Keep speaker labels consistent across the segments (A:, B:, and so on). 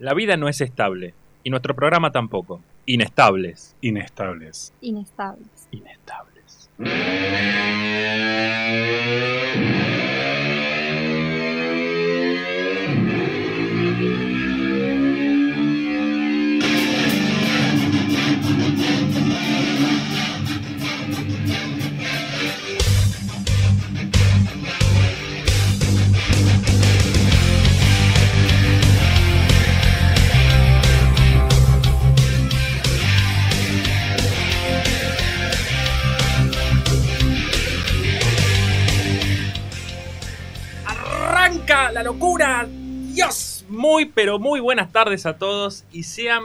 A: La vida no es estable. Y nuestro programa tampoco. Inestables.
B: Inestables.
C: Inestables.
A: Inestables. Arranca la locura. Dios. Muy, pero muy buenas tardes a todos y sean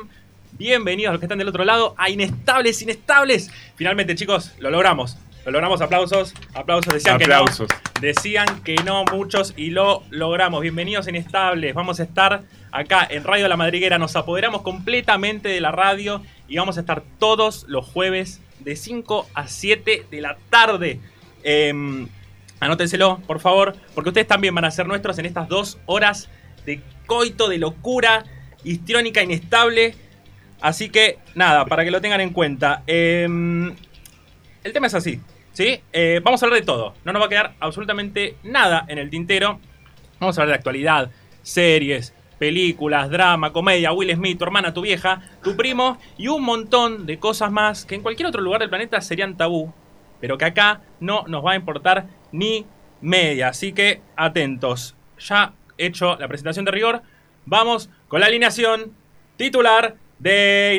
A: bienvenidos a los que están del otro lado a Inestables, Inestables. Finalmente, chicos, lo logramos. Lo logramos, aplausos, aplausos, decían que no.
B: Aplausos.
A: Decían que no muchos y lo logramos. Bienvenidos a Inestables. Vamos a estar acá en Radio La Madriguera. Nos apoderamos completamente de la radio y vamos a estar todos los jueves de 5 a 7 de la tarde. Eh, anótenselo, por favor, porque ustedes también van a ser nuestros en estas dos horas de coito, de locura, histriónica, inestable. Así que, nada, para que lo tengan en cuenta. Eh, el tema es así, ¿sí? Eh, vamos a hablar de todo. No nos va a quedar absolutamente nada en el tintero. Vamos a hablar de actualidad, series, películas, drama, comedia, Will Smith, tu hermana, tu vieja, tu primo y un montón de cosas más que en cualquier otro lugar del planeta serían tabú, pero que acá no nos va a importar ni media. Así que atentos. Ya hecho la presentación de rigor, vamos con la alineación titular de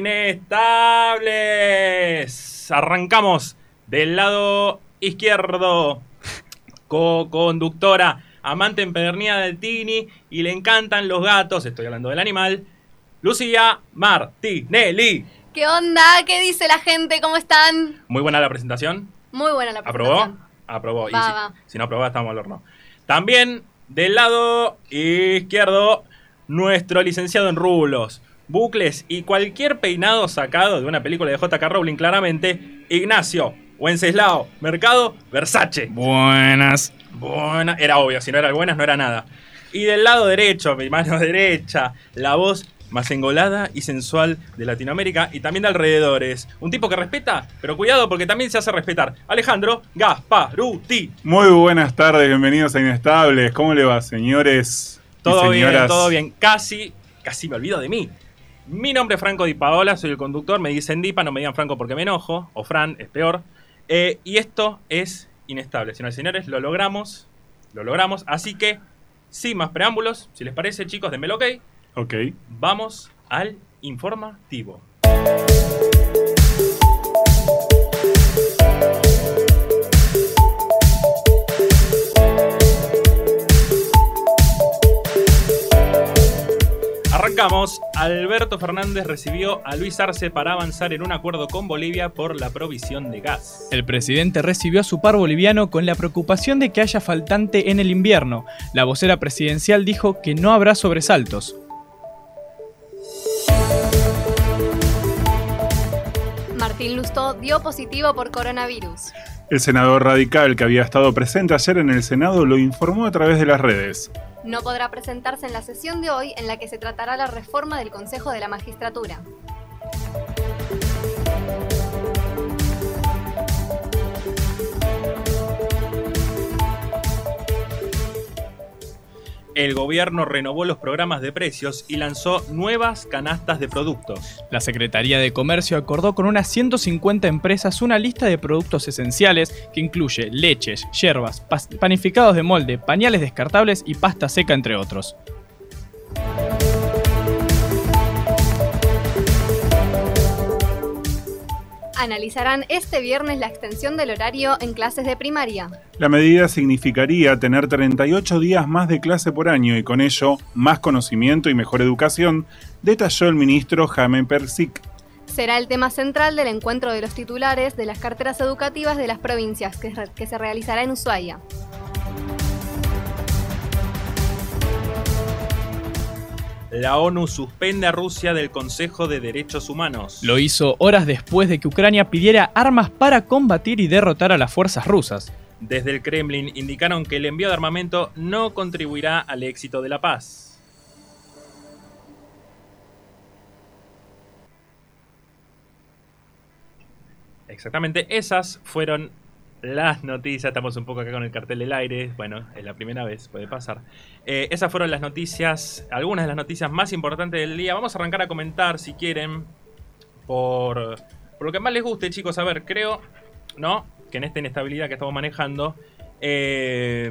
A: Inestables. Arrancamos del lado izquierdo co-conductora, amante empedernida del Tini y le encantan los gatos, estoy hablando del animal, Lucía Martinelli.
C: ¿Qué onda? ¿Qué dice la gente? ¿Cómo están?
A: Muy buena la presentación.
C: Muy buena la
A: ¿Aprobó?
C: presentación.
A: Aprobó. Y
C: Va,
A: si,
C: va.
A: si no aprobaba, estamos al horno. También del lado izquierdo, nuestro licenciado en rulos, bucles y cualquier peinado sacado de una película de J.K. Rowling, claramente, Ignacio Wenceslao Mercado Versace.
B: Buenas.
A: Buena, era obvio, si no eran buenas no era nada. Y del lado derecho, mi mano derecha, la voz más engolada y sensual de Latinoamérica y también de alrededores. Un tipo que respeta, pero cuidado porque también se hace respetar. Alejandro Gasparuti.
B: Muy buenas tardes, bienvenidos a Inestables. ¿Cómo le va, señores? y
A: Todo bien,
B: señoras?
A: todo bien. Casi, casi me olvido de mí. Mi nombre es Franco Di Paola, soy el conductor. Me dicen Dipa, no me digan Franco porque me enojo. O Fran, es peor. Eh, y esto es inestable. Señoras y señores, lo logramos. Lo logramos. Así que, sin más preámbulos, si les parece, chicos, denme el ok.
B: Ok.
A: Vamos al informativo. Arrancamos. Alberto Fernández recibió a Luis Arce para avanzar en un acuerdo con Bolivia por la provisión de gas.
D: El presidente recibió a su par boliviano con la preocupación de que haya faltante en el invierno. La vocera presidencial dijo que no habrá sobresaltos.
C: Martín Lustó dio positivo por coronavirus.
B: El senador radical que había estado presente ayer en el Senado lo informó a través de las redes.
C: No podrá presentarse en la sesión de hoy en la que se tratará la reforma del Consejo de la Magistratura.
A: El gobierno renovó los programas de precios y lanzó nuevas canastas de productos.
D: La Secretaría de Comercio acordó con unas 150 empresas una lista de productos esenciales que incluye leches, hierbas, pas- panificados de molde, pañales descartables y pasta seca, entre otros.
C: Analizarán este viernes la extensión del horario en clases de primaria.
B: La medida significaría tener 38 días más de clase por año y con ello más conocimiento y mejor educación, detalló el ministro Jaime Persic.
C: Será el tema central del encuentro de los titulares de las carteras educativas de las provincias que, re- que se realizará en Ushuaia.
A: La ONU suspende a Rusia del Consejo de Derechos Humanos.
D: Lo hizo horas después de que Ucrania pidiera armas para combatir y derrotar a las fuerzas rusas.
A: Desde el Kremlin indicaron que el envío de armamento no contribuirá al éxito de la paz. Exactamente, esas fueron las noticias. Estamos un poco acá con el cartel del aire. Bueno, es la primera vez, puede pasar. Eh, esas fueron las noticias, algunas de las noticias más importantes del día. Vamos a arrancar a comentar, si quieren, por, por lo que más les guste, chicos. A ver, creo, ¿no? Que en esta inestabilidad que estamos manejando, eh,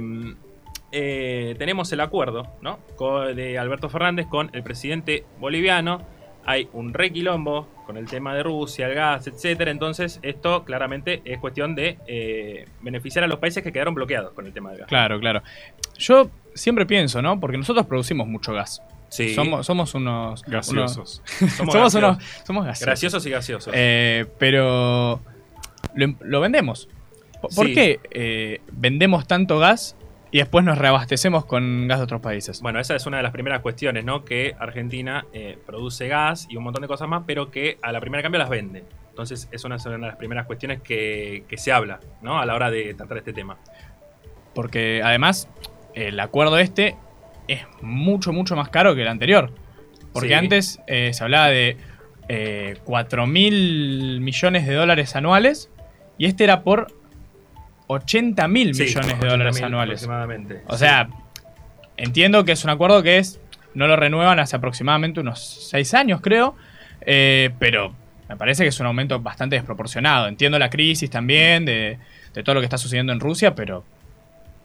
A: eh, tenemos el acuerdo, ¿no? Co- De Alberto Fernández con el presidente boliviano hay un requilombo con el tema de Rusia, el gas, etcétera. Entonces, esto claramente es cuestión de eh, beneficiar a los países que quedaron bloqueados con el tema del gas.
D: Claro, claro. Yo siempre pienso, ¿no? Porque nosotros producimos mucho gas.
A: Sí.
D: Somos, somos unos... unos-
B: Gaseosos.
A: somos
D: somos
A: gaseosos.
D: unos... Somos gaseosos.
A: graciosos y gaseosos.
D: Eh, pero lo, em- lo vendemos. Po- ¿Por
A: Sí.
D: qué eh, vendemos tanto gas y después nos reabastecemos con gas de otros países?
A: Bueno, esa es una de las primeras cuestiones, ¿no? Que Argentina eh, produce gas y un montón de cosas más, pero que a la primera cambio las vende. Entonces, es una, es una de las primeras cuestiones que, que se habla, ¿no? A la hora de tratar este tema.
D: Porque además el acuerdo este es mucho, mucho más caro que el anterior. Porque
A: Sí.
D: antes eh, se hablaba de eh, 4 mil millones de dólares anuales y este era por 80 mil
A: Sí,
D: millones de dólares
A: 80.000
D: anuales.
A: Aproximadamente.
D: O sea, entiendo que es un acuerdo que es. No lo renuevan hace aproximadamente unos 6 años, creo. eh, pero me parece que es un aumento bastante desproporcionado. Entiendo la crisis también de, de todo lo que está sucediendo en Rusia, pero.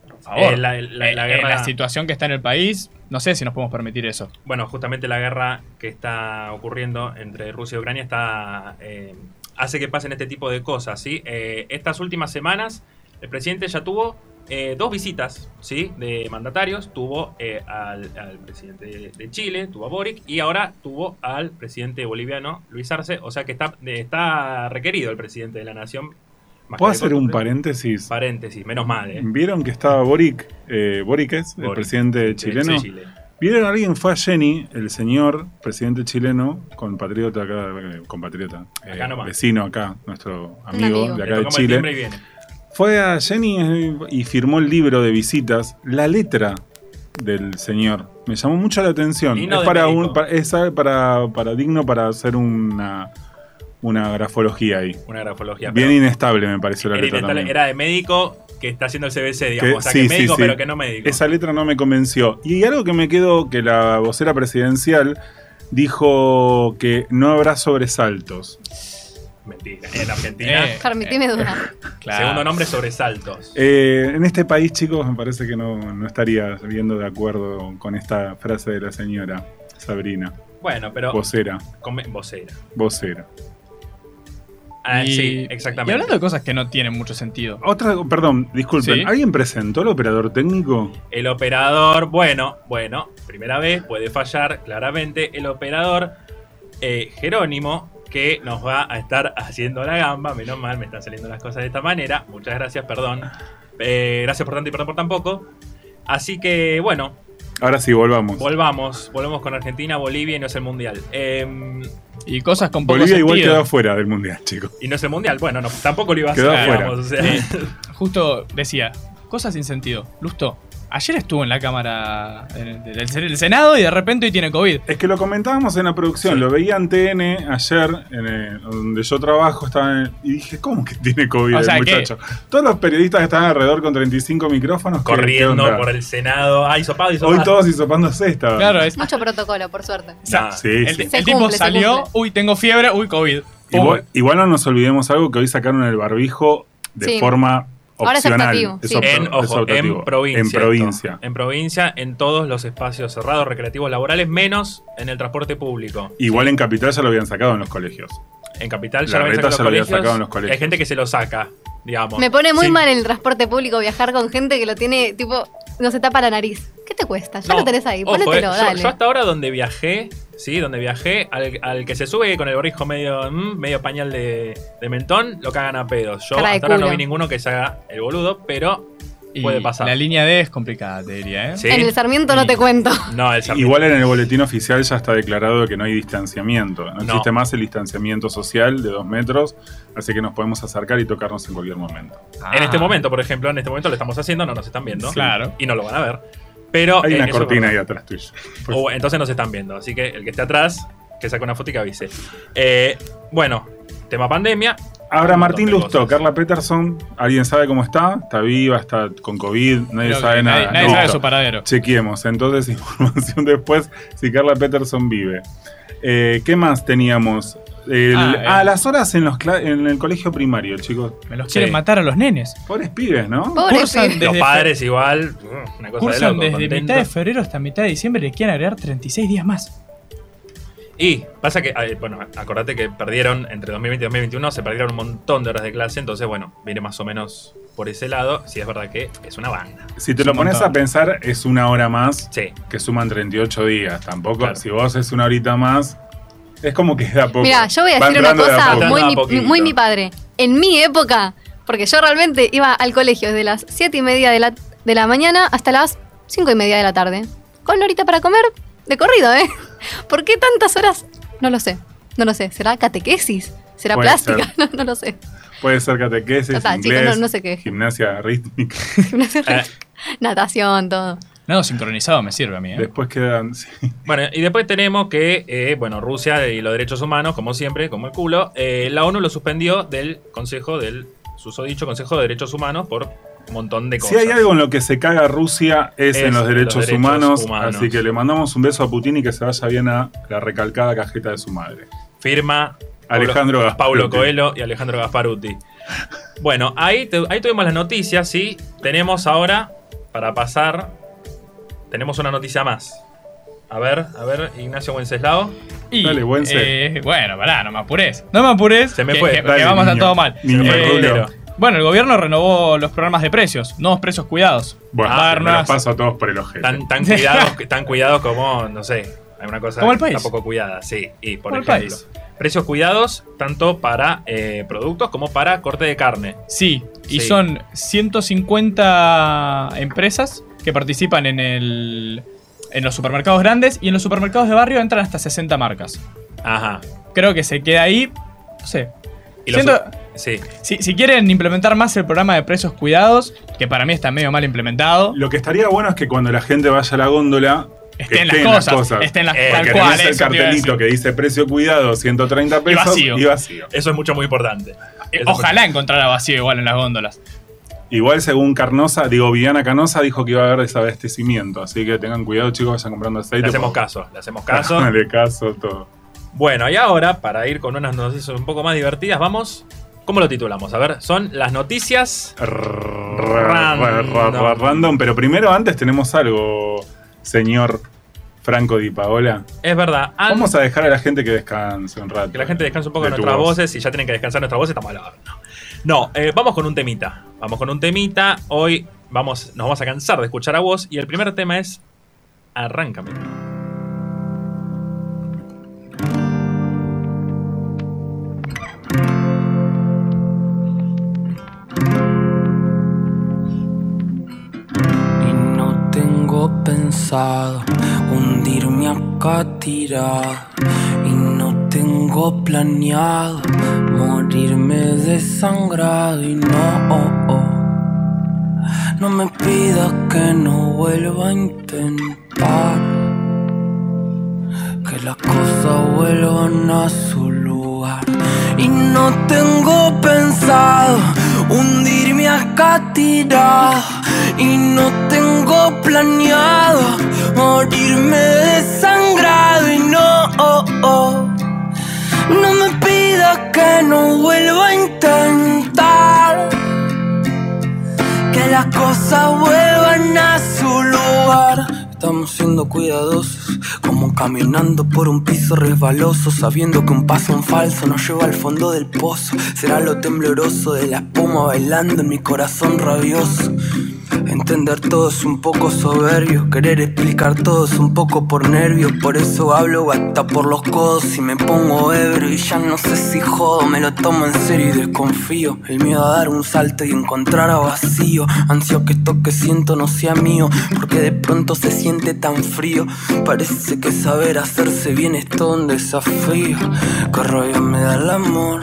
D: Por favor.
A: Eh, la, la-
D: eh,
A: la
D: eh,
A: guerra.
D: la situación que está en el país, no sé si nos podemos permitir eso.
A: Bueno, justamente la guerra que está ocurriendo entre Rusia y Ucrania está eh, hace que pasen este tipo de cosas, ¿sí? Eh, estas últimas semanas el presidente ya tuvo eh, dos visitas, ¿sí? De mandatarios. Tuvo eh, al, al presidente de- de Chile, tuvo a Boric, y ahora tuvo al presidente boliviano, Luis Arce. O sea que está, de- está requerido el presidente de la nación. más
B: ¿Puedo
A: que de
B: hacer un ¿Mm?
A: costumbre.
B: paréntesis?
A: paréntesis? Menos mal, ¿eh?
B: ¿Vieron que estaba Boric, eh, Boric es, el
A: Boric,
B: presidente chileno?
A: De Chile.
B: ¿Vieron alguien? Fue a Jenny, el señor presidente chileno, compatriota acá, eh, compatriota, eh,
A: Acá nomás.
B: vecino acá, nuestro amigo,
C: amigo.
B: de
A: Le
B: acá de
A: tocamos el timbre
B: Chile.
A: y viene.
B: Fue a Jenny eh, y firmó el libro de visitas, la letra del señor. Me llamó mucho la atención.
A: Digno
B: es
A: de
B: para
A: médico.
B: un, para, es para, para digno para hacer una, una grafología ahí.
A: Una grafología.
B: Bien
A: pero-
B: inestable me pareció la
A: Era,
B: letra
A: inestable-
B: también.
A: era de médico que está haciendo el CBC, digamos.
B: Que-
A: o sea,
B: sí,
A: que
B: sí,
A: médico,
B: sí.
A: pero que no médico.
B: Esa letra no me convenció. Y algo que me quedó, que la vocera presidencial dijo que no habrá sobresaltos.
A: Mentira. En Argentina,
D: Eh,
C: Permitime dudar.
A: segundo nombre, sobresaltos.
B: Eh, en este país, chicos, me parece que no, no estaría viendo de acuerdo con esta frase de la señora Sabrina.
A: bueno, pero.
B: Vocera,
A: come- vocera.
B: vocera.
A: Ah,
D: Y-
A: sí,
D: Y
A: exactamente.
D: hablando de cosas que no tienen mucho sentido.
B: Otra, perdón, disculpen,
D: Sí.
B: ¿alguien presentó al operador técnico?
A: El operador, bueno, bueno, primera vez, puede fallar, claramente. El operador eh, Jerónimo, que nos va a estar haciendo la gamba. Menos mal, me están saliendo las cosas de esta manera. Muchas gracias, perdón. Eh, gracias por tanto y perdón por tampoco. Así que, bueno,
B: Ahora sí, volvamos.
A: Volvamos, volvemos con Argentina, Bolivia y no es el mundial. Eh,
D: Y cosas con poco
B: Bolivia igual
D: sentido.
B: quedó fuera del mundial, chicos.
A: y no es el mundial, bueno, no, tampoco lo iba a hacer,
B: Quedó
A: digamos, o sea,
D: Justo decía, cosas sin sentido. Lusto, ayer estuvo en la Cámara del, del- del Senado y de repente hoy tiene COVID.
B: Es que lo comentábamos en la producción,
A: Sí.
B: lo veía en TN ayer, en el- donde yo trabajo, estaba en- y dije, ¿cómo que tiene COVID
D: O sea,
B: el
D: que-
B: muchacho? Todos los periodistas que estaban alrededor con 35 micrófonos ¿qué- qué
A: corriendo
B: onda?
A: por el Senado. Ah, hisopado, hisopado.
B: Hoy todos hisopándose esta.
D: Claro, es.
C: Mucho protocolo, por suerte.
A: Nah,
B: Sí,
D: El,
B: sí.
D: el
C: Se
D: tipo
C: cumple, se
D: salió,
C: cumple.
D: uy, tengo fiebre, uy, COVID. Pum.
B: Igual, igual no nos olvidemos algo que hoy sacaron el barbijo de
C: Sí.
B: forma
C: Ahora es
B: opcional.
C: optativo, sí.
B: opta-
A: En, ojo,
B: es optativo.
A: en provincia.
B: En
A: esto.
B: provincia.
A: En provincia, en todos los espacios cerrados, recreativos, laborales, menos en el transporte público.
B: Igual en Capital ya lo habían sacado en los colegios.
A: En Capital
B: La
A: ya lo habían
B: reta
A: sacado
B: ya lo habían
A: los colegios,
B: sacado en los colegios.
A: Hay gente que se lo saca, digamos.
C: Me pone muy
A: Sí.
C: mal el transporte público viajar con gente que lo tiene, tipo, no se tapa la nariz. ¿Qué te cuesta? Ya
A: No,
C: lo tenés ahí,
A: ojo, eh,
C: ponételo,
A: yo-
C: dale.
A: Yo, hasta ahora donde viajé, sí, donde viajé, al, al que se sube con el borrijo medio, mm, medio pañal de, de mentón, lo cagan a pedos. Yo
C: Cara de
A: hasta ahora no
C: culo.
A: vi ninguno que se haga el boludo, pero
D: Y
A: puede pasar.
D: La línea D es complicada, te diría, ¿eh?
A: sí. Mm.
C: En el Sarmiento no
D: Sí.
C: te cuento.
A: No, el sarmiento.
B: Igual en el boletín oficial ya está declarado que no hay distanciamiento. No,
A: No.
B: existe más el distanciamiento social de dos metros, así que nos podemos acercar y tocarnos en cualquier momento.
D: Ah.
A: En este momento, por ejemplo, en este momento lo estamos haciendo, no nos están viendo.
D: Claro.
A: Y no lo van a ver.
D: Oh,
A: Pero.
B: hay
A: eh,
B: una
A: eso es
B: cortina ahí
A: verdad.
B: atrás tuya.
A: O, entonces nos están viendo. Así que el que esté atrás, que saque una foto y que avise. Eh, bueno, tema pandemia.
B: Ahora,
A: un
B: Martín
A: montón de
B: Lustó,
A: cosas.
B: Carla Peterson, ¿alguien sabe cómo está? Está viva, está con COVID, nadie
D: Creo que
B: sabe nada.
D: Nadie, nadie sabe
B: Listo.
D: su paradero.
B: Chequeemos, entonces, información después si Carla Peterson vive. Eh, ¿Qué más teníamos? El-
D: Ah,
B: ah,
D: eh.
B: las horas en, los cla- en el colegio primario, chicos.
D: Me los
A: Sí.
D: quieren matar a los nenes.
B: Pobres pibes, ¿no?
C: Pobre
D: Cursan
C: pibe.
D: desde
A: Los padres igual, uh, una cosa de
D: Cursan
A: loco,
D: desde
A: contentos.
D: mitad de febrero hasta mitad de diciembre y le quieren agregar 36 días más.
A: Y pasa que, eh, bueno, acordate que perdieron entre 2020 y 2021, se perdieron un montón de horas de clase, entonces, bueno, viene más o menos por ese lado. Si es verdad que es una banda.
B: Si te
D: Es
B: lo
D: un
B: pones a
D: montón.
B: pensar, es una hora más
A: Sí.
B: que suman 38 días. Tampoco,
A: Claro.
B: si vos haces una horita más, es como que da poco.
C: Mira, yo voy a
B: Va
C: decir una
B: entrando de a
C: cosa
B: poco.
C: muy
A: Entrando a
C: mi,
A: poquito.
C: muy mi padre. En mi época, porque yo realmente iba al colegio desde las 7 y media de la, de la mañana hasta las 5 y media de la tarde. Con la horita para comer de corrido, ¿eh? ¿Por qué tantas horas? No lo sé. No lo sé. ¿Será catequesis? ¿Será
B: Puede
C: plástica? No, no lo sé.
B: Puede ser catequesis,
C: Total, chicos,
B: inglés,
C: no- no sé qué.
B: gimnasia rítmica.
A: Eh,
C: Natación, todo.
D: Nado sincronizado me sirve a mí, ¿eh?
B: Después quedan... sí.
A: Bueno, y después tenemos que, eh, bueno, Rusia y los derechos humanos, como siempre, como el culo, eh, la ONU lo suspendió del Consejo del susodicho Consejo de Derechos Humanos por un montón de
B: Si
A: cosas.
B: hay algo en lo que se caga Rusia es,
A: Es
B: en los
A: en
B: derechos,
A: los derechos
B: humanos,
A: humanos.
B: así que le mandamos un beso a Putin y que se vaya bien a la recalcada cajeta de su madre.
A: Firma
B: Alejandro
A: Paulo,
B: Gaspar-
A: Paulo Coelho y Alejandro Gasparuti. Bueno, ahí, te- ahí tuvimos las noticias, ¿sí? Tenemos ahora, para pasar, tenemos una noticia más. A ver, a ver, Ignacio Wenceslao.
D: Y,
B: Dale, buen set.
D: eh, bueno, pará, no me apures. No me apures.
A: Se me
D: que-
A: fue.
D: que- que
B: Dale,
D: vamos a
B: niño.
D: todo mal. Eh,
B: Niño
A: marrulero.
D: bueno, el gobierno renovó los programas de precios. Nuevos precios cuidados.
B: Bueno,
D: Va a
A: Ah,
D: haber
B: me los
D: nuevas-
B: paso a todos por el ojete.
A: Tan, tan cuidados tan cuidados como, no sé, alguna cosa
D: Como el
A: que está
D: país.
A: poco cuidada, sí. Y por
D: Como el
A: ejemplo,
D: país.
A: precios cuidados tanto para eh, productos como para corte de carne.
D: Sí, y
A: Sí.
D: son 150 empresas que participan en el en los supermercados grandes y en los supermercados de barrio entran hasta 60 marcas.
A: Ajá.
D: Creo que se queda ahí, no sé.
A: Y los-
D: Siento-
A: sí.
D: si, si quieren implementar más el programa de precios cuidados, que para mí está medio mal implementado,
B: Lo que estaría bueno es que cuando la gente vaya a la góndola, que
D: estén las cosas, estén las
A: Eh,
D: tal
B: que
A: que
D: cual,
B: tenés el
D: eso te iba a
B: cartelito
D: decir.
B: que dice precio cuidado, 130 pesos
D: vacío.
B: y vacío.
A: Eso es mucho muy importante.
D: Eh,
A: Eso es
D: Ojalá encontrara vacío igual en las góndolas.
B: Igual según Carnosa, digo, Viviana Canosa dijo que iba a haber desabastecimiento, así que tengan cuidado chicos, vayan comprando aceite.
A: Le hacemos
B: porque-
A: caso, le hacemos caso.
B: Dale caso todo.
A: Bueno, y ahora, para ir con unas noticias un poco más divertidas, vamos. ¿Cómo lo titulamos? A ver, son las noticias.
B: Random. Random, pero primero antes tenemos algo, señor Franco Di Paola.
A: Es verdad. an-
B: Vamos a dejar a la gente que descanse un rato.
A: que la gente descanse un poco
B: de
A: de
B: tu
A: nuestras
B: voz.
A: voces. Si ya tienen que descansar nuestras voces, estamos al horno. No, eh, vamos con un temita. Vamos con un temita. Hoy vamos, nos vamos a cansar de escuchar a vos. Y el primer tema es Arráncame.
E: Y no tengo pensado hundirme acá tirado. Y no tengo planeado morirme desangrado. Y no, oh, oh, no me pidas que no vuelva a intentar. Que las cosas vuelvan a su lugar. Y no tengo pensado hundirme acá tirado. Y no tengo planeado morirme desangrado. Y no, oh, oh, no me pidas que no vuelva a intentar. Que las cosas vuelvan a su lugar. Estamos siendo cuidadosos, como caminando por un piso resbaloso, sabiendo que un paso en falso nos lleva al fondo del pozo. Será lo tembloroso de la espuma bailando en mi corazón rabioso. Entender todo es un poco soberbio, querer explicar todo es un poco por nervios, por eso hablo hasta por los codos y me pongo ebrio y ya no sé si jodo, me lo tomo en serio y desconfío. El miedo a dar un salto y encontrar a vacío, ansio que esto que siento no sea mío, porque de pronto se siente tan frío. Parece que saber hacerse bien es todo un desafío. Qué rabia me da el amor,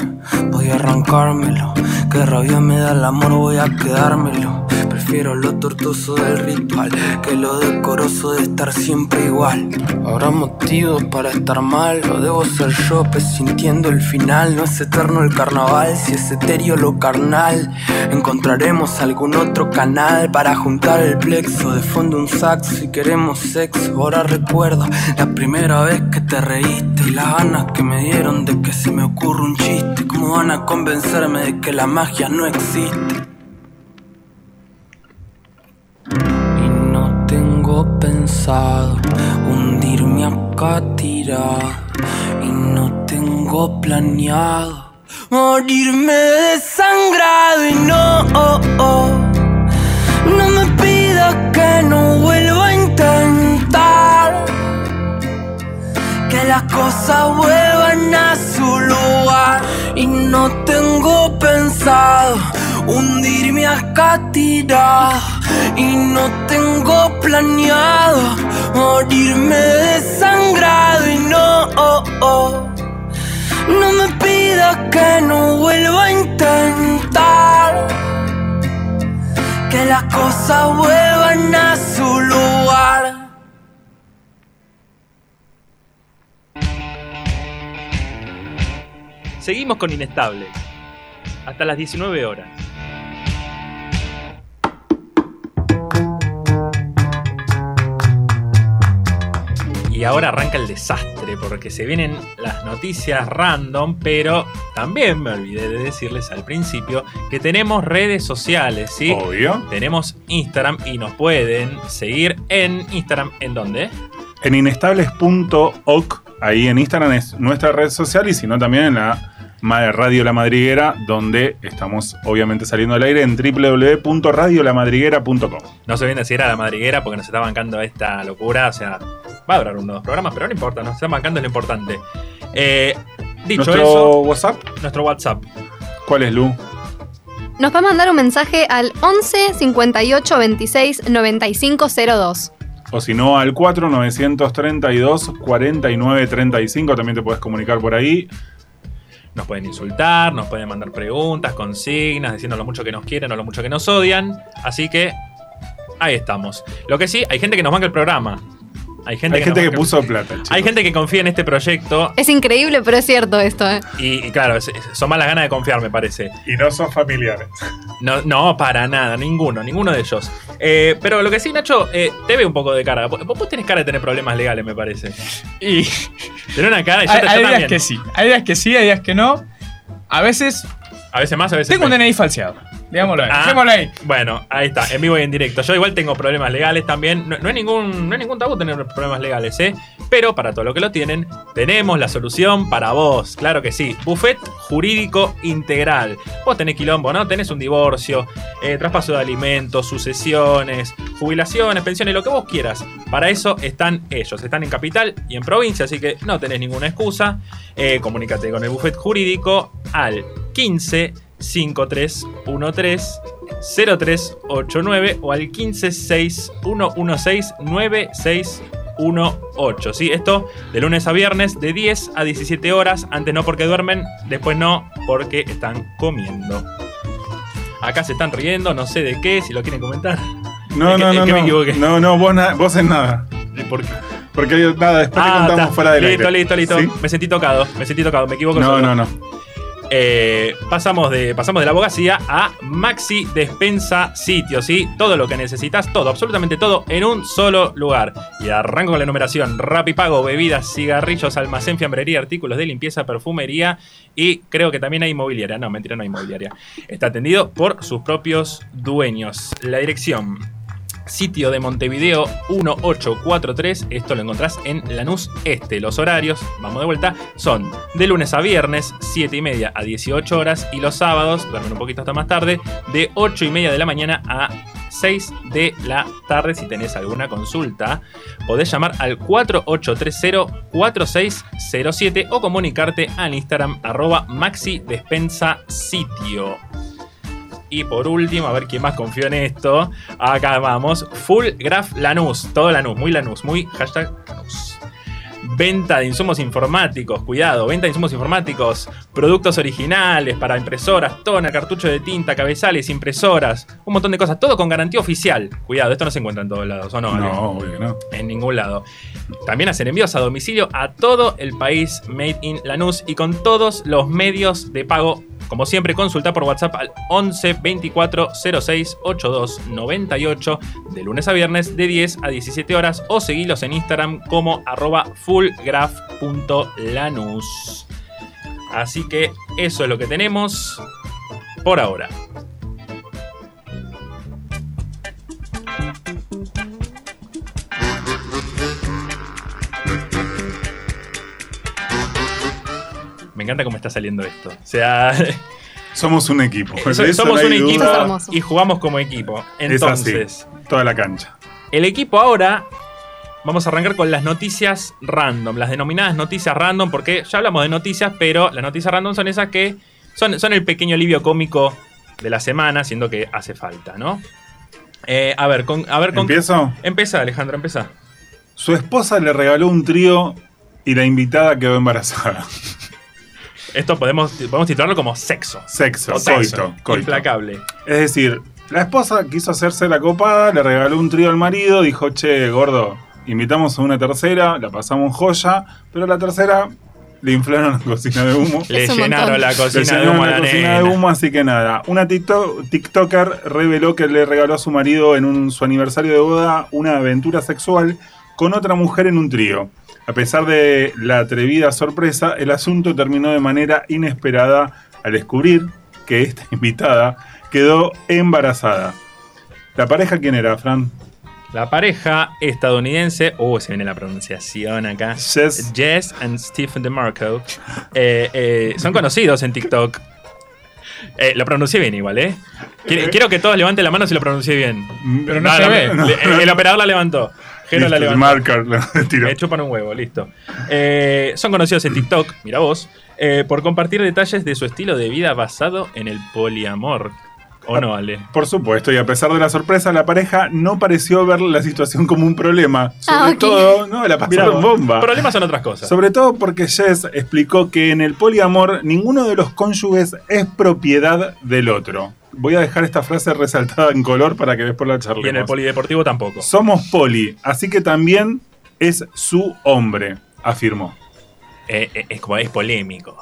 E: voy a arrancármelo. Qué rabia me da el amor, voy a quedármelo. Prefiero prefiero lo tortuoso del ritual que lo decoroso de estar siempre igual. Habrá motivos para estar mal, lo debo ser yo, pues sintiendo el final. No es eterno el carnaval, si es etéreo lo carnal. Encontraremos algún otro canal para juntar el plexo. De fondo un saxo si queremos sexo. Ahora recuerdo la primera vez que te reíste y las ganas que me dieron de que se me ocurra un chiste. ¿Cómo van a convencerme de que la magia no existe? Y no tengo pensado hundirme acá tirado. Y no tengo planeado morirme desangrado. Y no, oh, oh, no me pida que no vuelva a intentar. Que las cosas vuelvan a su lugar. Y no tengo pensado hundirme acá tirado. Y no tengo planeado morirme desangrado. Y no, oh, oh, no me pida que no vuelva a intentar. Que las cosas vuelvan a su lugar.
A: Seguimos con Inestable. Hasta las 19 horas. Y ahora arranca el desastre, porque se vienen las noticias random, pero también me olvidé de decirles al principio que tenemos redes sociales, ¿sí?
B: Obvio.
A: Tenemos Instagram y nos pueden seguir en Instagram, ¿en dónde?
B: En inestables.oc, ahí en Instagram es nuestra red social y si no también en la ma- Radio La Madriguera, donde estamos obviamente saliendo al aire en www.radiolamadriguera.com.
A: No se viene a decir a la madriguera porque nos está bancando esta locura. O sea, va a durar uno o dos programas, pero no importa, nos está bancando lo importante. Eh, dicho
B: ¿Nuestro
A: eso,
B: WhatsApp?
A: nuestro WhatsApp.
B: ¿Cuál es, Lu?
C: Nos va a mandar un mensaje al 11 58 26 95 02.
B: O si no, al 4-932-4935. También te puedes comunicar por ahí.
A: Nos pueden insultar, nos pueden mandar preguntas, consignas, diciendo lo mucho que nos quieren o lo mucho que nos odian. Así que ahí estamos. Lo que sí, hay gente que nos banca el programa. Hay gente,
B: Hay
A: que,
B: gente
A: nos
B: que
A: banca-
B: puso plata. chicos.
A: Hay gente que confía en este proyecto
C: Es increíble, pero es cierto esto, ¿eh?
A: y, y claro, es- es- son malas ganas de confiar, me parece.
B: Y no son familiares.
A: No, no, para nada, ninguno, ninguno de ellos. Eh, pero lo que sí, Nacho, eh, te ve un poco de cara. Vos, vos tenés cara de tener problemas legales, me parece.
D: Y
A: Tenés una cara y yo,
D: hay,
A: te- yo
D: hay días
A: también.
D: que sí, hay días que sí, hay días que no. A veces
A: A veces más, a veces
D: tengo un
A: menos.
D: DNI falseado. Digámoslo ahí.
A: Ah,
D: dejémoslo ahí.
A: Bueno, ahí está, en vivo y en directo. Yo igual tengo problemas legales también. No, no es ningún, no es ningún tabú tener problemas legales, ¿eh? Pero para todo lo que lo tienen, tenemos la solución para vos. Claro que sí. Buffet jurídico integral. Vos tenés quilombo, ¿no? Tenés un divorcio, eh, traspaso de alimentos, sucesiones, jubilaciones, pensiones, lo que vos quieras. Para eso están ellos. Están en capital y en provincia, así que no tenés ninguna excusa. Eh, comunícate con el buffet jurídico al 15 5313 0389 o al 1561169618. ¿sí? Esto de lunes a viernes de 10 a 17 horas. Antes no porque duermen, después no porque están comiendo. Acá se están riendo, no sé de qué, si lo quieren comentar.
B: No,
A: Es que-
B: no,
A: es
B: no.
A: que me
B: no.
A: equivoqué.
B: no, no, vos, na- vos en nada.
A: ¿Por qué?
B: Porque nada, después te
A: Ah,
B: contamos
A: está.
B: fuera del
A: listo,
B: aire.
A: listo, listo,
B: ¿Sí?
A: Me sentí tocado, me sentí tocado, me equivoco.
B: No,
A: solo.
B: no, no.
A: Eh, pasamos, de, pasamos de la abogacía a Maxi Despensa Sitio, ¿sí? Todo lo que necesitas, todo, absolutamente todo, en un solo lugar. Y arranco con la enumeración. Rapipago, bebidas, cigarrillos, almacén, fiambrería, artículos de limpieza, perfumería y creo que también hay inmobiliaria. No, mentira, no hay inmobiliaria. Está atendido por sus propios dueños. La dirección... Sitio de Montevideo 1843. Esto lo encontrás en Lanús Este. Los horarios, vamos de vuelta, son de lunes a viernes, 7 y media a 18 horas. Y los sábados, duermen un poquito hasta más tarde, de 8 y media de la mañana a 6 de la tarde. Si tenés alguna consulta, podés llamar al 4830-4607 o comunicarte al Instagram arroba maxi despensa sitio. Y por último, a ver quién más confió en esto. Acá vamos. Full Graph Lanús. Todo Lanús, muy Lanús, muy hashtag Lanús. Venta de insumos informáticos, cuidado, venta de insumos informáticos, productos originales para impresoras, toner, cartucho de tinta, cabezales, impresoras, un montón de cosas, todo con garantía oficial. Cuidado, esto no se encuentra en todos lados, ¿o no? Ale?
B: No, obvio que no.
A: En ningún lado. También hacer envíos a domicilio a todo el país Made in Lanús y con todos los medios de pago. Como siempre, consulta por WhatsApp al 11 24 06 82 98 de lunes a viernes de 10 a 17 horas o seguilos en Instagram como arroba fullgraph.lanús. Así que eso es lo que tenemos por ahora. Me encanta cómo está saliendo esto. O sea,
B: Somos un equipo.
A: Eh, so-
B: Pues De eso
A: somos
B: no
A: un
B: hay
A: equipo
B: duda.
C: Somos.
A: y jugamos como equipo.
B: Es así,
A: Entonces,
B: Toda la cancha.
A: el equipo ahora. Vamos a arrancar con las noticias random, las denominadas noticias random, porque ya hablamos de noticias, pero las noticias random son esas que son, son el pequeño alivio cómico de la semana, siendo que hace falta, ¿no? Eh, a ver, con, a ver, con
B: ¿Empiezo?
A: Empieza, Alejandro, empieza.
B: Su esposa le regaló un trío y la invitada quedó embarazada.
A: Esto podemos, podemos titularlo como sexo.
B: Sexo,
A: O sexo.
B: coito, coito.
A: Implacable.
B: Es decir, la esposa quiso hacerse la copada, le regaló un trío al marido, dijo, che, gordo, invitamos a una tercera, la pasamos joya, pero a la tercera le inflaron la cocina de humo.
A: Le
C: un
A: llenaron
C: montón.
A: la
B: Le
A: cocina de
B: llenaron
A: humo a
B: la
A: la
B: cocina de
A: nena.
B: humo, así que nada. Una tikto- TikToker reveló que le regaló a su marido en un- su aniversario de boda una aventura sexual con otra mujer en un trío. A pesar de la atrevida sorpresa, el asunto terminó de manera inesperada al descubrir que esta invitada quedó embarazada. ¿La pareja quién era, Fran?
A: La pareja estadounidense, uh, se viene la pronunciación acá.
B: Jess.
A: Jess and Stephen DeMarco eh, eh, son conocidos en TikTok. Eh, lo pronuncié bien igual, ¿eh? Quiero, quiero que todos levanten la mano si lo pronuncié bien.
D: Pero no se ve.
A: Le- el, operador la levantó. Jero
B: Listo,
A: la
B: el
A: levantó.
B: marker lo tiró.
A: Me chupan un huevo, listo. Eh, son conocidos en TikTok, mira vos, eh, por compartir detalles de su estilo de vida basado en el poliamor. ¿O no, Ale?
B: Por supuesto, y a pesar de la sorpresa, la pareja no pareció ver la situación como un problema. Sobre
C: Ah, ok.
B: todo, no, la pasaron
A: Mirá vos.
D: Ah.
B: bomba.
A: Problemas son otras cosas.
B: Sobre todo porque Jess explicó que en el poliamor ninguno de los cónyuges es propiedad del otro. Voy a dejar esta frase resaltada en color para que después la charlemos.
A: Y en el polideportivo tampoco.
B: Somos poli, así que también es su hombre, afirmó.
A: Eh, eh, es como es polémico.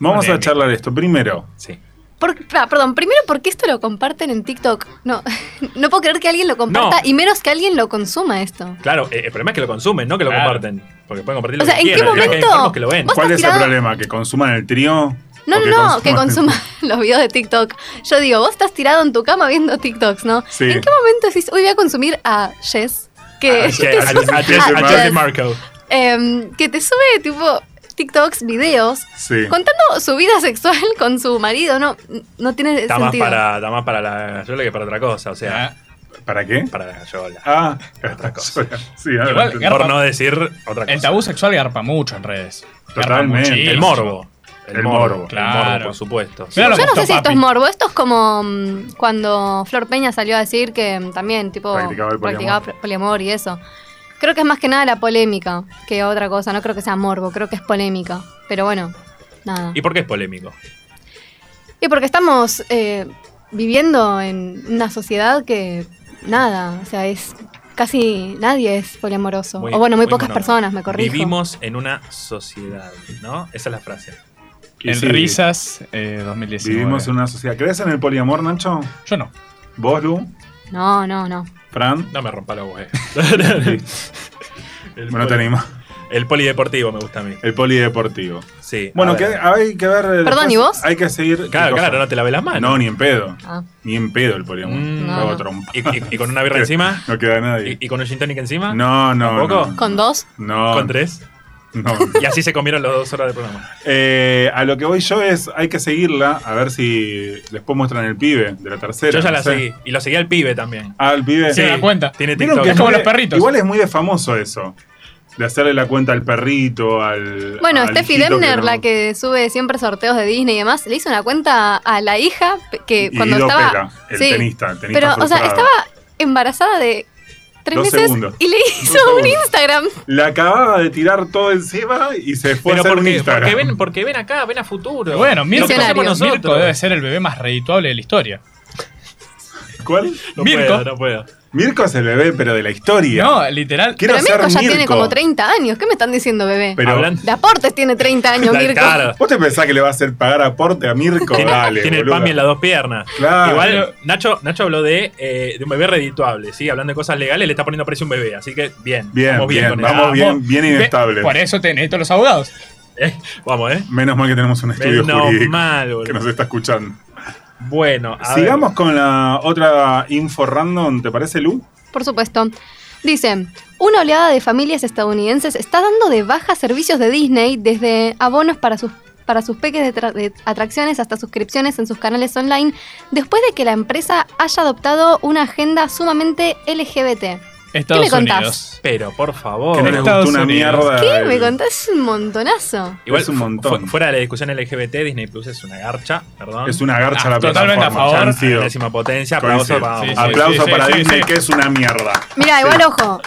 B: Vamos
A: Polémico.
B: a charlar esto. Primero,
A: Sí.
C: Por- pa- perdón, primero, ¿por qué esto lo comparten en TikTok? No, no puedo creer que alguien lo
A: No.
C: comparta y menos que alguien lo consuma esto.
A: Claro, eh, el problema es que lo consumen, no que lo
D: Claro.
A: comparten. Porque pueden compartir lo
C: O sea,
A: que
C: ¿en qué
A: quieran, pero hay
C: momento?
A: enfermos que lo ven.
C: Vos-
B: ¿cuál
C: has
B: es el
C: tirado-
B: problema? ¿Que consuman el trío?
C: No,
B: ¿O
C: no, no, que
B: consuman-
C: consuma los videos de TikTok. Yo digo, vos estás tirado en tu cama viendo TikToks, ¿no?
B: Sí.
C: ¿En qué momento decís, hoy voy a consumir a Jess? Que,
A: Ah, che, a- a- a- a-
C: Ah,
A: a- a-
C: yes.
A: de Marco.
C: em, que te sube tipo TikToks, videos,
B: Sí.
C: contando su vida sexual con su marido, no, no tiene
A: Está más
C: sentido.
A: para, está más para la gallola que para otra cosa. O sea,
B: ¿Para qué?
A: para la gallola.
B: Ah,
A: Otra cosa.
B: Sí, adelante.
D: garpa.
A: Por no decir otra cosa.
D: El tabú sexual garpa mucho en redes. Garpa
B: Totalmente.
D: muchísimo.
A: El morbo. El
B: El morbo,
A: morbo,
D: claro.
A: por supuesto.
D: Mirá lo
C: Yo
D: que
C: no sé
D: está
C: si esto
D: papi.
C: es morbo, esto es como mm, cuando Flor Peña salió a decir que mm, también tipo
B: Practicaba el poliamor.
C: practicaba poliamor y eso. Creo que es más que nada la polémica que otra cosa, no creo que sea morbo, creo que es polémica. Pero bueno, nada.
A: ¿Y por qué es polémico?
C: Y porque estamos eh, viviendo en una sociedad que nada, o sea, es casi nadie es poliamoroso.
A: Muy-
C: o bueno, muy,
A: muy
C: pocas
A: monótono.
C: personas, me corrijo.
A: Vivimos en una sociedad, ¿no? Esa es la frase.
B: Y
D: En
B: sí,
D: risas eh, 2019.
B: Vivimos en
A: eh.
B: una sociedad. ¿Crees en el poliamor, Nacho?
D: Yo no.
B: ¿Vos, Lu?
C: No, no, no.
B: ¿Fran?
A: No me rompa la web. el,
B: Bueno, te
A: poli-
B: animás.
A: el polideportivo me gusta a mí.
B: El polideportivo.
A: Sí. a
B: Bueno, que
A: ver.
B: hay que ver. después
C: ¿y vos?
B: Hay que seguir.
A: Claro,
B: ¿Qué
A: claro,
B: cosa?
A: no te lavé las manos.
B: No, ni en pedo.
C: Ah.
B: Ni en pedo el poliamor.
A: Mm,
B: Me
C: no,
B: hago
C: no.
B: trompa.
A: Y, y- y con una birra encima.
B: No queda nadie.
A: Y, y con un gin tonic encima.
B: No, no.
A: ¿Tampoco?
B: no.
C: Con dos.
B: No.
A: Con tres.
B: No.
A: Y así se comieron las dos horas de programa.
B: Eh, a lo que voy yo es, hay que seguirla, a ver si después muestran el pibe de la tercera.
A: Yo ya
B: no
A: la
B: sé.
A: seguí. Y lo seguí al pibe también.
B: Ah, el pibe.
D: Sí. da cuenta.
A: Tiene
B: Vieron
A: TikTok.
B: que
D: Es como
B: muy-
D: los perritos.
B: Igual es muy de famoso eso. De hacerle la cuenta al perrito, al.
C: Bueno,
B: al
C: Steffi
B: hijito
C: Lemner,
B: no-
C: la que sube siempre sorteos de Disney y demás, le hizo una cuenta a la hija pe- que
B: Y
C: cuando
B: Guido
C: estaba.
B: Pela, el
C: Sí.
B: tenista, el tenista
C: pero, o sea,
B: frustrado.
C: estaba embarazada de tres
B: Dos
C: meses
B: segundos.
C: y le hizo
B: Dos
C: un
B: segundos.
C: Instagram.
B: La acababa de tirar todo encima y se fue
A: Pero
B: a hacer un
A: porque,
B: Instagram.
A: porque ven, porque ven acá, ven a futuro.
D: Pero bueno, Mirko,
A: Lo que hacemos
C: Visionario.
A: nosotros.
D: Mirko debe ser el bebé más redituable de la historia.
B: ¿Cuál?
A: No
D: Mirko.
A: puedo, no puedo.
B: Mirko es el bebé, pero de la historia.
D: No, literal.
B: Quiero
C: Pero Mirko
B: ser
C: ya
B: Mirko.
C: tiene como 30 años. ¿Qué me están diciendo, bebé?
B: Pero
A: Hablando-
C: de aportes tiene 30 años,
A: Claro,
C: Mirko.
A: claro.
B: ¿Vos te pensás que le va a hacer pagar aporte a Mirko?
A: Tiene,
B: Dale,
A: tiene el
B: boludo.
A: PAMI en las dos piernas.
B: Claro.
A: Igual Nacho, Nacho habló de, eh, de un bebé redituable, ¿sí? Hablando de cosas legales, le está poniendo precio a un bebé. Así que bien,
B: Bien,
A: vamos bien,
B: bien,
A: con
B: vamos
A: eso.
B: bien, bien inestable.
D: Por eso te necesito los abogados.
A: Eh, vamos, ¿eh?
B: Menos mal que tenemos un estudio
A: Menos
B: jurídico
A: mal, boludo.
B: que nos está escuchando.
A: Bueno, a
B: Sigamos con la otra info random, ¿te parece, Lu?
C: Por supuesto. Dicen, una oleada de familias estadounidenses está dando de baja servicios de Disney desde abonos para sus para sus peques de, tra- de atracciones hasta suscripciones en sus canales online, después de que la empresa haya adoptado una agenda sumamente LGBT.
D: Estados
C: ¿Qué me contás?
D: Unidos.
A: ver. Pero, por favor.
B: Que no les
D: Estados
B: gustó una
D: Unidos.
B: mierda.
C: ¿Qué?
B: el-
C: Me contás un montonazo.
A: Igual
B: Es un montón.
A: fu- Fuera de la discusión LGBT, Disney Plus es una garcha, perdón.
B: Es una garcha
D: Ah,
B: la
D: totalmente
B: plataforma.
D: a favor.
B: ya han
A: La
B: sido.
A: décima potencia. Aplauso,
B: Coincido. Ah,
A: vamos.
D: Sí, sí,
B: Aplauso
D: sí,
B: para
D: sí,
B: Disney,
D: sí.
B: que es una mierda.
C: Mira, igual
B: Sí.
C: ojo.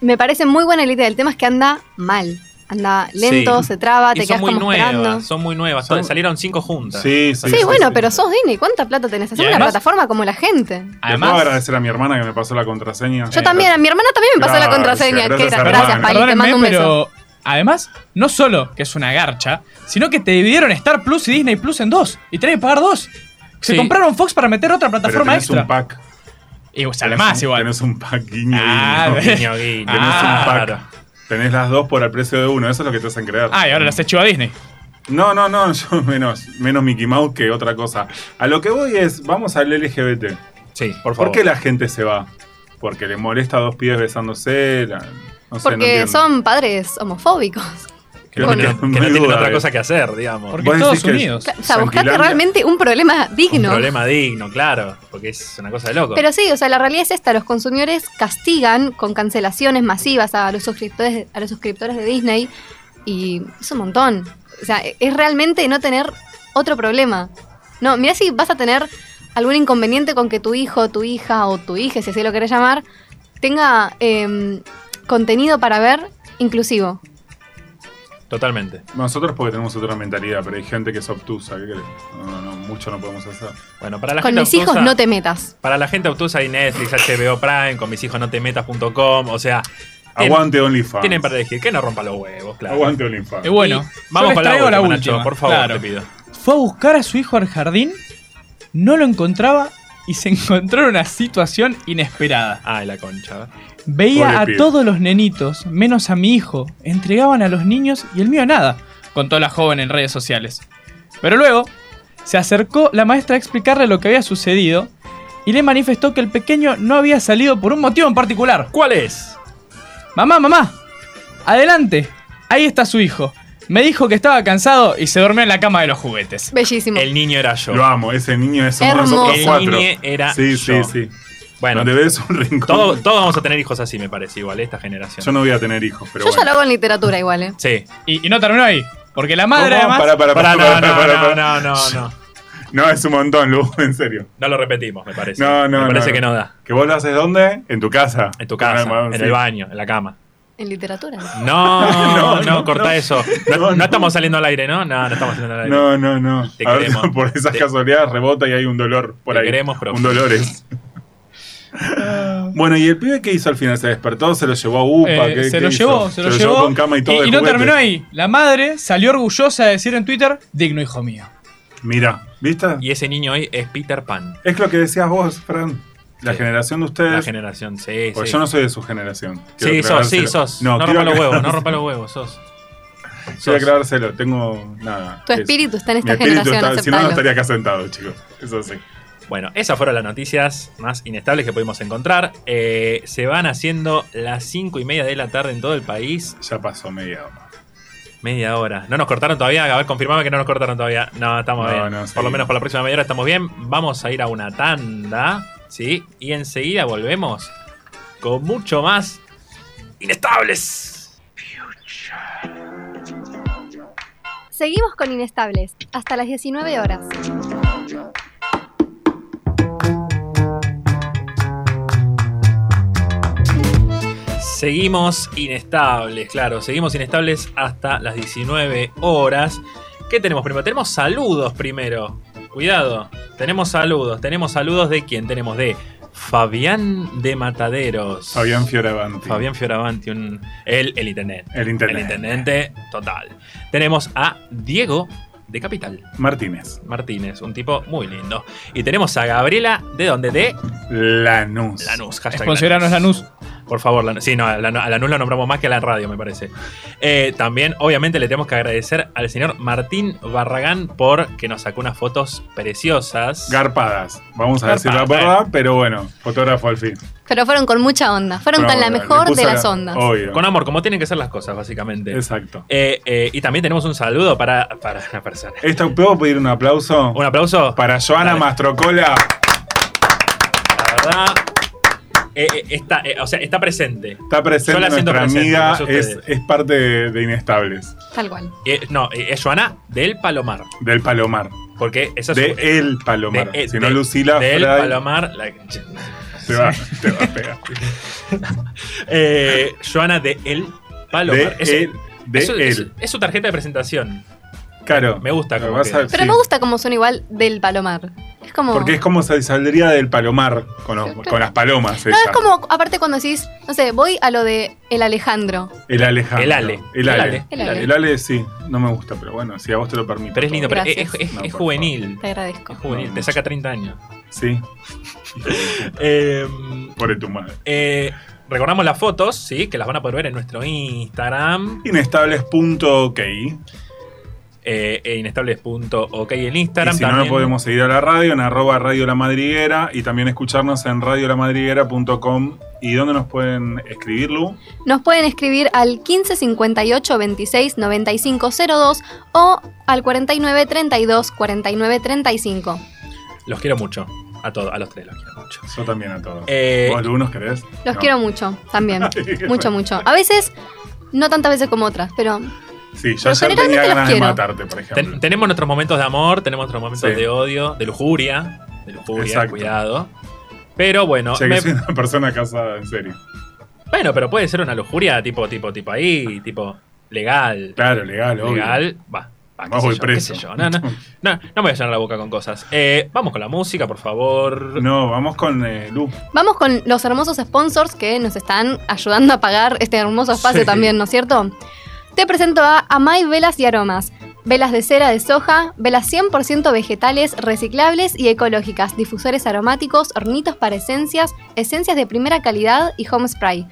C: Me parece muy buena la idea. El tema es que anda mal. Anda lento,
A: Sí.
C: se traba, Ah, te
A: Y son
C: quedas
A: muy
C: como esperando.
A: nuevas, son muy nuevas.
B: Son-
A: Salieron cinco juntas.
B: Sí, sí.
C: Sí, bueno,
B: sí.
C: pero sos Disney. ¿Cuánta plata tenés? Hacemos una
D: además-
C: plataforma como la gente.
B: Le puedo
D: Además,
B: agradecer a mi hermana que me pasó la contraseña.
C: Yo también, a mi hermana también me pasó la
B: Gracias,
C: contraseña.
B: gracias,
C: Gracias, gracias,
B: hermana.
C: Pali, te mando un
D: perdónenme,
C: beso.
D: pero además, no solo que es una garcha, sino que te dividieron Star Plus y Disney Plus en dos. Y tenés que pagar dos. Se
A: Sí.
D: compraron Fox para meter otra
B: Pero
D: plataforma
B: tenés
D: extra.
B: un pack.
D: Y o sea,
B: Tenés
D: además,
B: un-
D: igual.
B: Tenés un pack, guiño, guiño.
D: Ah, bien.
A: Guiño, guiño.
B: Tenés
D: Ah,
B: un pack.
A: claro.
B: Tenés las dos por el precio de uno. Eso es lo que te hacen creer.
D: Ah, y ahora las echó a Disney.
B: No, no, no. Yo menos, menos Mickey Mouse que otra cosa. A lo que voy es, vamos al LGBT.
A: Sí, por favor.
B: ¿Por qué la gente se va? Porque le molesta a dos pibes besándose. la- no sé, no
C: Porque
B: entiendo.
C: son padres homofóticos.
A: que no
C: Con-
A: tienen, que no
B: Muy
A: tienen
B: duda,
A: otra
B: eh.
A: cosa que hacer, digamos.
D: Porque
B: ¿Vos
D: Estados
B: decís que-
D: Unidos.
C: O sea, buscate
B: Sanguilandia.
C: realmente un problema
A: Un
C: digno.
A: problema digno, claro. Porque es una cosa de loco.
C: Pero sí, o sea, la realidad es esta, los consumidores castigan con cancelaciones masivas a los suscriptores, a los suscriptores de Disney y es un montón. O sea, es realmente no tener otro problema. No, mirá si vas a tener algún inconveniente con que tu hijo, tu hija o tu hija, si así lo querés llamar, tenga em, contenido para ver inclusivo.
A: Totalmente.
B: Nosotros porque tenemos otra mentalidad, pero hay gente que es obtusa. ¿Qué crees? No, no, no, mucho no podemos hacer.
A: Bueno, para la
C: Con
A: gente
C: mis hijos
A: obtusa-
C: no te metas.
A: Para la gente obtusa hay Netflix, HBO Prime, con mis hijos no te metas.com. O sea, tienen-
B: Aguante OnlyFans.
A: tienen para elegir. Que no rompa los huevos, claro.
B: Aguante
D: Y
B: OnlyFans.
D: bueno,
A: Vamos
D: yo
A: con
D: les
A: la
D: traigo
A: última,
D: la
A: Nacho,
D: última.
A: por favor,
D: Claro.
A: te pido.
D: Fue a buscar a su hijo al jardín, no lo encontraba y se encontró en una situación inesperada.
A: Ay, la concha.
D: Veía
B: Pobre
D: a
B: pibe.
D: todos los nenitos, menos a mi hijo. Entregaban a los niños y el mío nada, contó la joven en redes sociales. Pero luego, se acercó la maestra a explicarle lo que había sucedido y le manifestó que el pequeño no había salido por un motivo en particular.
A: ¿Cuál es?
D: Mamá, mamá, adelante, ahí está su hijo. Me dijo que estaba cansado y se dormía en la cama de los juguetes.
C: Bellísimo.
A: El niño era yo.
B: Lo amo, ese niño es uno de
C: Hermoso.
B: nosotros
A: El
B: cuatro.
A: niño era
B: sí,
A: yo.
B: sí, sí.
A: Bueno,
B: no te ves un rincón.
A: todo- todos vamos a tener hijos así, me parece, igual, esta generación.
B: Yo no voy a tener hijos, pero
C: Yo ya
B: bueno.
C: lo hago en literatura igual, ¿eh?
A: Sí.
D: Y, y no terminó ahí, porque la madre
B: No, no,
D: además...
B: pará, pará,
A: Pará,
B: pará,
A: no,
B: pará, pará,
A: no, no,
B: pará.
A: no, no, no.
B: No, es un montón, Lu, en serio.
A: No lo repetimos, me parece.
B: No, no,
A: Me parece
B: no,
A: que
B: no.
A: no da.
B: ¿Que vos lo haces dónde? En tu casa.
A: En tu casa,
B: Ah, bueno,
A: en
B: sí.
A: el baño, en la cama.
C: En literatura.
A: No, no,
B: No, no,
A: corta
B: no.
A: eso. No,
B: No,
A: no
B: no.
A: estamos saliendo al aire, ¿no? No, no estamos saliendo al aire.
B: No, no, no.
A: Te
B: A ver,
A: queremos.
B: por esas
A: Te-
B: casualidades rebota y hay un dolor por
A: Te
B: ahí.
A: queremos, profe.
B: Un dolores. bueno, ¿y el pibe qué hizo al final? ¿Se despertó? ¿Se lo llevó a UPA?
D: Eh,
B: ¿Qué-
D: se
B: qué
D: lo
B: hizo?
D: llevó, se lo llevó.
B: con cama y todo. de
D: no
B: juguete.
D: terminó ahí. La madre salió orgullosa de decir en Twitter, digno hijo mío.
B: Mira, ¿viste?
A: Y ese niño hoy es Peter Pan.
B: Es lo que decías vos, Fran. La
A: Sí.
B: generación de ustedes.
A: La generación, sí,
B: Porque
A: sí.
B: Pues yo no soy de su generación. Quiero
A: sí, sos, sí,
B: aclarárselo.
A: sos.
B: No,
A: No,
B: quiero
A: rompa los huevos, no
B: aclarárselo.
A: rompa los huevos, sos.
B: Quiero
A: Sos.
B: aclarárselo. Tengo nada.
C: Tu
B: eso.
C: espíritu está en
B: Mi
C: esta
B: espíritu
C: generación,
B: está- Si no, no
C: aceptalo.
B: estaría acá sentado, chicos. Eso sí.
A: Bueno, esas fueron las noticias más inestables que pudimos encontrar. Eh, se van haciendo las cinco y media de la tarde en todo el país.
B: Ya pasó media hora.
A: Media hora. No nos cortaron todavía. A ver, confirmame que no nos cortaron todavía. No, estamos
B: No,
A: bien.
B: no, sí.
A: Por lo menos para la próxima media hora estamos bien. Vamos a ir a una tanda. ¿Sí? Y enseguida volvemos con mucho más inestables.
C: Seguimos con Inestables, hasta las 19 horas.
A: Seguimos inestables, claro, seguimos inestables hasta las 19 horas. ¿Qué tenemos primero? Tenemos saludos primero. Cuidado, tenemos saludos. ¿Tenemos saludos de quién? Tenemos de Fabián de Mataderos.
B: Fabián Fioravanti.
A: Fabián Fioravanti, un- el, el intendente.
B: El intendente.
A: El intendente total. Tenemos a Diego de Capital
B: Martínez.
A: Martínez, un tipo muy lindo. Y tenemos a Gabriela, ¿de dónde? De
B: Lanús.
A: Lanús. hashtag
D: Sponsoranos Lanús.
A: por favor, la- sí, no, a la, a la NUS la nombramos más que a la radio, me parece. Eh, también, obviamente, le tenemos que agradecer al señor Martín Barragán por que nos sacó unas fotos preciosas.
B: Garpadas. Vamos a
A: Garpadas,
B: decir la verdad, pero bueno, fotógrafo al fin.
C: Pero fueron con mucha onda. Fueron con la
B: Pero,
C: mejor
B: le
C: de
B: puso
C: las
B: la-
C: ondas.
B: Obvio.
A: Con amor, como tienen que ser las cosas, básicamente.
B: Exacto.
A: Eh, eh, y también tenemos un saludo para, para una persona.
B: Esto, ¿Puedo pedir un aplauso?
A: Un aplauso.
B: Para Joana
A: Dale.
B: Mastrocola.
A: La verdad. eh, eh, está, eh, o sea, está presente.
B: Está presente
A: Yo la siento
B: nuestra
A: presente,
B: amiga.
A: no sé
B: Es,
A: ustedes.
B: es parte de, de Inestables.
C: Tal cual.
A: Eh, no, eh, es Joana del Palomar.
B: Del Palomar.
A: Porque eso
B: De
A: es.
B: El Palomar.
A: de- eh,
B: si no,
A: de-
B: Lucila
A: Del
B: Fray,
A: Palomar. la-
B: te, va, te va a pegar.
A: Eh, Joana de El Palomar.
B: De
A: Es-
B: él. De
A: es, su-
B: él.
A: es su- es su tarjeta de presentación.
B: claro.
A: me gusta
B: Lo
A: como
B: vas
A: que-
B: a-
C: Pero
B: sí.
C: me gusta como son igual del Palomar. Es como.
B: Porque es como se saldría del palomar con, los- con las palomas.
C: no, es
B: ella.
C: como, aparte cuando decís, no sé, voy a lo de el Alejandro.
B: El Alejandro.
A: El Ale.
B: El
A: El
B: Ale.
A: Ale.
C: El Ale.
B: El Ale sí, no me gusta, pero bueno, si a vos te lo permito.
A: Pero es lindo, pero es,
C: Gracias.
A: es- es-
B: No,
A: es
B: por
A: juvenil.
C: Te agradezco.
A: Es juvenil,
B: No,
A: te
B: mucho.
A: saca 30 años.
B: Sí,
A: Eh,
B: por tu madre.
A: eh, recordamos las fotos, sí, que las van a poder ver en nuestro Instagram,
B: Inestables.ok.
A: eh, e inestables.ok en
B: Y
A: Instagram.
B: si no,
A: también.
B: no podemos seguir a la radio en arroba Radio La Madriguera y también escucharnos en radiolamadriguera.com. ¿Y dónde nos pueden escribir, Lu?
C: Nos pueden escribir al 15 58 26 95 02 o al 49 32 49 35.
A: Los quiero mucho. A todos, a los tres los quiero mucho.
B: Yo también a todos.
A: Eh,
B: ¿Vos, Lu, nos querés?
C: Los quiero mucho, también.
B: mucho.
C: mucho, mucho. A veces, no tantas veces como otras, pero
B: Sí, yo
C: Pero
B: ayer tenía
C: generalmente los
B: ganas de
C: quiero.
B: matarte, por
A: ten-
B: ejemplo.
A: tenemos nuestros momentos de amor, tenemos nuestros momentos
B: Sí.
A: de odio, de lujuria, de lujuria,
B: Exacto.
A: cuidado. Pero bueno,
B: Che, que
A: me-
B: soy una persona casada, en serio.
A: bueno, pero puede ser una lujuria tipo, tipo, tipo ahí, tipo legal.
B: Claro, legal, obvio.
A: legal, va. va, qué
B: No
A: sé
B: voy
A: yo,
B: preso.
A: qué sé yo. No, no, no, no me voy a llenar la boca con cosas. Eh, vamos con la música, por favor.
B: No, vamos con eh, Lu.
C: vamos con los hermosos sponsors que nos están ayudando a pagar este hermoso espacio
B: Sí.
C: también, ¿no es cierto? Te presento a Amay Velas y Aromas. Velas de cera de soja, velas 100% vegetales, reciclables y ecológicas, difusores aromáticos, hornitos para esencias, esencias de primera calidad y home spray.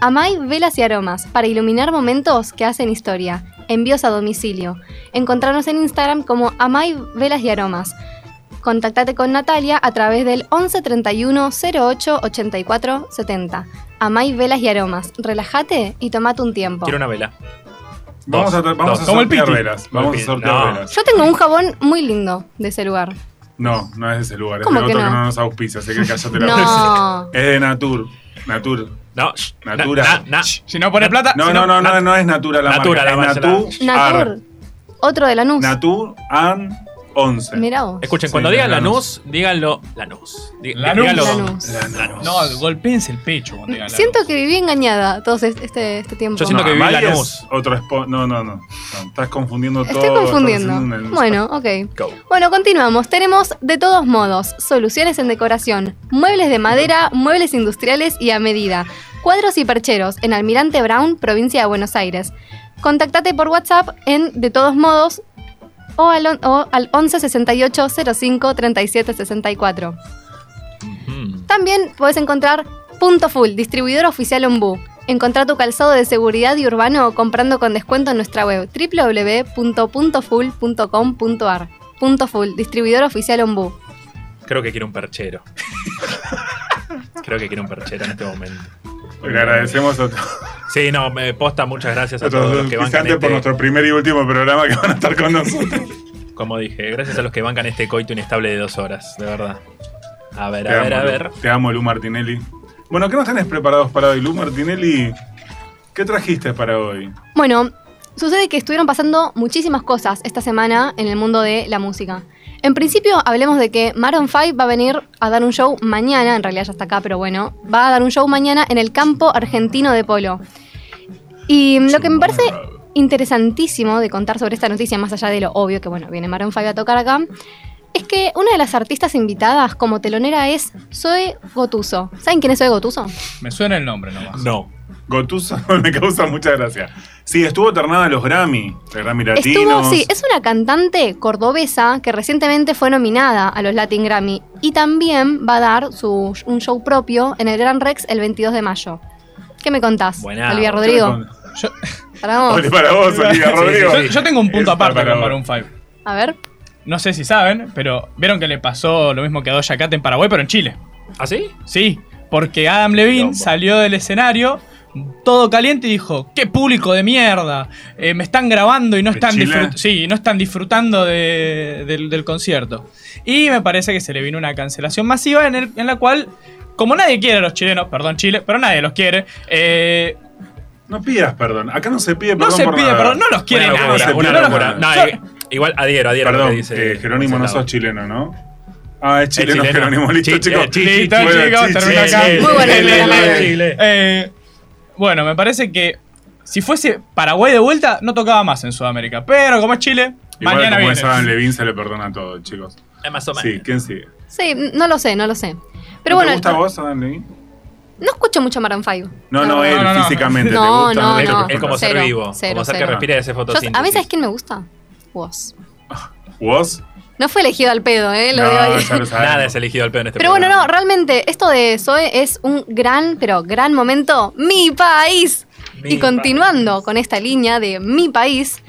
C: Amay Velas y Aromas, para iluminar momentos que hacen historia. Envíos a domicilio. Encontrarnos en Instagram como Amay Velas y Aromas. Contactate con Natalia a través del 11 31 08 84 70. Amay Velas y Aromas. Relájate y tomate un tiempo.
A: Quiero una vela.
B: Vamos a,
A: Dos,
B: vamos a
A: dos.
D: Como el
B: sortear
D: Piti.
B: velas. Vamos a
A: Piti.
B: sortear
A: No.
B: velas.
C: Yo tengo un jabón muy lindo de ese lugar.
B: No, no es de ese lugar. Es de
C: ¿Cómo
B: otro
C: que
B: que no?
C: no?
B: nos auspicia, así que cállate la boca.
C: No.
B: Es de Natur. Natur.
A: No, shh, na-
B: Natura.
A: na- na-
D: Ah, Si no pones plata.
B: No,
D: si
B: no, no, no, no es Natura la
A: Natura
B: marca.
A: la
B: es
A: marca,
B: Natur.
C: Natur. Otro de Lanús.
B: Natur and 11.
C: Mirá vos.
A: Escuchen,
B: Sí,
A: cuando digan
B: Lanús.
A: Lanús, díganlo Lanús. Di-
D: Lanús.
A: díganlo-
C: Lanús.
A: Lanús.
D: No, golpeense el pecho. cuando digan
C: Siento
D: Lanús.
C: que viví engañada todo es- este, este tiempo.
A: Yo siento que viví
B: Amaya es
A: Lanús.
B: Otro spo- No, no, no, no. Estás confundiendo todo.
C: Estoy
B: estás
C: confundiendo.
B: haciendo un-
C: Bueno, ok.
A: Go.
C: Bueno, continuamos. Tenemos de todos modos soluciones en decoración, muebles de madera, muebles industriales y a medida, cuadros y percheros en Almirante Brown, provincia de Buenos Aires. Contactate por WhatsApp en de todos modos o al, on- o al 11 68 05 37 64.
A: Mm.
C: También puedes encontrar Punto Full, distribuidor oficial Ombú. Encontrá tu calzado de seguridad y urbano comprando con descuento en nuestra web www.puntofull.com.ar. Punto Full, distribuidor oficial Ombú.
A: Creo que quiero un perchero. Creo que quiero un perchero en este momento.
B: Le agradecemos a, to-
A: Sí, no, me posta, muchas gracias a
B: a todos
A: todos
B: los
A: los que bancan
B: auspiciantes por
A: este,
B: nuestro primer y último programa que van a estar con nosotros.
A: como dije, gracias a los que bancan este coito inestable de dos horas, de verdad. A ver,
B: Te
A: a
B: amo,
A: ver, a
B: Lu.
A: ver.
B: Te amo, Lu Martinelli. Bueno, ¿qué nos tenés preparados para hoy, Lu Martinelli? ¿Qué trajiste para hoy?
C: Bueno, sucede que estuvieron pasando muchísimas cosas esta semana en el mundo de la música. En principio, hablemos de que Maroon 5 va a venir a dar un show mañana, en realidad ya está acá, pero bueno, va a dar un show mañana en el campo argentino de polo. Y lo que me parece interesantísimo de contar sobre esta noticia, más allá de lo obvio que, bueno, viene Maroon 5 a tocar acá, es que una de las artistas invitadas como telonera es Zoe Gotuso. ¿Saben quién es Zoe Gotuso?
D: Me suena el nombre nomás.
A: No.
B: Gotuso me causa mucha gracia. Sí, estuvo ternada a los Grammy, los Grammy Latinos.
C: Estuvo, sí, es una cantante cordobesa que recientemente fue nominada a los Latin Grammy y también va a dar su, un show propio en el Gran Rex el 22 de mayo. ¿Qué me contás,
A: Buena.
C: Olivia Rodrigo?
D: Yo,
C: Para vos.
B: Ole, para vos, Olivia Rodrigo.
D: yo- yo tengo un punto
B: Es
D: aparte
B: para
D: con
B: vos.
D: Maroon 5.
C: A ver.
D: No sé si saben, pero vieron que le pasó lo mismo que a Doja Cat en Paraguay, pero en Chile.
A: ¿Ah, sí?
D: Sí, porque Adam Levine
A: Quilombo.
D: salió del escenario todo caliente y dijo, qué público de mierda, eh, me están grabando y no
B: ¿De
D: están,
B: Chile?
D: disfrut- sí, no están disfrutando de- del, del concierto. Y me parece que se le vino una cancelación masiva en, el- en la cual, como nadie quiere a los chilenos, perdón Chile, pero nadie los quiere, eh,
B: No pidas perdón. Acá no se pide
D: No
B: perdón.
D: se
B: por
D: pide
B: nada.
D: perdón, no los quiere
A: Una
D: nadie.
B: no se
A: locura,
B: pide
A: una
D: no,
A: locura.
B: nada.
D: no.
A: Nah, eh, Igual adhiero, adhiero a lo
B: Perdón,
A: que dice.
B: eh, Jerónimo, no sos
A: Gonzalo.
B: chileno, ¿no? Ah, es chileno,
A: chileno.
B: Jerónimo. Listo,
A: Chi-
B: chicos.
A: eh, chi- chi-
D: Listo,
B: Bueno,
D: chicos,
B: chi-
D: termina
B: chi-
D: acá.
B: chi-
C: Muy buena
B: chi-
C: idea,
B: chi-
C: Manuel.
B: chi-
A: Chile.
D: Eh, bueno, me parece que si fuese Paraguay de vuelta, no tocaba más en Sudamérica. Pero como es Chile,
B: Igual
D: mañana
B: como
D: viene.
B: es Adam Levine, se le perdona todo, chicos.
A: Eh, Más o menos.
B: Sí, ¿quién sigue?
C: Sí, no lo sé, no lo sé. Pero
B: ¿No
C: bueno,
B: ¿Te gusta a vos, Adam Levine?
C: no escucho mucho Maroon 5.
B: No,
C: la
B: no, eh,
C: verdad.
B: él
D: no, no.
B: físicamente. ¿te
C: No,
B: gusta?
C: no,
B: te
A: Es,
C: no.
B: gusta?
A: es como ser
C: Cero,
A: vivo,
C: cero,
A: como ser
C: cero.
A: que respira ese
C: Yo-
A: fotosíntesis.
C: a mí, ¿sabes quién me gusta? Vos.
B: ¿Vos?
C: No fue elegido al pedo, ¿eh? Lo
B: No,
C: digo ahí.
B: ya lo sabemos.
A: Nada es elegido al peón en este
C: Pero bueno, no,
A: programa.
C: realmente esto de Zoe es un gran, pero gran momento. ¡Mi país!
A: Mi
C: y continuando con esta línea de mi país,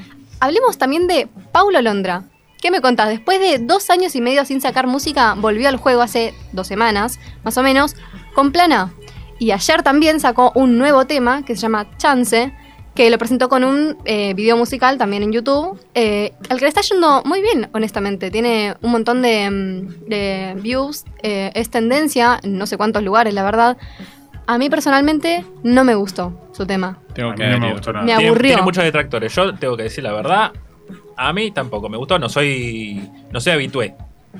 C: hablemos también de Paulo Londra. ¿Qué me contás? Después de dos años y medio sin sacar música, volvió al juego hace dos semanas, más o menos, con Plana. Y ayer también sacó un nuevo tema que se llama Chance, que lo presentó con un eh, video musical también en YouTube, eh, al que le está yendo muy bien, honestamente. Tiene un montón de, mm, de views, eh, es tendencia en no sé cuántos lugares, la verdad. A mí personalmente no me gustó su tema.
D: Tengo
B: A
D: que
B: mí no me
D: adherir.
B: gustó
C: Me
B: nada.
A: Tiene-
C: aburrió.
A: Tiene muchos detractores. Yo tengo que decir la verdad. A mí tampoco me gustó. No soy. No soy habitué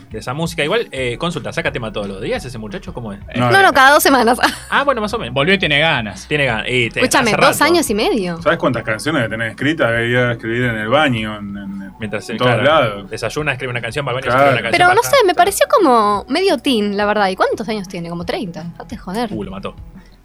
A: de esa música. Igual, eh, consulta, saca tema todos los días ese muchacho, ¿cómo es?
B: No, eh,
C: No, no, cada dos semanas.
A: Ah, bueno, más o menos.
D: Volvió y tiene ganas.
A: Tiene ganas. y te-
C: Escúchame,
A: hace
C: dos
A: rato.
C: años y medio.
B: ¿Sabes cuántas canciones que tenés escritas? Debería escribir en el baño, en, en-
A: Mientras
B: en
A: eh,
B: todos
A: claro,
B: lados.
A: desayuna, escribe una canción, va al baño,
B: Claro.
A: escribe una canción.
C: Pero no
A: baja.
C: sé, me pareció como medio teen, la verdad. ¿Y cuántos años tiene? Como 30. Date joder.
A: Uh, lo mató.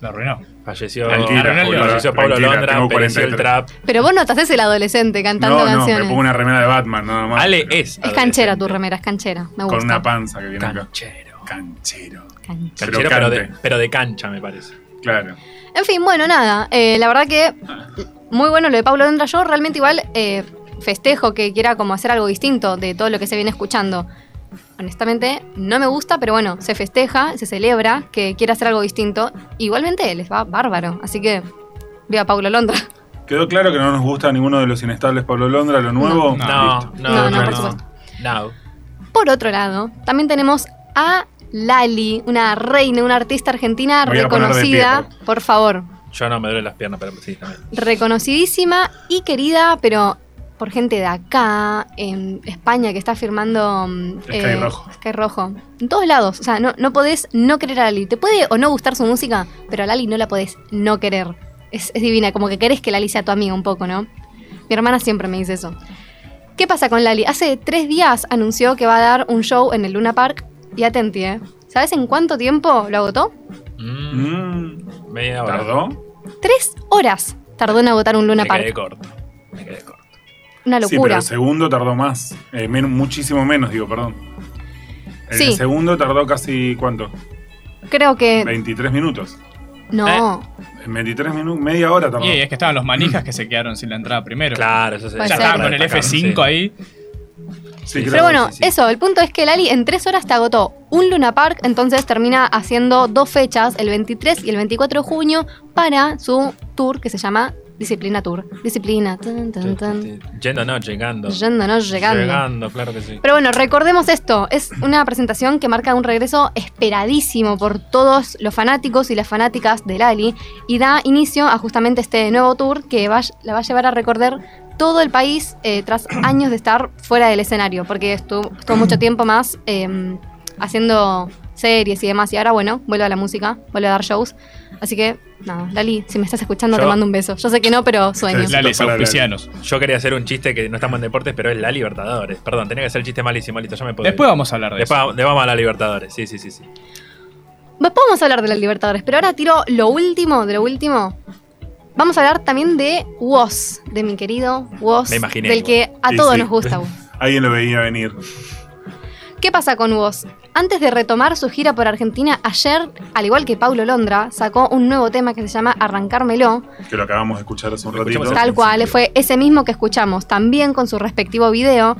D: Lo arruinó.
A: Falleció.
B: Tranquila,
D: Julio,
A: falleció Pablo
B: tranquila,
A: Londra,
B: tengo
A: pereció el
B: 43.
A: trap.
C: Pero vos no te haces el adolescente cantando
B: No, no, me
C: canciones.
B: pongo una remera de Batman, nada más.
A: Ale
B: pero
A: es.
C: Es canchera tu
A: adolescente.
C: remera, es canchera. Me gusta.
B: Con una panza que viene acá.
A: Canchero.
B: Canchero.
C: Cancha.
B: Pero
A: Canchero, pero de,
B: cante.
A: pero de cancha, me parece.
B: Claro.
C: En fin, bueno, nada. eh, la verdad que muy bueno lo de Pablo Londra. Yo realmente igual eh, festejo que quiera como hacer algo distinto de todo lo que se viene escuchando. Honestamente, no me gusta, pero bueno, se festeja, se celebra que quiera hacer algo distinto. Igualmente les va bárbaro. Así que, viva Pablo Londra.
B: Quedó claro que no nos gusta ninguno de los inestables Pablo Londra, lo nuevo.
A: No,
B: Ah,
A: no,
B: Listo.
C: No, no,
A: no.
C: por
A: no.
C: supuesto.
A: No.
C: Por otro lado, también tenemos a Lali, una reina, una artista argentina
B: Me voy a poner de
C: reconocida,
B: pie,
C: por favor,
A: Yo no me duele las piernas, pero sí, también.
C: reconocidísima y querida, pero por gente de acá, en España, que está firmando... mm,
B: Sky Rojo.
C: Sky Rojo. En todos lados, o sea, no, no podés no querer a Lali. Te puede o no gustar su música, pero a Lali no la podés no querer. Es, es divina, como que querés que Lali sea tu amiga un poco, ¿no? Mi hermana siempre me dice eso. ¿Qué pasa con Lali? Hace tres días anunció que va a dar un show en el Luna Park y atenti, ¿eh? ¿Sabes en cuánto tiempo lo agotó?
A: Mm,
B: Mm,
A: media hora.
B: ¿Tardó?
C: Tres horas tardó en agotar un Luna
A: Me quedé
C: Park.
A: corto. Me quedé corto.
C: Una
B: Sí, pero
C: locura.
B: el segundo tardó más. Eh, men- muchísimo menos, digo, perdón. El
C: Sí. Eh.
B: segundo tardó casi, ¿cuánto?
C: Creo que.
B: 23 minutos.
C: No.
A: "Eh,
B: En 23 minutos, media hora tardó.
D: Y es que estaban los manijas que se quedaron sin la entrada primero.
A: Claro, eso se
C: Puede
D: Ya
C: ser.
D: estaban con el
A: destacaron,
D: F5
A: sí.
D: ahí.
B: Sí,
A: Pero
C: Pero
B: creo.
C: bueno,
A: sí, sí.
C: eso, el punto es que Lali en tres horas te agotó un Luna Park, entonces termina haciendo dos fechas, el 23 y el 24 de junio, para su tour que se llama Disciplina Tour. Disciplina. tan, tan, tan.
A: Sí, sí, sí. Yendo no, llegando.
C: Yendo, no llegando.
A: Llegando, claro que sí.
C: Pero bueno, recordemos esto, es una presentación que marca un regreso esperadísimo por todos los fanáticos y las fanáticas de Lali y da inicio a justamente este nuevo tour que va- la va a llevar a recorrer todo el país eh, tras años de estar fuera del escenario, porque estuvo, estuvo mucho tiempo más eh, haciendo series y demás, y ahora bueno, vuelve a la música, vuelve a dar shows. Así que, nada, Lali, si me estás escuchando,
A: Yo-
C: te mando un beso. Yo sé que no, pero sueño.
B: Es la-
D: Lales,
B: para
D: auspicianos.
A: Yo quería hacer un chiste que no estamos en deportes, pero es la Libertadores. Perdón, tenía que hacer el chiste malísimo, listo, ya me puedo. ir.
D: Después vamos a hablar de
A: Después
D: eso.
A: vamos- vamos a la Libertadores, sí, sí, sí. sí.
C: Va- Podemos hablar de la Libertadores, pero ahora tiro lo último, de lo último. Vamos a hablar también de Woz, de mi querido Woz,
A: Me imaginé,
C: del que a
B: Sí,
C: todos
B: sí.
C: nos gusta Woz.
B: Alguien lo veía venir.
C: ¿Qué pasa con Woz? Antes de retomar su gira por Argentina, ayer, al igual que Paulo Londra, sacó un nuevo tema que se llama Arrancármelo,
B: Que lo acabamos de escuchar hace un
A: Lo escuchamos
B: ratito.
A: hace-
C: tal cual, fue ese mismo que escuchamos, también con su respectivo video,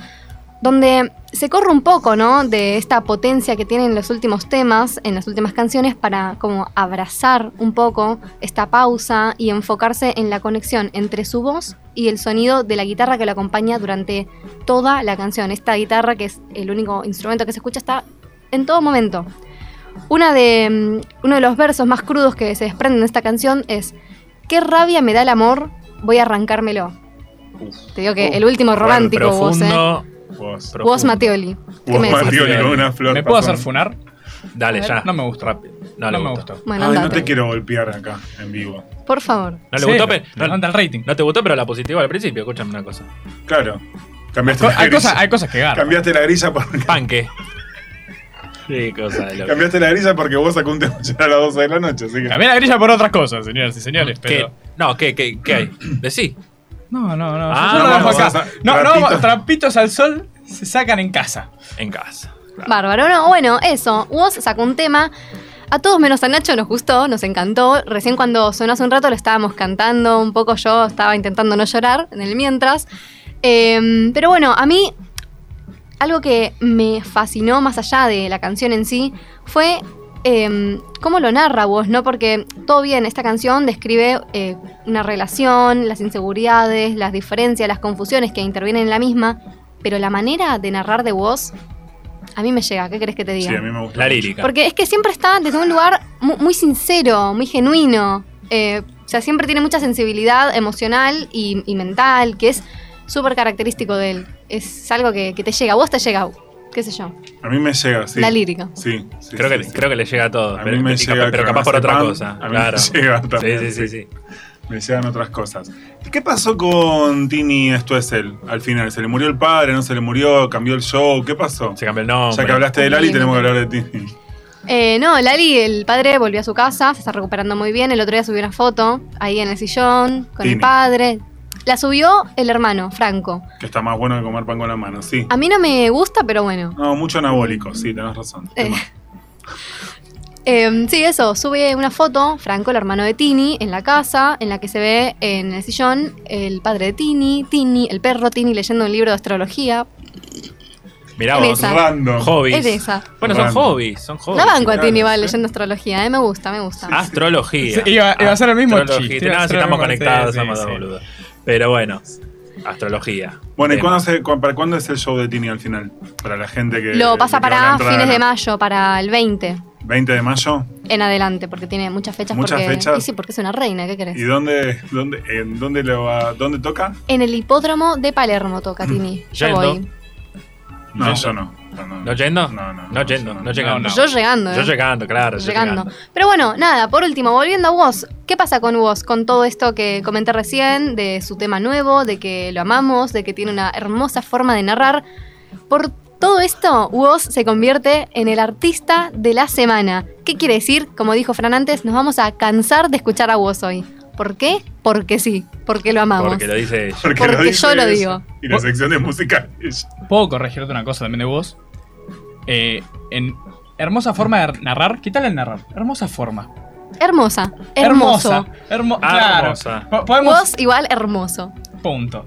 C: donde se corre un poco, ¿no? De esta potencia que tienen los últimos temas, en las últimas canciones, para como abrazar un poco esta pausa y enfocarse en la conexión entre su voz y el sonido de la guitarra que lo acompaña durante toda la canción. Esta guitarra, que es el único instrumento que se escucha, está en todo momento. Una de, mm, uno de los versos más crudos que se desprenden de esta canción es Qué rabia me da el amor, voy a arrancármelo. Te digo que
B: Uf,
C: el último romántico vos, ¿eh?
A: profundo,
B: Vos.
A: profundo.
C: Vos Mateoli. ¿Qué
B: Vos,
C: me decís?
B: Matioli, con una flor.
D: ¿Me puedo
B: pasó.
D: hacer funar?
A: Dale,
C: A ver.
A: ya.
D: No me gusta.
A: Rápido. Ah. No,
D: No,
A: le
D: me
A: gustó.
D: gustó.
C: Bueno,
B: Ay, no
C: andate.
B: te quiero golpear acá, en vivo.
C: Por favor.
A: No le
D: Cero.
A: gustó, pero.
D: Me
A: No,
D: levanta el rating.
A: no te gustó, pero la positiva al principio, escúchame una cosa.
B: Claro. Cambiaste la
D: Hay
B: grilla.
D: cosas, hay cosas que ganan.
B: Cambiaste la grilla por una-
A: Panque. Qué cosa de loco.
B: Cambiaste la grilla porque vos sacó un tema ayer a las 12 de la noche, así que.
D: Cambié la grilla por otras cosas, señoras y señores,
A: ¿Qué?
D: pero...
A: No, ¿qué, qué, qué hay? Decí.
D: No, no, no.
A: Ah,
D: yo no,
A: no,
D: dejo
A: vamos
D: acá.
B: a-
D: no, no,
B: trapitos.
D: trapitos al sol se sacan en casa.
A: En casa.
C: Bárbaro, no, bueno, eso. Woz sacó un tema. A todos menos a Nacho nos gustó, nos encantó. Recién cuando sonó hace un rato lo estábamos cantando un poco. Yo estaba intentando no llorar en el mientras. Eh, pero bueno, a mí algo que me fascinó más allá de la canción en sí fue eh, cómo lo narra Woz, ¿no? Porque todo bien, esta canción describe eh, una relación, las inseguridades, las diferencias, las confusiones que intervienen en la misma. Pero la manera de narrar de Woz a mí me llega, ¿qué querés que te diga?
B: Sí, a mí me gusta.
A: La
B: mucho.
A: lírica.
C: Porque es que siempre está desde un lugar mu- muy, sincero, muy genuino. Eh, o sea, siempre tiene mucha sensibilidad emocional y, y mental, que es súper característico de él. Es algo que, que te llega, a vos te llega, qué sé yo,
B: A mí me llega, sí.
C: la lírica.
B: Sí, sí,
A: creo,
B: sí,
A: que,
B: sí.
A: creo que le llega a todo.
B: A
A: pero,
B: mí me
A: y
B: llega
A: capaz- pero
B: con
A: capaz por
B: ese
A: otra
B: pan,
A: cosa.
B: a mí me
A: claro.
B: llega también,
A: sí, sí, sí, sí.
B: Me llegan otras cosas. ¿Y ¿Qué pasó con Tini Esto es él al final? ¿Se le murió el padre? ¿No se le murió? ¿Cambió el show? ¿Qué pasó?
A: Se cambió el nombre.
B: ya que hablaste de Lali,
C: Bien.
B: tenemos que hablar de Tini.
C: Eh, no, Lali, el padre, volvió a su casa, se está recuperando muy bien. El otro día subió una foto ahí en el sillón con el
B: Tini.
C: padre. La subió el hermano, Franco.
B: Que está más bueno que comer pan con la mano, sí.
C: A mí no me gusta, pero bueno.
B: No, mucho anabólico, sí, tenés razón. ¿Qué
C: Eh.
B: más?
C: Eh, sí, eso, sube una foto, Franco, el hermano de Tini, en la casa, en la que se ve en el sillón el padre de Tini, Tini, el perro Tini leyendo un libro de astrología.
A: Mirá
C: Él
A: vos.
C: esa.
B: Random.
A: Hobbies.
C: Es de esa.
A: Bueno, son
B: Random.
A: hobbies. Son
C: La
B: Oh,
A: hobbies.
C: banco a
B: claro,
C: Tini va
B: sí.
C: leyendo astrología, eh, me gusta, me gusta.
A: Ah, Astrología.
D: Sí, iba- iba a ser el mismo
A: Astrología.
D: chiste,
A: No,
D: iba a
A: si
D: ser el
A: estamos
D: mismo-
A: conectados,
D: sí,
A: somos
D: sí,
A: dos
D: sí.
A: boludos. Pero bueno, astrología.
B: Bueno, ¿y
A: Tema.
B: cuándo se, cu- para cuándo es el show de Tini al final? Para la gente que.
C: Lo pasa
B: que va a
C: para
B: entrar
C: fines de mayo, para el 20
B: 20 de mayo.
C: en adelante, porque tiene muchas fechas.
B: Muchas
C: porque,
B: fechas.
C: Y sí, porque es una reina, ¿qué querés?
B: ¿Y dónde, dónde, en dónde, lo va- dónde toca?
C: En el hipódromo de Palermo toca
B: Mm,
C: Tini. Yo
A: Yendo.
C: voy.
B: No,
A: Yendo.
B: yo no. No,
A: ¿No yendo?
B: No, no.
A: No yendo, no llegando.
D: No, no.
C: Yo llegando, ¿eh?
A: Yo llegando, claro. yo
C: llegando. Pero bueno, nada, por último, volviendo a vos, ¿qué pasa con vos? Con todo esto que comenté recién, de su tema nuevo, de que lo amamos, de que tiene una hermosa forma de narrar. Por todo esto, vos se convierte en el artista de la semana. ¿Qué quiere decir? Como dijo Fran antes, nos vamos a cansar de escuchar a vos hoy. ¿Por qué? Porque sí, porque lo amamos.
A: Porque lo dice ella.
B: lo
C: Porque
B: dice
C: yo lo
B: ella.
C: digo.
B: Y la sección de música. es-
D: Puedo corregirte una cosa también de vos. Eh, en hermosa forma de narrar, ¿qué tal el narrar? Hermosa forma.
C: Hermosa, hermoso.
D: Hermosa. Hermo-
B: Ah,
D: claro.
A: Ah, Hermosa.
D: Po- podemos.
C: Vos igual hermoso.
D: Punto.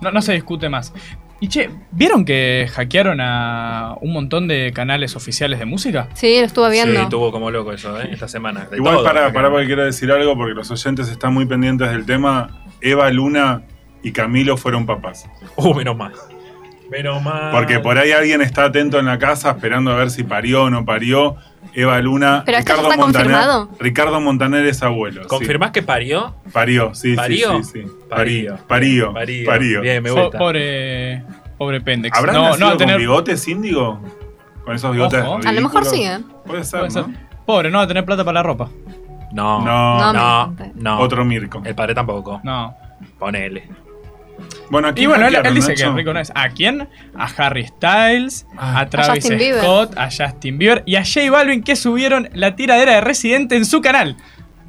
D: No, no se discute más. Y che, ¿vieron que hackearon a un montón de canales oficiales de música?
C: Sí, lo estuve viendo.
A: Sí, estuvo como loco eso, ¿eh? Esta semana. De
B: Igual
A: todo,
B: para,
A: porque-
B: para porque quiero decir algo, porque los oyentes están muy pendientes del tema. Eva Luna y Camilo fueron papás.
A: Uh, menos mal.
F: Pero mal.
B: Porque por ahí alguien está atento en la casa esperando a ver si parió o no parió. Eva Luna,
C: Pero esto ya está confirmado.
B: Ricardo Montaner es abuelo. sí.
A: ¿Confirmás que parió?
B: Parió, sí, sí,
A: ¿Parió?
B: sí, sí.
A: Parió.
B: Parío.
A: Parió.
B: Parío.
A: Bien, me
D: Po-
A: gusta.
D: pobre, pobre Pendex.
B: ¿Habrán
D: no,
B: nacido
D: no, a tener,
B: con bigotes índigo? Con esos bigotes.
D: Ojo. A lo
C: A lo
B: ridículos.
C: mejor sí, ¿eh?
B: Puede ser,
D: puede ser.
B: ¿no?
D: Pobre, no va a tener plata para la ropa.
A: No.
B: No,
C: No,
A: No,
C: me-
A: no.
B: otro Mirko.
A: El padre tampoco.
D: No.
A: Ponele.
B: Bueno, aquí
D: Y bueno, él, él
B: hackearon,
D: dice
B: Nacho.
D: que rico no es. ¿A quién? A Harry Styles, a Travis
C: Justin Bieber.
D: Scott, a Justin Bieber y a J Balvin que subieron la tiradera de Residente en su canal.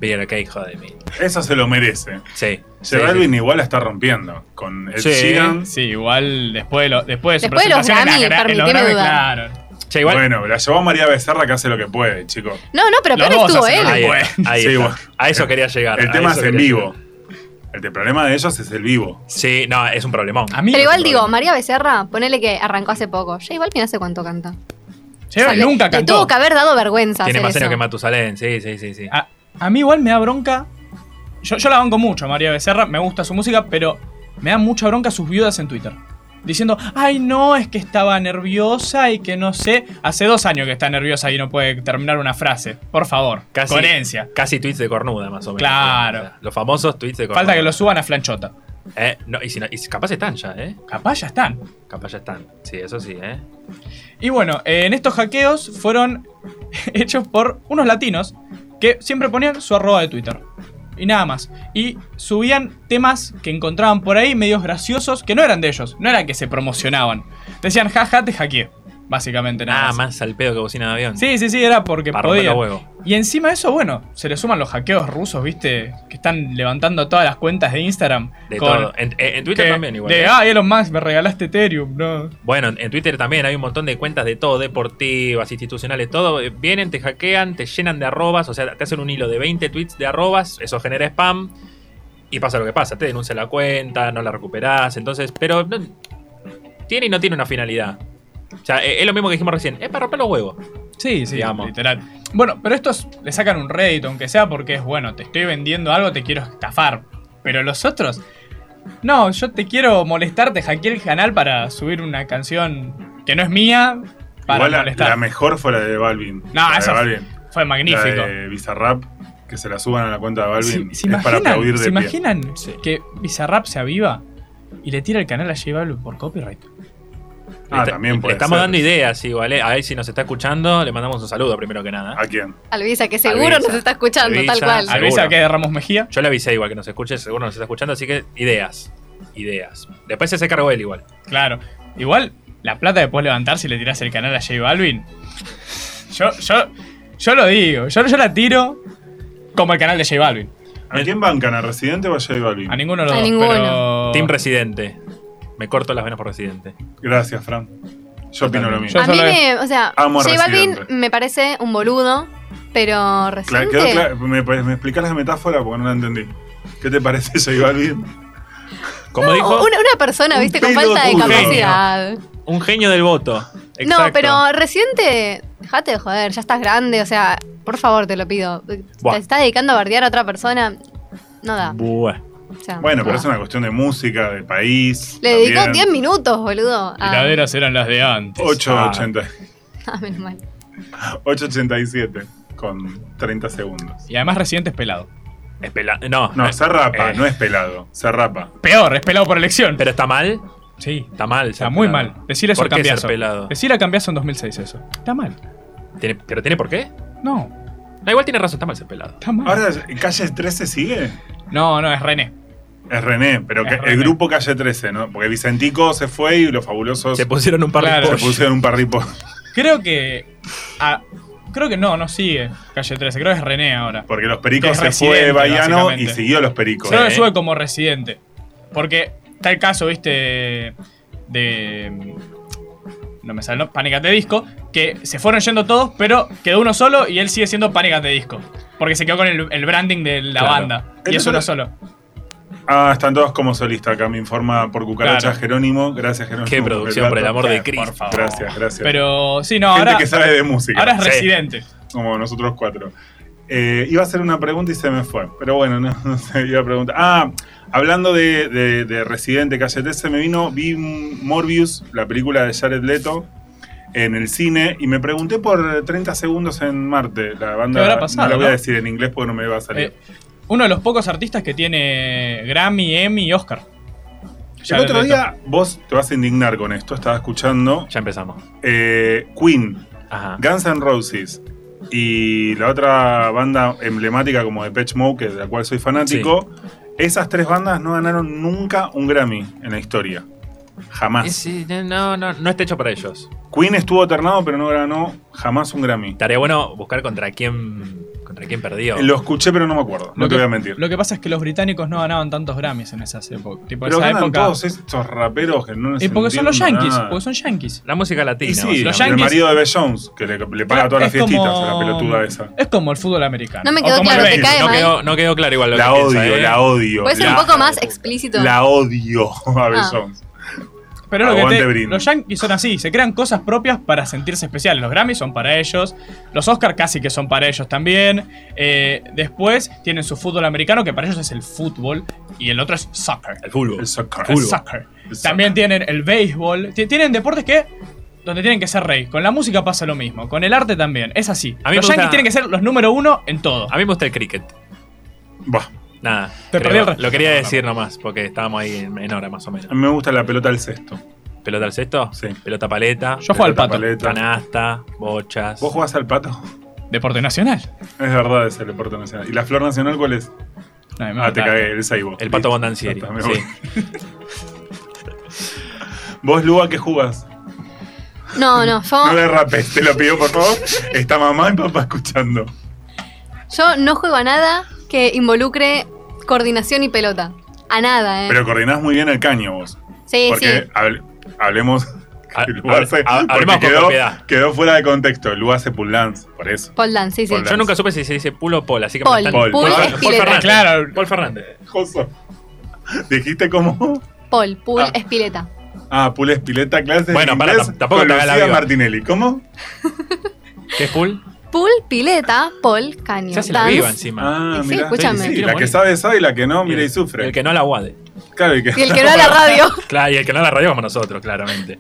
A: Pero qué hijo de mí.
B: Eso se lo merece.
A: Sí. sí,
B: J Balvin
A: sí.
B: igual la está rompiendo. Con Ed
A: Sí.
B: Sheeran.
D: Sí, igual después de, lo- después de su
C: Después de los
D: presentación en la
C: Grammy,
D: gra- en los
C: permitime
D: Grammy,
C: dudar.
D: claro.
A: Che, igual.
B: Bueno, la llevó a María Becerra que hace lo que puede, chicos.
C: No, no, pero
D: Los
C: peor
D: dos
C: estuvo
D: hacen
C: él.
D: algo.
A: Ahí
D: Bueno.
A: está, ahí
B: Sí,
A: está.
B: bueno.
A: A eso quería llegar.
B: El
A: a
B: tema
A: eso
B: es en
A: quería
B: vivo.
A: llegar.
B: El, problema de ellos es el vivo.
A: Sí, no, es un problemón.
D: A mí,
C: Pero igual digo,
D: J
C: María Becerra, ponele que arrancó hace poco. J Balvin hace cuánto canta.
D: Balvin
C: O sea, le-
D: nunca
C: le
D: cantó.
C: tuvo que haber dado vergüenza
A: Tiene
C: hacer
A: más
C: eso.
A: años que Matusalén. Sí, sí, sí. sí.
D: A, a mí igual me da bronca. Yo, yo la banco mucho a María Becerra, me gusta su música, pero me da mucha bronca sus viudas en Twitter. Diciendo, ay no, es que estaba nerviosa y que no sé. Hace dos años que está nerviosa y no puede terminar una frase. Por favor, coherencia.
A: Casi tweets de cornuda, más o menos.
D: Claro.
A: O sea, los famosos tweets de cornuda.
D: Falta que lo suban a Flanchota.
A: Eh, no, y, si no- y si- capaz están ya, ¿eh?
D: Capaz ya están.
A: Capaz ya están. Sí, eso sí, ¿eh?
D: Y bueno, eh, en estos hackeos fueron hechos por unos latinos que siempre ponían su arroba de Twitter. Y nada más. Y subían temas que encontraban por ahí, medios graciosos, que no eran de ellos, no eran que se promocionaban. Decían, jaja, te hackeé. Básicamente nada
A: Nada
D: más.
A: más al pedo que bocina de avión.
D: Sí, sí, sí, era porque
A: Ah, Para romper
D: podía.
A: los huevos.
D: Y encima de eso, bueno, se le suman los hackeos rusos, viste, que están levantando todas las cuentas de Instagram.
A: De
D: con-
A: todo. En, en- en Twitter
D: que-
A: también igual.
D: De,
A: ¿eh?
D: ah, Elon Musk, me regalaste Ethereum, no.
A: Bueno, en Twitter también hay un montón de cuentas de todo, deportivas, institucionales, todo. Eh, Vienen, te hackean, te llenan de arrobas, o sea, te hacen un hilo de 20 tweets de arrobas, eso genera spam y pasa lo que pasa, te denuncia la cuenta, no la recuperás, entonces, pero no- tiene y no tiene una finalidad. O sea, eh, es lo mismo que dijimos recién, es para romper los huevos.
D: Sí, sí,
A: Digamos.
D: literal. Bueno, pero estos le sacan un rédito, aunque sea porque es bueno, te estoy vendiendo algo, te quiero estafar. Pero los otros, no, yo te quiero molestar, te hackeé el canal para subir una canción que no es mía, para
B: Igual la,
D: molestar.
B: la mejor fue la de Balvin.
D: No,
B: la
D: esa
B: de
D: fue
B: Balvin.
D: Fue magnífico.
B: La de Bizarrap, que se la suban a la cuenta de Balvin.
D: ¿Se, se
B: es para aplaudir
D: imaginan,
B: de
D: ¿se
B: pie.
D: imaginan
A: Sí.
D: que Bizarrap se aviva y le tira el canal a J Balvin por copyright?
B: Ah,
A: Le
D: Este,
A: está-
B: también puede
A: Le estamos
B: ser.
A: dando ideas igual, eh. a él si nos está escuchando, le mandamos un saludo primero que nada.
B: ¿A quién?
C: Alvisa, que seguro
A: Alvisa.
C: nos está escuchando,
A: Alvisa,
C: tal cual.
A: Al-
D: Avisa que es de Ramos Mejía.
A: Yo le avisé igual que nos escuche, seguro nos está escuchando, así que ideas, ideas. Después se hace cargo él igual.
D: Claro. Igual, la plata que puedes levantar si le tiras el canal a J Balvin. Yo, yo, yo lo digo. Yo, yo la tiro como el canal de J Balvin.
B: ¿A quién bancan? ¿A Residente o a J Balvin?
D: A ninguno de los
C: A
D: dos.
C: ninguno.
D: Pero...
A: Team Residente. Me corto las venas por Residente.
B: Gracias, Fran. Yo opino lo mismo.
D: Yo
C: a mí
D: solo-
C: me, o sea,
B: Amo a
C: J Balvin
B: Residente.
C: me parece un boludo, pero
B: Cla-
C: reciente...
B: quedó cla- me, me explicás la metáfora porque no la entendí. ¿Qué te parece J Balvin?
A: Como
C: No,
A: dijo,
C: una, una persona,
B: Un
C: viste, con falta de
B: pelotudo.
C: capacidad.
A: un genio del voto.
C: No,
A: Exacto.
C: pero reciente, dejate de joder, ya estás grande, o sea, por favor, te lo pido.
A: Buah.
C: Te estás dedicando a bardear a otra persona, no da.
A: Buah.
C: o sea,
B: Bueno,
C: no
B: pero
C: da.
B: es una cuestión de música, de país.
C: Ah. Le dedicó 10
B: también.
C: minutos, boludo. a-
D: Tiraderas eran las de antes.
B: 8.80
C: Ah, menos mal.
B: 8.87 con 30 segundos.
D: Y además Residente es pelado.
A: Es pela- No,
B: No,
A: eh,
B: se rapa,
A: eh,
B: no es pelado, se rapa.
D: Peor, es pelado por elección.
A: Pero está mal,
D: sí.
A: está mal.
D: Está muy mal. Decir eso
A: ¿Por
D: a
A: qué ser
D: cambiazo.
A: pelado?
D: Decir a cambiazo en 2006 eso. Está mal.
A: ¿Tiene- ¿Pero tiene por qué?
D: No,
A: No, igual tiene razón, está mal ser pelado.
D: está mal.
B: Ahora, ¿Calle 13 sigue?
D: No, no, es René.
B: Es René, pero
D: Es
B: que- el
D: René.
B: grupo Calle 13, ¿no? Porque Vicentico se fue y los fabulosos
A: Se
B: se,
A: pusieron un par
D: Claro.
A: de pollos.
B: pusieron un parripo.
D: Creo que. ah, creo que no, no sigue Calle 13. Creo que es René ahora.
B: Porque los pericos
D: Es
B: se
D: residente,
B: fue Baiano y
D: básicamente.
B: siguió los pericos. Eh.
D: Solo
A: Sí.
D: que sube como residente. Porque está el caso, viste, de. No me sale, ¿no? Panic! at the Disco. Que se fueron yendo todos, pero quedó uno solo y él sigue siendo Panic! at the Disco. Porque se quedó con el, el branding de la
A: Claro.
D: banda. Y es
B: Entonces-
D: uno solo.
B: Ah, están todos como solista acá, me informa por cucaracha
D: Claro.
B: Jerónimo. Gracias, Jerónimo.
A: Qué producción,
B: dato.
A: por el amor de
D: Por
A: Cristo.
D: favor.
B: Gracias, gracias.
D: Pero sí, no,
B: Gente
D: ahora,
B: que sabe de música.
D: ahora es
A: Sí.
D: residente.
B: Como nosotros cuatro. Eh, iba a hacer una pregunta y se me fue. Pero bueno, no, no sé, iba a preguntar. Ah, hablando de, de, de Residente Calle 13, me vino, vi Morbius, la película de Jared Leto, en el cine y me pregunté por 30 segundos en Marte. La banda.
D: ¿Qué habrá pasado,
B: no la voy a
D: no?
B: decir en inglés porque no me va a salir.
D: Eh, uno de los pocos artistas que tiene Grammy, Emmy y Oscar. Ya
B: el otro
D: lo-
B: día, vos te vas a indignar con esto, estaba escuchando
G: Ya empezamos.
B: eh, Queen,
G: Ajá.
B: Guns N' Roses y la otra banda emblemática como Depeche Mode, que- de la cual soy fanático, esas tres bandas no ganaron nunca un Grammy en la historia. Jamás.
G: Sí, no, no, no está hecho para ellos.
B: Queen estuvo alternado, pero no ganó jamás un Grammy.
G: Estaría bueno buscar contra quién contra quién perdió.
B: Lo escuché, pero no me acuerdo. No
D: lo
B: te
D: que-
B: voy a mentir.
D: Lo que pasa es que los británicos no ganaban tantos Grammys en esas épocas. Tipo,
B: Pero
D: esa
B: ganan
D: época.
B: todos estos raperos que no les
D: y porque son los
B: entiendo
D: yankees.
B: nada.
D: Porque son yankees.
G: La música latina.
B: Y sí,
D: los
G: básicamente.
B: el
D: yankees-
B: marido de Beth Jones, que le, le paga todas las
D: Es como-
B: fiestitas a la pelotuda esa.
D: Es como el fútbol americano.
C: No me
D: O
C: quedó
D: como el
C: claro, te
D: béisbol.
C: cae
G: no,
C: mal.
G: quedó, no quedó claro igual lo
B: La
G: que
B: odio,
G: piensa, ¿eh?
B: la odio.
C: Puede ser
B: la,
C: un poco más explícito.
B: La odio a Beth
C: Ah.
B: Jones.
D: Pero lo que
B: Aguante
D: te-
B: Brin.
D: los Yankees son así, se crean cosas propias para sentirse especiales. Los Grammys son para ellos, los Oscars casi que son para ellos también. Eh, después tienen su fútbol americano, que para ellos es el fútbol, y el otro es soccer.
G: El fútbol.
B: El soccer.
D: El soccer.
B: El soccer.
D: También tienen el béisbol. Ti- Tienen deportes que donde tienen que ser rey. Con la música pasa lo mismo, con el arte también. Es así.
G: A mí me
D: los
G: gusta-
D: Yankees tienen que ser los número uno en todo.
G: A mí me gusta el cricket.
B: Bah,
G: Nada.
D: Te
G: creo-
D: perdí el respeto.
G: Lo quería decir nomás, porque estábamos ahí en, en hora más o menos.
B: a mí me gusta la pelota al cesto.
G: ¿Pelota al cesto?
B: Sí.
G: Pelota paleta.
D: Mm. Yo juego al
B: Pelota
D: pato.
B: paleta.
G: Canasta, bochas.
B: ¿Vos jugás al pato?
D: Deporte nacional.
B: Es verdad, es el deporte nacional. ¿Y la flor nacional cuál es?
D: No, me
B: Ah, te
D: mataste.
B: cagué, el saibo.
G: El pato Bondancieri.
B: Ya está, me
G: Sí.
B: ¿Vos, Luba, qué jugás?
C: No, no, yo,
B: No derrapes, te lo pido por favor. Está mamá y papá escuchando.
C: yo no juego a nada que involucre coordinación y pelota. A nada, ¿eh?
B: Pero coordinás muy bien el caño vos.
C: sí,
B: porque
C: sí.
B: hable- hablemos.
G: Ha-
B: el
G: Ah,
B: lugar
G: hable-
B: se-
G: ha-
B: porque
G: hablemos con
B: quedó,
G: propiedad.
B: quedó fuera de contexto. El Luba hace pull dance, por eso.
C: Paul Dance, sí, sí.
B: Paul
G: Yo nunca supe si se dice pulo o pol, así que me
C: Pol.
G: están-
B: Pol. Pol
G: Fer-
B: es
C: pileta.
G: Fernández.
D: Claro.
G: Pol Fernández.
B: Joso. ¿Dijiste cómo?
C: Paul, pool,
B: Ah.
C: espileta.
B: Ah, pull es pileta clases.
G: Bueno,
B: en
G: pará,
B: inglés
G: tam- tampoco
B: con
G: te hagas la
B: Lucía
G: viva.
B: Martinelli. ¿Cómo?
G: ¿Qué es pool?
C: Pool, pileta, Paul, caño.
G: Se hace la
C: dance.
G: viva encima.
B: Ah,
C: Sí,
B: mira.
C: escúchame.
B: Sí, la que sabe, sabe y la que no, Ah, mira y sufre.
G: El que no la guade.
B: Claro, el que.
C: Y el que no a la radio.
G: Claro, y el que no la radio como nosotros, claramente.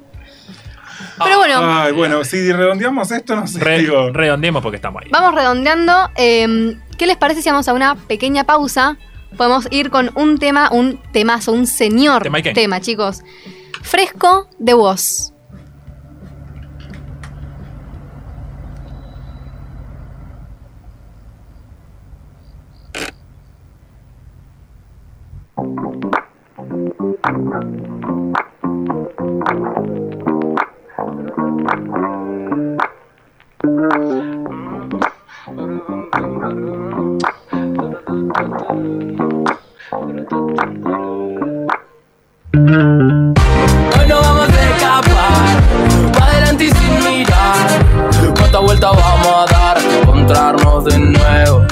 G: Ah.
C: Pero bueno,
B: Ay, bueno, si redondeamos esto, no sé.
G: Re-
B: digo.
G: redondeemos porque estamos ahí.
C: Vamos redondeando. eh, ¿Qué les parece si vamos a una pequeña pausa? Podemos ir con un tema, un temazo, un señor
G: Tema Iken.
C: tema, chicos. Fresco de voz.
E: Hoy no vamos a escapar, pa' adelante y sin mirar. Cuánta vuelta vamos a dar, encontrarnos de nuevo.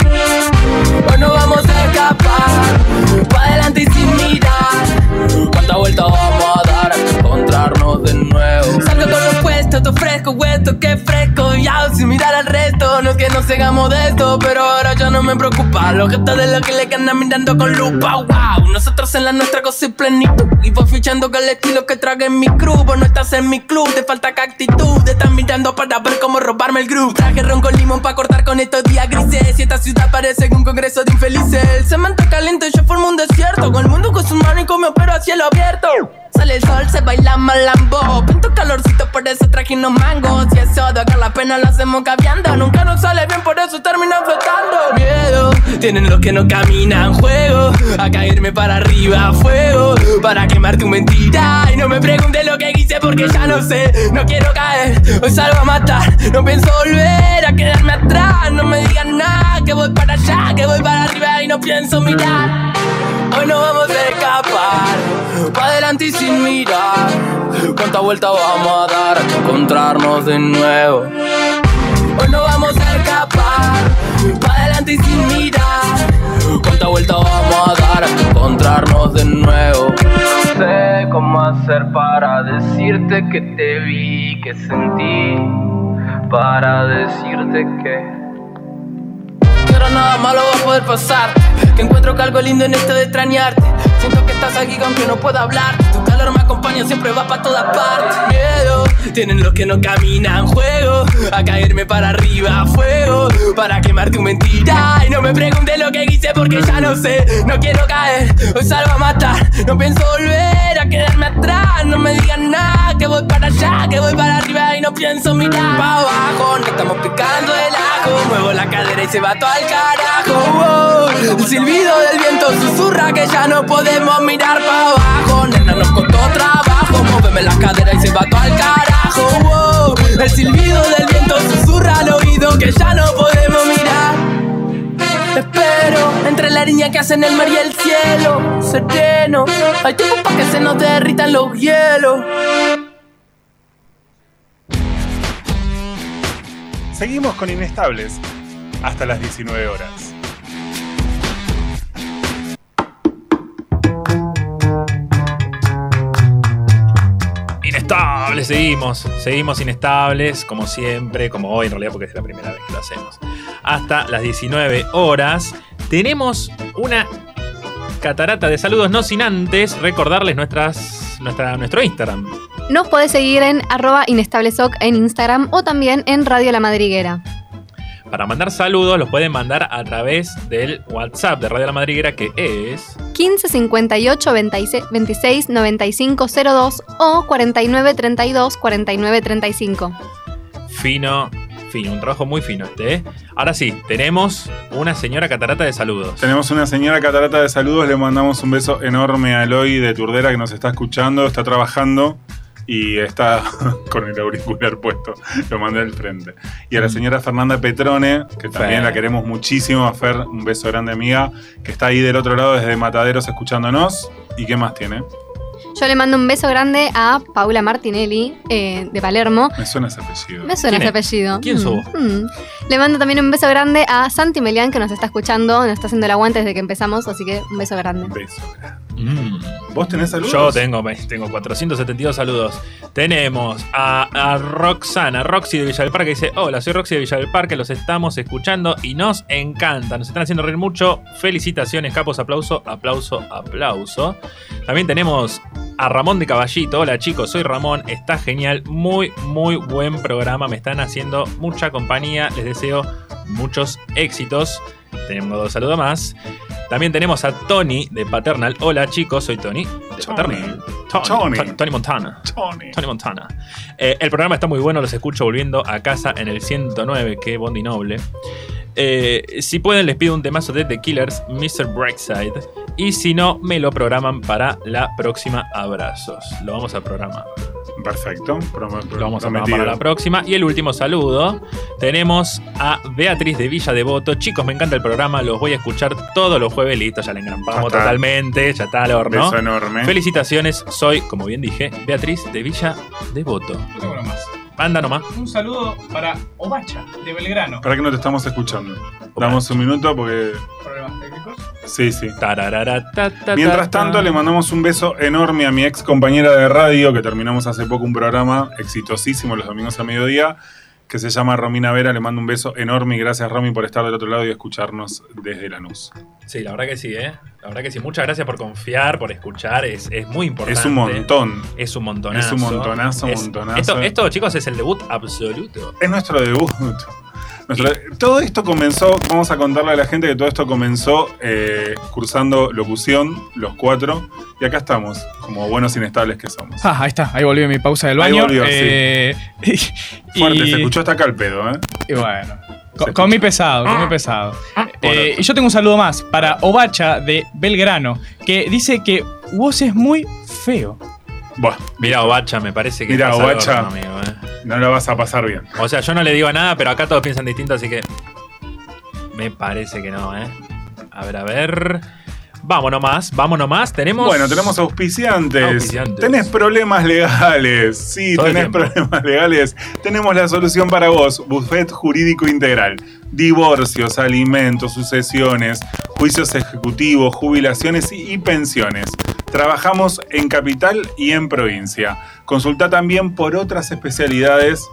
E: Hoy no vamos a escapar, pa' adelante y sin mirar. Cuánta vuelta vamos a dar, encontrarnos de nuevo. Salgo con lo puesto, todo fresco, huesto, que fresco. Ya, sin mirar al resto, no es que no seamos de esto, pero ahora ya no me preocupa. Los gestos de los que le andan mirando con lupa, wow. Nosotros en la nuestra cosa y plenitud. Y voy fichando que el estilo que traga en mi crew. Vos no estás en mi club, te falta que actitud. Te están mirando para ver cómo robarme el groove. Traje ron con limón para cortar con estos días grises. Y esta ciudad parece que un congreso de infelices. El cemento caliente, yo formo un desierto. Con el mundo con su mano y come opero a cielo abierto. Sale el sol, se baila malambo. Pinto calorcito, por eso traje unos mangos. Y eso de acá la pena lo hacemos caviando. Nunca nos sale bien, por eso terminan flotando. Miedo, tienen los que no caminan. Juego, a caerme para arriba. Fuego, para quemar tu mentira. Y no me preguntes lo que hice porque ya no sé. No quiero caer, hoy salgo a matar. No pienso volver a quedarme atrás. No me digan nada, que voy para allá, que voy para arriba y no pienso mirar. Hoy no vamos a escapar, pa' adelante y sin mirar. Cuánta vuelta vamos a dar hasta encontrarnos de nuevo. Hoy no vamos a escapar, pa' adelante y sin mirar. Cuánta vuelta vamos a dar hasta encontrarnos de nuevo. No sé cómo hacer para decirte que te vi, que sentí, para decirte que. Quiero nada malo va a poder pasar. Que encuentro que algo lindo en esto de extrañarte. Siento que estás aquí aunque no pueda hablar. Tu calor me acompaña, siempre va para todas partes. Miedo, tienen los que no caminan juego. A caerme para arriba, fuego. Para quemar tu mentira. Y no me preguntes lo que hice porque ya no sé. No quiero caer, hoy salgo a matar. No pienso volver a quedarme atrás. No me digan nada, que voy para allá, que voy para arriba y no pienso mirar para abajo. No estamos picando el ajo. Muevo la cadera y se va todo al carajo. wow. El silbido del viento susurra que ya no podemos mirar para abajo. Nena, nos costó trabajo. Muéveme la cadera y se va todo al carajo. wow. El silbido del viento susurra al oído que ya no podemos mirar. Te espero entre la línea que hacen el mar y el cielo sereno. Hay tiempo para que se nos derritan los hielos.
B: Seguimos con Inestables hasta las 19 horas.
A: Inestables, seguimos, seguimos inestables, como siempre, como hoy en realidad, porque es la primera vez que lo hacemos. Hasta las 19 horas tenemos una catarata de saludos, no sin antes recordarles nuestras, nuestra, nuestro Instagram.
C: Nos podés seguir en arroba inestablesok en Instagram o también en Radio La Madriguera.
A: Para mandar saludos los pueden mandar a través del WhatsApp de Radio La Madriguera, que es...
C: 15 58 26, 26 95 02 o 49 32 49 35.
A: Fino, fino, un trabajo muy fino este. ¿eh? Ahora sí, tenemos una señora catarata de saludos.
B: Tenemos una señora catarata de saludos, le mandamos un beso enorme a Eloy de Turdera que nos está escuchando, está trabajando y está con el auricular puesto. Lo mandé al frente. Y a
G: Mm.
B: la señora Fernanda Petrone, que también
A: Fer.
B: la queremos muchísimo, a Fer, un beso grande amiga, que está ahí del otro lado desde Mataderos escuchándonos. ¿Y qué más tiene?
C: Yo le mando un beso grande a Paula Martinelli eh, de Palermo.
B: Me suena ese apellido.
C: Me suena
A: ¿Quién
C: ese
A: es?
C: apellido.
A: ¿Quién
C: Mm,
A: sos?
C: mm. Le mando también un beso grande a Santi Melián que nos está escuchando, nos está haciendo el aguante desde que empezamos, así que un beso grande.
B: Un beso grande.
A: Mm.
B: ¿Vos tenés saludos?
A: Yo tengo, tengo 472 saludos. Tenemos a, a Roxana, Roxy de Villa del Parque, dice: Hola, soy Roxy de Villa del Parque, los estamos escuchando y nos encanta. Nos están haciendo reír mucho. Felicitaciones, capos, aplauso, aplauso, aplauso. También tenemos a Ramón de Caballito. Hola, chicos, soy Ramón, está genial. Muy, muy buen programa. Me están haciendo mucha compañía. Les deseo muchos éxitos. Tenemos dos saludos más. También tenemos a Tony de Paternal. Hola chicos, soy Tony de
B: Tony.
A: Paternal. Tony,
B: Tony.
A: Tony. Tony Montana.
B: Tony.
A: Tony Montana. Eh, el programa está muy bueno, los escucho volviendo a casa en el 109, que Bondi Noble. Eh, si pueden, les pido un temazo de The Killers, Mr. Brightside. Y si no, me lo programan para la próxima Abrazos. Lo vamos a programar.
B: Perfecto. Prom-
A: Lo vamos a programar
B: prometido.
A: para la próxima. Y el último saludo. Tenemos a Beatriz de Villa Devoto. Chicos, me encanta el programa. Los voy a escuchar todos los jueves. Listo, ya le
B: Ya
A: engrampamos
B: está.
A: totalmente. Ya está al
B: Un
A: horno.
B: beso ¿eh? enorme.
A: Felicitaciones. Soy, como bien dije, Beatriz de Villa Devoto.
D: No tengo nada más.
A: Anda nomás.
D: Un saludo para Obacha de Belgrano.
B: ¿Para que no te estamos escuchando? Damos un minuto porque.
D: Problemas técnicos.
B: Sí, sí.
A: Tararara, ta, ta, ta,
B: Mientras
A: ta.
B: tanto, le mandamos un beso enorme a mi ex compañera de radio, que terminamos hace poco un programa exitosísimo los domingos a mediodía, que se llama Romina Vera. Le mando un beso enorme y gracias, Romy, por estar del otro lado y escucharnos desde Lanús.
A: Sí, la verdad que sí, ¿eh? La verdad que sí. Muchas gracias por confiar, por escuchar. Es, es muy importante.
B: Es un montón.
A: Es un montonazo.
B: Es un montonazo,
A: Es-
B: montonazo.
A: Esto, esto, chicos, es el debut absoluto.
B: Es nuestro debut. Nuestro- todo esto comenzó, vamos a contarle a la gente que todo esto comenzó eh, cursando locución, los cuatro, y acá estamos, como buenos inestables que somos.
D: Ah, ahí está, ahí volvió mi pausa del
B: Ahí
D: baño.
B: volvió,
D: Eh, y-
B: Fuerte,
D: y-
B: se escuchó hasta acá el pedo, ¿eh?
D: Y bueno.
B: escuchó. Ah.
D: Con, con mi pesado, con mi pesado. Eh, y yo tengo un saludo más para Obacha de Belgrano, que dice que vos es muy feo.
B: Buah,
A: Mira, Obacha, me parece que.
B: Mirá,
A: pasa de
B: Obacha.
A: horno, amigo, ¿eh?
B: no la vas a pasar bien.
A: O sea, yo no le digo nada, pero acá todos piensan distinto, así que. Me parece que no, ¿eh? A ver, a ver. Vamos nomás, vamos nomás. Tenemos.
B: Bueno, tenemos auspiciantes.
A: Auspiciantes.
B: Tenés problemas legales. Sí,
A: Todo el
B: tenés
A: tiempo.
B: problemas legales. Tenemos la solución para vos. Buffet Jurídico Integral. Divorcios, alimentos, sucesiones, juicios ejecutivos, jubilaciones y, y pensiones. Trabajamos en capital y en provincia. Consulta también por otras especialidades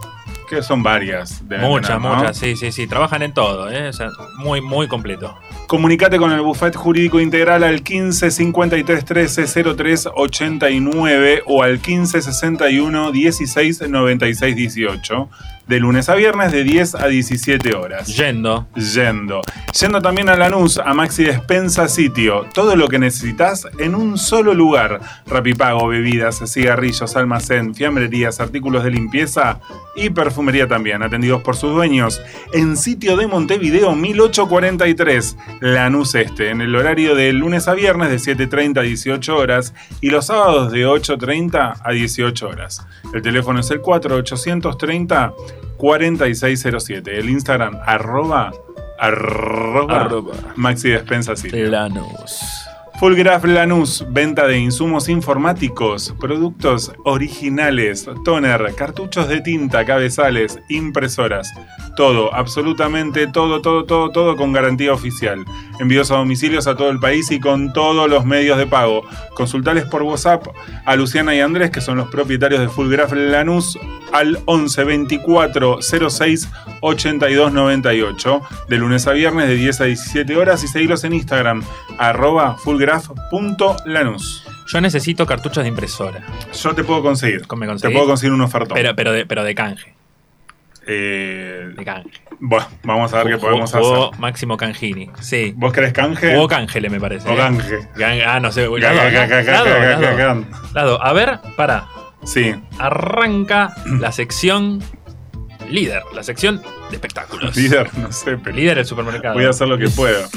B: Que son varias. deben
G: Muchas,
B: tener, ¿no?
G: muchas, sí, sí, sí. Trabajan en todo, ¿eh? O sea, muy, muy completo.
B: Comunicate con el Buffet Jurídico Integral al 15 53 13 03 89 o al 15 61 16 96 18 de lunes a viernes de 10 a 17 horas.
G: Yendo.
B: Yendo. Yendo también a Lanús, a Maxi Despensa Sitio. Todo lo que necesitas en un solo lugar. Rapipago, bebidas, cigarrillos, almacén, fiambrerías, artículos de limpieza y perfumería también, atendidos por sus dueños. En sitio de Montevideo 1843, Lanús Este, en el horario de lunes a viernes de 7.30 a 18 horas y los sábados de 8.30 a 18 horas. El teléfono es el 4830 4607. El Instagram, arroba, arroba,
G: Arroba.
B: Maxi Despensa City.
G: Lanús.
B: Fullgraph Lanús, venta de insumos informáticos, productos originales, toner, cartuchos de tinta, cabezales, impresoras. Todo, absolutamente todo, todo, todo, todo con garantía oficial. Envíos a domicilios a todo el país y con todos los medios de pago. Consultales por WhatsApp a Luciana y Andrés, que son los propietarios de Fullgraph Lanús, al 11 24 06 82 98, de lunes a viernes de 10 a 17 horas y seguilos en Instagram, arroba fullgraph.lanús.
G: Yo necesito cartuchos de impresora.
B: Yo te puedo conseguir.
G: ¿Cómo me
B: Te
G: conseguís?
B: puedo conseguir un ofertón.
G: Pero, pero, de, pero de canje.
B: Eh,
G: De canje.
B: bueno, vamos a ver qué
G: Jugó-
B: podemos
G: jugó
B: hacer.
G: Máximo Cangini. Sí.
B: ¿Vos querés canje?
G: Jugó Cangele, me parece.
B: O
G: ¿eh?
B: canje.
G: Gan- Ah, no sé. las dos,
B: Gan- gan- gan-
G: las dos,
B: gan-
G: las
B: gan-
G: dos.
B: gan-
G: Las dos. A ver, para.
B: Sí,
G: Arranca la sección líder, la sección de espectáculos.
B: líder, no sé, pero
G: Líder del supermercado.
B: voy a hacer lo que puedo.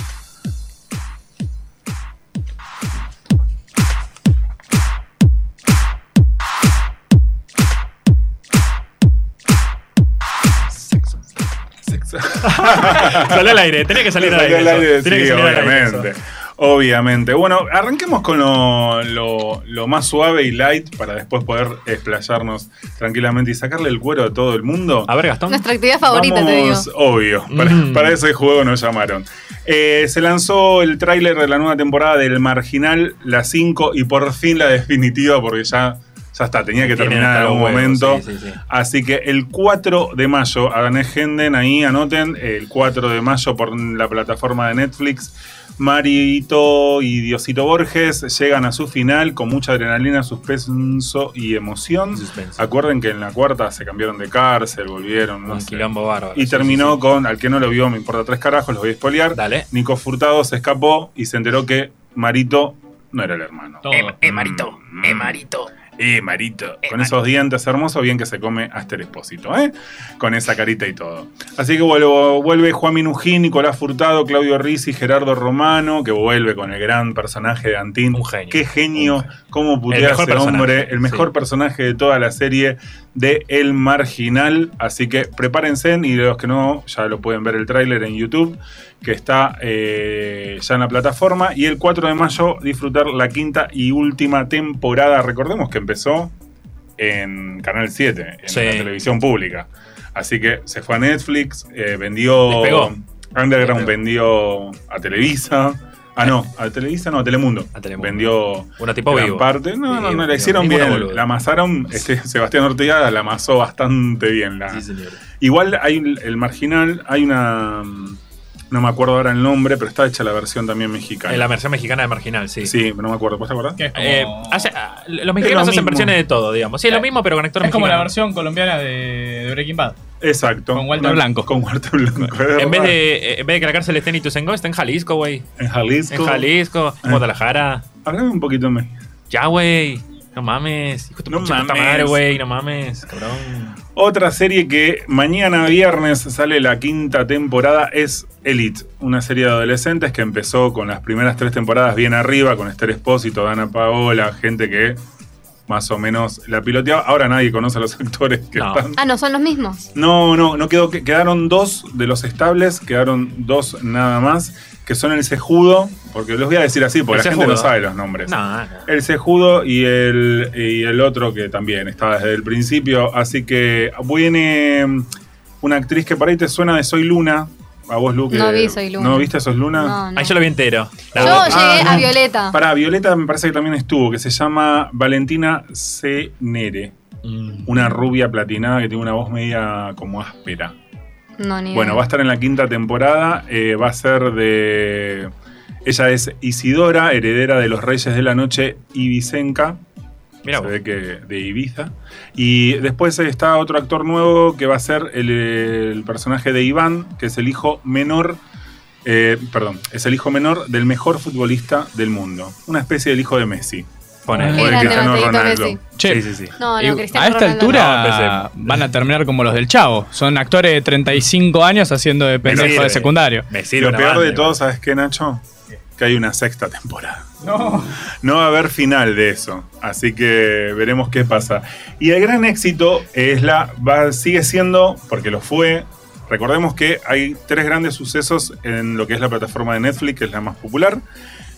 B: Sexo.
G: Salió al aire, tenía que salir al
B: Salió
G: aire.
B: al
G: eso.
B: aire,
G: Tenía
B: sí,
G: que salir al aire eso.
B: obviamente. Obviamente. Bueno, arranquemos con lo, lo- lo más suave y light para después poder explayarnos tranquilamente y sacarle el cuero a todo el mundo.
G: A ver, Gastón.
C: Nuestra actividad favorita, te digo.
B: Vamos, Obvio, para,
G: Mm.
B: para ese juego nos llamaron. Eh, se lanzó el tráiler de la nueva temporada del Marginal, la 5, y por fin la definitiva, porque ya, ya está, tenía que
G: Tienen
B: terminar en
G: hasta
B: algún
G: los huevos,
B: momento.
G: sí, sí, sí.
B: Así que el 4 de mayo, Agané Genden, ahí anoten, el 4 de mayo por la plataforma de Netflix, Marito y Diosito Borges llegan a su final con mucha adrenalina, suspenso y emoción.
G: Suspenso.
B: Acuerden que en la cuarta se cambiaron de cárcel, volvieron, no
G: Un
B: sé.
G: quilombo bárbaro.
B: Y
G: sí,
B: terminó
G: sí,
B: con, al que no lo vio, me importa tres carajos, los voy a
G: sí.
B: spoilear.
G: Dale.
B: Nico Furtado se escapó y se enteró que Marito no era el hermano.
D: Todo.
B: Marito, eh, Marito. Eh, Marito. Con esos dientes hermosos, bien que se come hasta el expósito, ¿eh? Con esa carita y todo. Así que vuelvo- vuelve Juan Minujín, Nicolás Furtado, Claudio Rizzi, Gerardo Romano, que vuelve con el gran personaje de Antín.
G: Un genio.
B: Qué genio,
G: Un genio.
B: cómo
G: El
B: putea
G: mejor
B: ese hombre,
G: personaje,
B: el mejor
G: sí.
B: personaje de toda la serie de El Marginal. Así que prepárense y los que no, ya lo pueden ver el tráiler en YouTube que está eh, ya en la plataforma. Y el 4 de mayo disfrutar la quinta y última temporada. Recordemos que empezó en Canal 7, en
G: Sí.
B: la televisión pública. Así que se fue a Netflix, eh, vendió...
G: Despegó. Despegó.
B: Underground vendió a Televisa. Ah, no, a Televisa no, a Telemundo.
G: A Telemundo.
B: Vendió
G: Una tipo
B: gran
G: vivo.
B: parte. No,
G: Vivo,
B: no, no, la
G: vivo.
B: hicieron
G: Ninguna
B: bien.
G: boluda.
B: La amasaron, este, Sebastián Ortega la amasó bastante bien la,
G: Sí, señor.
B: Igual hay un- el marginal, hay una. mm, No me acuerdo ahora el nombre, pero está hecha la versión también mexicana.
G: En la versión mexicana de Marginal, sí.
B: Sí, no me acuerdo. ¿Vos te acordás?
D: Que es como,
G: Eh, hace- ah, los
B: Es lo
G: mexicanos hacen
B: mismo. Eh,
G: versiones de todo, digamos. Sí, es lo mismo, pero con actor
D: es como la
G: mexicano.
D: versión colombiana de, de Breaking Bad.
B: Exacto.
D: Con Walter
B: Una-
D: Blanco.
B: Con Walter Blanco.
G: En vez, de, eh, en vez de que la cárcel esté en Ituzaingó, está en Jalisco, güey.
B: En Jalisco.
G: En Jalisco, en
B: Eh.
G: Guadalajara.
B: Hablame un poquito más.
G: Ya, güey. No mames. Hijo de tu
B: No
G: puta
B: mames.
G: madre, güey. No mames, cabrón.
B: Otra serie que mañana viernes sale la quinta temporada es Elite, una serie de adolescentes que empezó con las primeras tres temporadas bien arriba, con Esther Espósito, Dana Paola, gente que más o menos la piloteaba. Ahora nadie conoce a los actores que
G: No.
B: están.
C: Ah, no, son los mismos.
B: No, no, no quedó. que- Quedaron dos de los estables, quedaron dos nada más, que son el Cejudo, porque los voy a decir así, porque
G: El
B: la gente no
G: Cejudo.
B: sabe los nombres.
G: No, no.
B: El Cejudo y el, y el otro que también estaba desde el principio. Así que viene mm, una actriz que para ahí te suena de Soy Luna. A vos, Lu, que-
C: No vi Soy Luna.
B: ¿No viste Soy Luna?
C: No, no.
G: Ahí yo lo vi entero. La
C: Yo
G: voz-
B: Ah,
C: llegué
B: no.
C: a Violeta.
B: Para Violeta me parece que también estuvo, que se llama Valentina Cenere.
G: Mm.
B: Una rubia platinada que tiene una voz media como áspera.
C: No, ni
B: Bueno,
C: idea.
B: va a estar en la quinta temporada. eh, va a ser de. Ella es Isidora, heredera de los Reyes de la Noche Ibicenca.
G: Mirá
B: se
G: vos.
B: ve que de Ibiza. Y después está otro actor nuevo que va a ser el, el personaje de Iván, que es el hijo menor. eh, perdón, es el hijo menor del mejor futbolista del mundo. Una especie del hijo de Messi.
G: Ponele.
B: O de
C: Qué grande, Mateo Messi.
D: Che.
B: Sí, sí, sí.
C: No,
D: Y
C: no, Cristiano
D: Eh, a esta
C: Ronaldo
G: No,
D: altura
G: empecemos.
D: van a terminar como los del Chavo. Son actores de 35 años haciendo de pendejo
G: sirve.
D: de secundario.
G: Me
B: Y
G: sirve
B: lo
G: una
B: peor
G: banda,
B: de todo,
G: igual.
B: ¿sabes qué, Nacho? Que hay una sexta temporada. No va a haber final de eso. Así que veremos qué pasa. Y el gran éxito es la. va- sigue siendo, porque lo fue. Recordemos que hay tres grandes sucesos en lo que es la plataforma de Netflix, que es la más popular.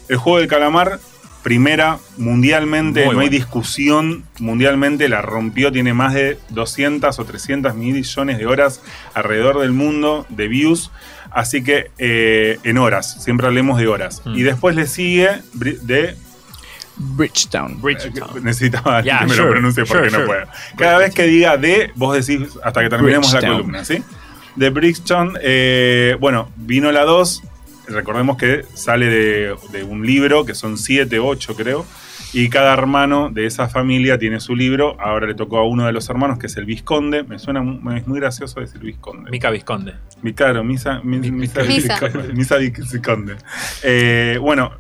B: El juego del calamar, primera mundialmente,
G: Muy
B: no hay
G: bueno.
B: discusión mundialmente, la rompió, tiene más de 200 o 300 millones de horas alrededor del mundo de views. Así que eh, en horas, siempre hablemos de horas.
G: Mm.
B: Y después le sigue Bri- de
D: Bridgetown.
G: Bridgetown.
B: Eh, Necesitaba
G: Yeah,
B: que me
G: sure,
B: lo pronuncie
G: sure,
B: porque
G: sure.
B: no puedo. Cada vez que diga de, vos decís hasta que terminemos la
D: Bridgetown.
B: columna, ¿sí? De Brixton, eh, bueno, vino la 2. Recordemos que sale de, de un libro, que son 7, 8 creo. Y cada hermano de esa familia tiene su libro. Ahora le tocó a uno de los hermanos, que es el Visconde. Me suena, mu- es muy gracioso decir Visconde.
G: Mica Visconde.
B: Mi caro, misa, mi- misa,
C: Misa.
B: Visconde. misa Visconde. Eh, bueno,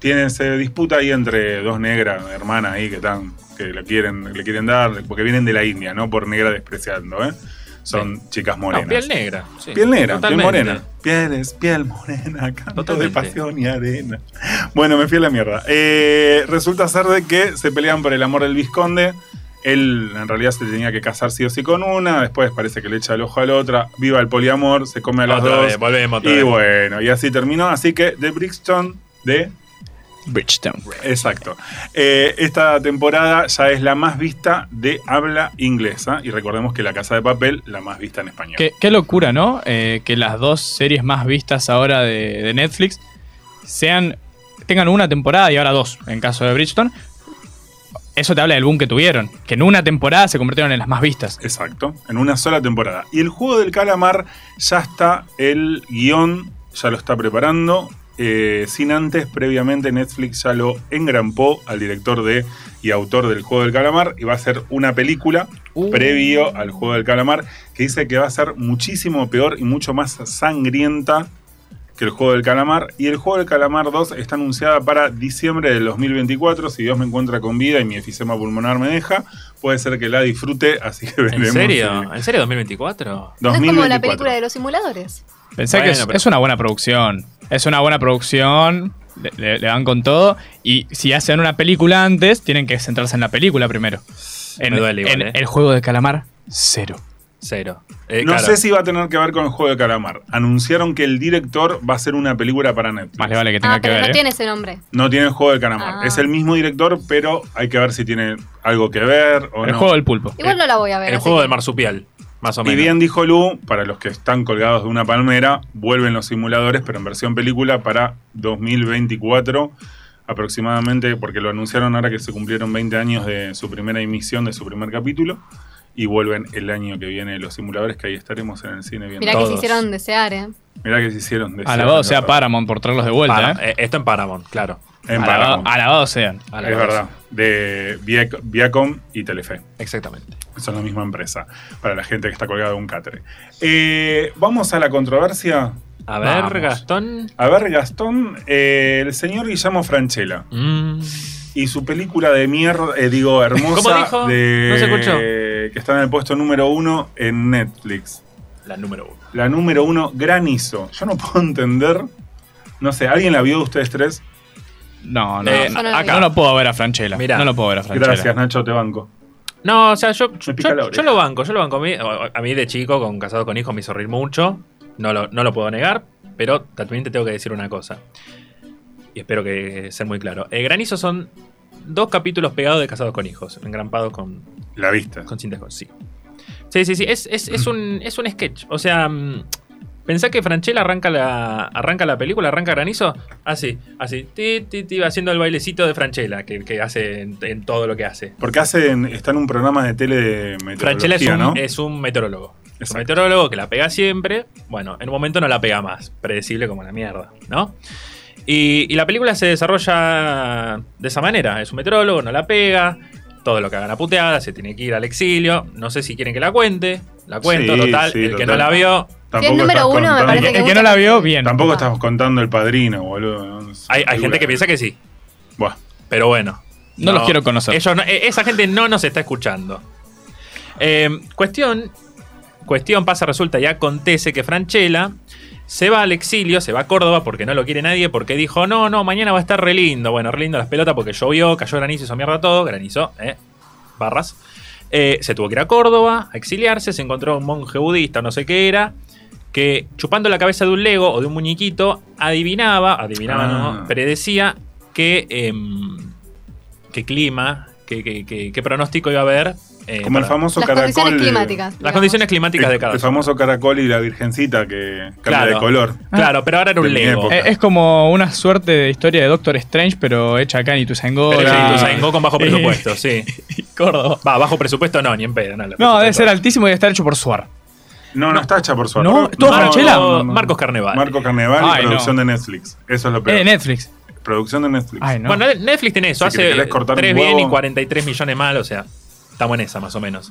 B: tienen se disputa ahí entre dos negras hermanas ahí que están, que le quieren, le quieren dar, porque vienen de la India, no por negra despreciando, ¿eh? Son chicas
G: No,
B: morenas.
G: piel negra. sí.
B: Piel negra,
G: Totalmente.
B: piel morena. Piel es piel morena, canto de
G: Totalmente.
B: pasión y arena. Bueno, me fui a la mierda. Eh, resulta ser de que se pelean por el amor del vizconde. Él en realidad se tenía que casar sí o sí con una, después parece que le echa el ojo a la otra, viva el poliamor, se come a las
G: Otra
B: dos.
G: vez, volvemos otra
B: y
G: vez.
B: bueno, y así terminó. Así que The Brixton de
D: Bridgetown.
B: Exacto. Eh, esta temporada ya es la más vista de habla inglesa. Y recordemos que La Casa de Papel, la más vista en español.
D: Qué, qué locura, ¿no? Eh, que las dos series más vistas ahora de, de Netflix sean tengan una temporada y ahora dos, en caso de Bridgetown. Eso te habla del boom que tuvieron, que en una temporada se convirtieron en las más vistas.
B: Exacto, en una sola temporada. Y el juego del calamar ya está, el guión ya lo está preparando. eh, sin antes, previamente, Netflix ya lo engrampó al director de y autor del juego del calamar. Y va a ser una película previo al juego del calamar que dice que va a ser muchísimo peor y mucho más sangrienta que el juego del calamar. Y el juego del calamar 2 está anunciada para diciembre del 2024. Si Dios me encuentra con vida y mi efisema pulmonar me deja, puede ser que la disfrute. Así que veremos.
G: ¿En serio?
B: si-
G: ¿En serio 2024?
C: No es
B: 2024.
C: como la película de los simuladores.
D: Pensé
G: Bueno,
D: que es,
G: pero-
D: es una buena producción. Es una buena producción. Le, le- le van con todo. Y si hacen una película antes, tienen que centrarse en la película primero. En,
G: Me duele igual,
D: en
G: eh.
D: el juego de calamar, cero.
G: Cero. Eh,
B: No
G: claro.
B: sé si va a tener que ver con el juego del calamar. Anunciaron que el director va a hacer una película para Netflix.
D: Más le vale que tenga
C: Ah,
D: que
C: pero
D: ver.
C: no
D: ¿eh?
C: tiene ese nombre.
B: No tiene el juego del calamar.
C: Ah.
B: Es el mismo director, pero hay que ver si tiene algo que ver o
D: el
B: no.
D: juego del pulpo.
C: Igual no la voy a ver.
G: El
C: así
G: juego
C: que-
G: del marsupial, más o
B: Y
G: menos.
B: bien dijo Lu, para los que están colgados de una palmera, vuelven los simuladores, pero en versión película para 2024 aproximadamente, porque lo anunciaron ahora que se cumplieron 20 años de su primera emisión, de su primer capítulo, y vuelven el año que viene los simuladores, que ahí estaremos en el cine viendo. Mirá,
C: Mirá que
G: Todos.
C: se hicieron desear, ¿eh.
B: que se hicieron. de
D: Alabado
B: cierre,
D: sea
B: ¿no?
D: Paramount por traerlos de vuelta.
G: Para-
D: ¿eh?
G: eh, esto en Paramount, claro.
B: En
D: Alabado-
B: Paramount.
D: alabado sean.
G: A la
B: Es
G: vez.
B: verdad, de Viac- Viacom y Telefe.
G: Exactamente.
B: Son la misma empresa, para la gente que está colgada de un catre. Eh, Vamos a la controversia.
G: A ver,
D: Vamos.
G: Gastón.
B: A ver, Gastón, eh, el señor Guillermo Franchella
G: Mm,
B: y su película de mierda, eh, digo, hermosa,
G: ¿Cómo dijo?
B: de-
G: No se escuchó.
B: que está en el puesto número uno en Netflix.
G: la número uno.
B: La número uno, Granizo. Yo no puedo entender. No sé, ¿alguien la vio de ustedes tres?
D: No, no.
G: Eh,
D: no,
C: yo no
D: no
C: la vi.
D: lo puedo ver a Franchella.
G: Mirá.
D: No lo puedo ver a Franchella.
B: Gracias, Nacho, te banco.
G: No, o sea, yo, yo,
B: pica la
G: yo-
B: oreja.
G: yo lo banco, yo lo banco. A mí, a mí de chico, con casado con hijos, me hizo reír mucho. No lo, no lo puedo negar, pero también te tengo que decir una cosa. Y espero que sea muy claro. Eh, Granizo son dos capítulos pegados de casados con hijos, engrampados con,
B: La vista.
G: Con cintas con sí. Sí, sí, sí. Es, es- es un, es un sketch. O sea, mm,
A: Pensá que Franchella arranca la, arranca la película, arranca Granizo, así, así, ti, ti, ti, haciendo el bailecito de Franchella, que, que hace en, en todo lo que hace.
B: Porque hacen, está en un programa de tele de
A: Franchella es
B: meteorología,
A: un,
B: ¿no?
A: es un meteorólogo. Es un
B: Exacto.
A: meteorólogo que la pega siempre. Bueno, en un momento no la pega más. Predecible como la mierda, ¿no? Y, y la película se desarrolla de esa manera. Es un meteorólogo, no la pega. Todo lo que hagan a puteada, se tiene que ir al exilio. No sé si quieren que la cuente. La cuento,
B: Sí,
A: total.
B: sí,
A: el que
B: total.
A: no la vio.
B: Tampoco
C: Si es número
B: estás
C: uno, me
B: contando-
C: parece
D: El que no la vio, bien.
B: Tampoco estamos contando el padrino, boludo. ¿no? Es una
A: Hay, hay
B: película-
A: gente que piensa que sí.
B: Buah.
A: Pero bueno.
D: No los quiero conocer.
A: ellos no- eh, esa gente no nos está escuchando. Eh, cuestión. Cuestión pasa, resulta y acontece que Franchella se va al exilio, se va a Córdoba porque no lo quiere nadie, porque dijo, no, no, mañana va a estar re lindo. Bueno, re lindo las pelotas porque llovió, cayó granizo, hizo mierda todo, granizo, eh, barras. Eh, se tuvo que ir a Córdoba a exiliarse, se encontró un monje budista, no sé qué era, que chupando la cabeza de un lego o de un muñequito, adivinaba, adivinaba,
B: Ah.
A: no, predecía que, em, qué clima, qué, qué- qué- qué pronóstico iba a haber. eh,
B: Como el
A: para-
B: famoso
C: Las
B: caracol.
C: condiciones climáticas.
A: Las
C: digamos.
A: condiciones climáticas
B: el,
A: de cada
B: el famoso caracol y la virgencita que cambia
A: Claro.
B: de color.
A: Ah. Claro, pero ahora era
B: De
A: un
B: mi
A: lego.
B: época.
D: Eh, Es como una suerte de historia de Doctor Strange, pero hecha acá en Ituzaingó.
A: Pero
D: y-
A: sí, Ituzaingó con bajo
D: y-
A: presupuesto, sí.
D: y Córdoba.
A: Va, bajo presupuesto no, ni en pedo. No, lo
D: No, debe
A: presupuesto.
D: ser altísimo y debe estar hecho por Suar.
B: No, no está hecha por suerte.
D: No, ¿todo Franchella?
A: Marcos Carnevale.
B: Marco Carneval
D: Ay,
B: y producción
D: no.
B: de Netflix. Eso es lo peor.
D: Eh, Netflix.
B: Producción de Netflix.
D: Ay, no.
A: Bueno, Netflix tiene eso,
B: Si que le
A: hace
B: querés cortar
A: 3
B: un
A: bien y
B: huevo.
A: 43 millones mal, o sea, estamos en esa más o menos.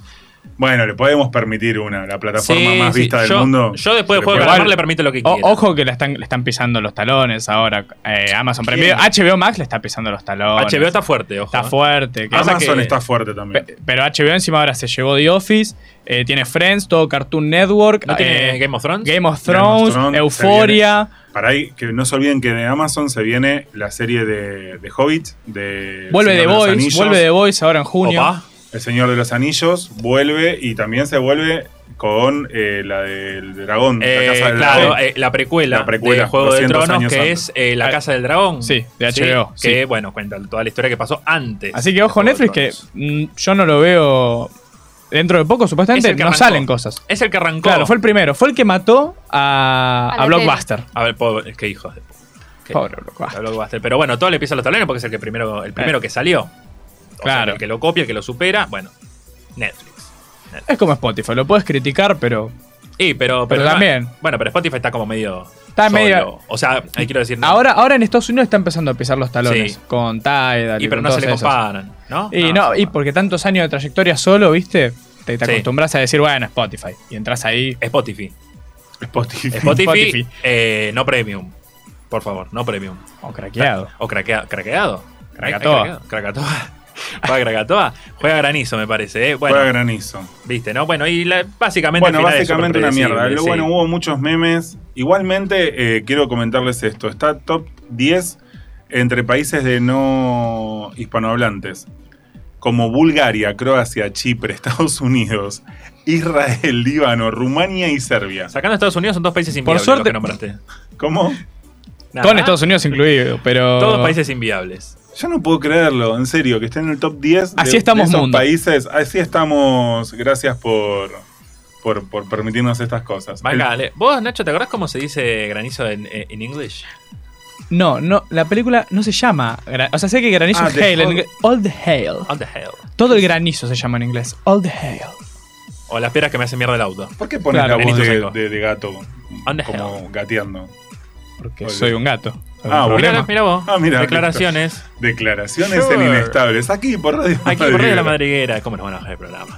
B: Bueno, le podemos permitir una, la plataforma
A: Sí,
B: más
A: sí,
B: vista del
A: yo-
B: mundo.
A: yo después de
B: Se le
A: Juego de
B: puede-
A: Calamar le permite lo que
D: O-
A: quiera.
D: ojo que la están, le están pisando los talones ahora. eh, Amazon Prime Video. HBO Max le está pisando los talones.
A: HBO está fuerte, ojo.
D: Está
A: ¿eh?
D: fuerte. que-
A: pasa
B: Amazon
A: que-
B: está fuerte también.
D: Pe- Pero HBO encima ahora se llevó The Office, eh, tiene Friends, todo Cartoon Network,
A: ¿No tiene
D: eh,
A: Game of Thrones?
D: Game of
B: Game of
D: Thrones,
B: Thrones,
D: Euphoria.
B: Para ahí, que no se olviden que de Amazon se viene la serie de, de Hobbit, de
D: Vuelve
B: El
D: The
B: Señor los
D: Voice,
B: Anillos.
D: vuelve The Voice ahora en junio.
A: Opa.
B: El Señor de los Anillos vuelve y también se vuelve con eh, la del dragón,
A: Eh,
B: la Casa del
A: claro,
B: Dragón.
A: eh, la precuela,
B: La precuela,
A: de Juego de
B: 200
A: Tronos,
B: años
A: que
B: antes.
A: es eh, La Casa del Dragón.
D: Ah, Sí, de HBO,
A: Que,
D: sí.
A: bueno, cuenta toda la historia que pasó antes.
D: Así que
A: de
D: ojo
A: Juego de
D: Netflix, que
A: Tronos.
D: mm, yo no lo veo dentro de poco,
A: Es
D: supuestamente,
A: el que
D: no
A: arrancó.
D: salen cosas.
A: Es el que arrancó.
D: Claro, fue el primero, fue el que mató a,
C: A
D: a
C: la
D: Blockbuster.
A: A ver, pobre, qué hijos de puta. Qué-
D: Pobre Blockbuster.
A: Blockbuster. Pero bueno, todo le pisa a los talones porque es el que primero, el primero
D: Eh.
A: que salió. O sea,
D: Claro.
A: el que lo copia, el que lo supera. Bueno, Netflix.
D: Es como Spotify, lo puedes criticar, pero
A: Y, pero, pero,
D: Pero
A: no-
D: también.
A: Bueno, pero Spotify está como medio.
D: Está
A: solo.
D: medio-
A: O sea, ahí quiero decir. no.
D: ahora, ahora en Estados Unidos está empezando a pisar los talones
A: Sí.
D: con Tidal
A: Y pero
D: con
A: no se
D: todos
A: le
D: esos.
A: comparan, ¿no? se
D: Y no, y
A: comparan.
D: porque tantos años de trayectoria solo, ¿viste? Te, te
A: Sí.
D: acostumbras a decir, bueno, Spotify. Y entras ahí.
A: Spotify.
B: Spotify.
A: Spotify,
D: Spotify.
A: eh, no premium. Por favor, no premium.
D: Oh, craqueado.
A: O craquea- craqueado.
D: Krakatoa.
A: Hay craqueado. Krakatoa. Juega Krakatoa. Juega granizo, me parece. ¿eh? Bueno,
B: Juega granizo.
A: viste, ¿no? Bueno, y la- básicamente.
B: Bueno,
A: al final es
B: básicamente
A: súper
B: una mierda.
A: predecible,
B: Lo
A: sí.
B: bueno, hubo muchos memes. Igualmente, eh, quiero comentarles esto. Está top 10 entre países de no hispanohablantes. Como Bulgaria, Croacia, Chipre, Estados Unidos, Israel, Líbano, Rumania y Serbia.
A: Sacando a Estados Unidos son dos países inviables.
D: suerte-
A: los que nombraste.
B: ¿Cómo?
A: Nada,
D: Con Estados Unidos incluido, pero.
A: Todos países inviables.
B: Yo no puedo creerlo, en serio, que esté en el top 10 de-
D: Así estamos,
B: de esos
D: mundo.
B: países. Así estamos. Gracias por, por, por permitirnos estas cosas.
A: Maca, le- vos, Nacho, ¿te acordás cómo se dice granizo en, en English?
D: No, no, la película no se llama. gra- O sea, sé que granizo
B: Ah,
D: es
B: The Ah,
D: hail. en
B: Hall-
D: inglés- All the hail.
A: What the hell?
D: Todo el granizo se llama en inglés. All the hail.
A: O las piedras que me hacen mierda el auto.
B: ¿Por qué pones
D: Claro,
B: la voz
A: Benito
B: de,
A: Seco.
B: de- de gato?
A: On the
B: Como gateando.
D: Porque
B: All the-
D: soy un gato. Soy
B: Ah,
D: un
B: bueno.
D: problema.
A: Mira, mira vos.
B: Ah, mira,
A: Declaraciones.
B: Declaraciones
A: Sure.
B: en inestables. Aquí por Radio
A: Aquí por Radio
B: Madrid.
A: la Madriguera. ¿Cómo nos van a bajar el programa?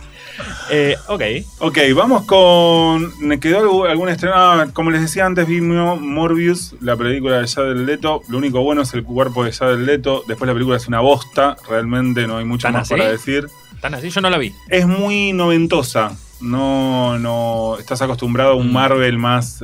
A: Eh, ok.
B: Ok, vamos con. ¿Me quedó algo- algún estreno? Ah, como les decía antes, vimos Morbius, la película de Jared Leto. Lo único bueno es el cuerpo de Jared Leto. Después la película es una bosta. Realmente no hay mucho
A: ¿Tan
B: más
A: así?
B: para decir.
A: ¿Están así? Yo no la vi.
B: es muy noventosa. No, no. Estás acostumbrado a un
A: Mm.
B: Marvel más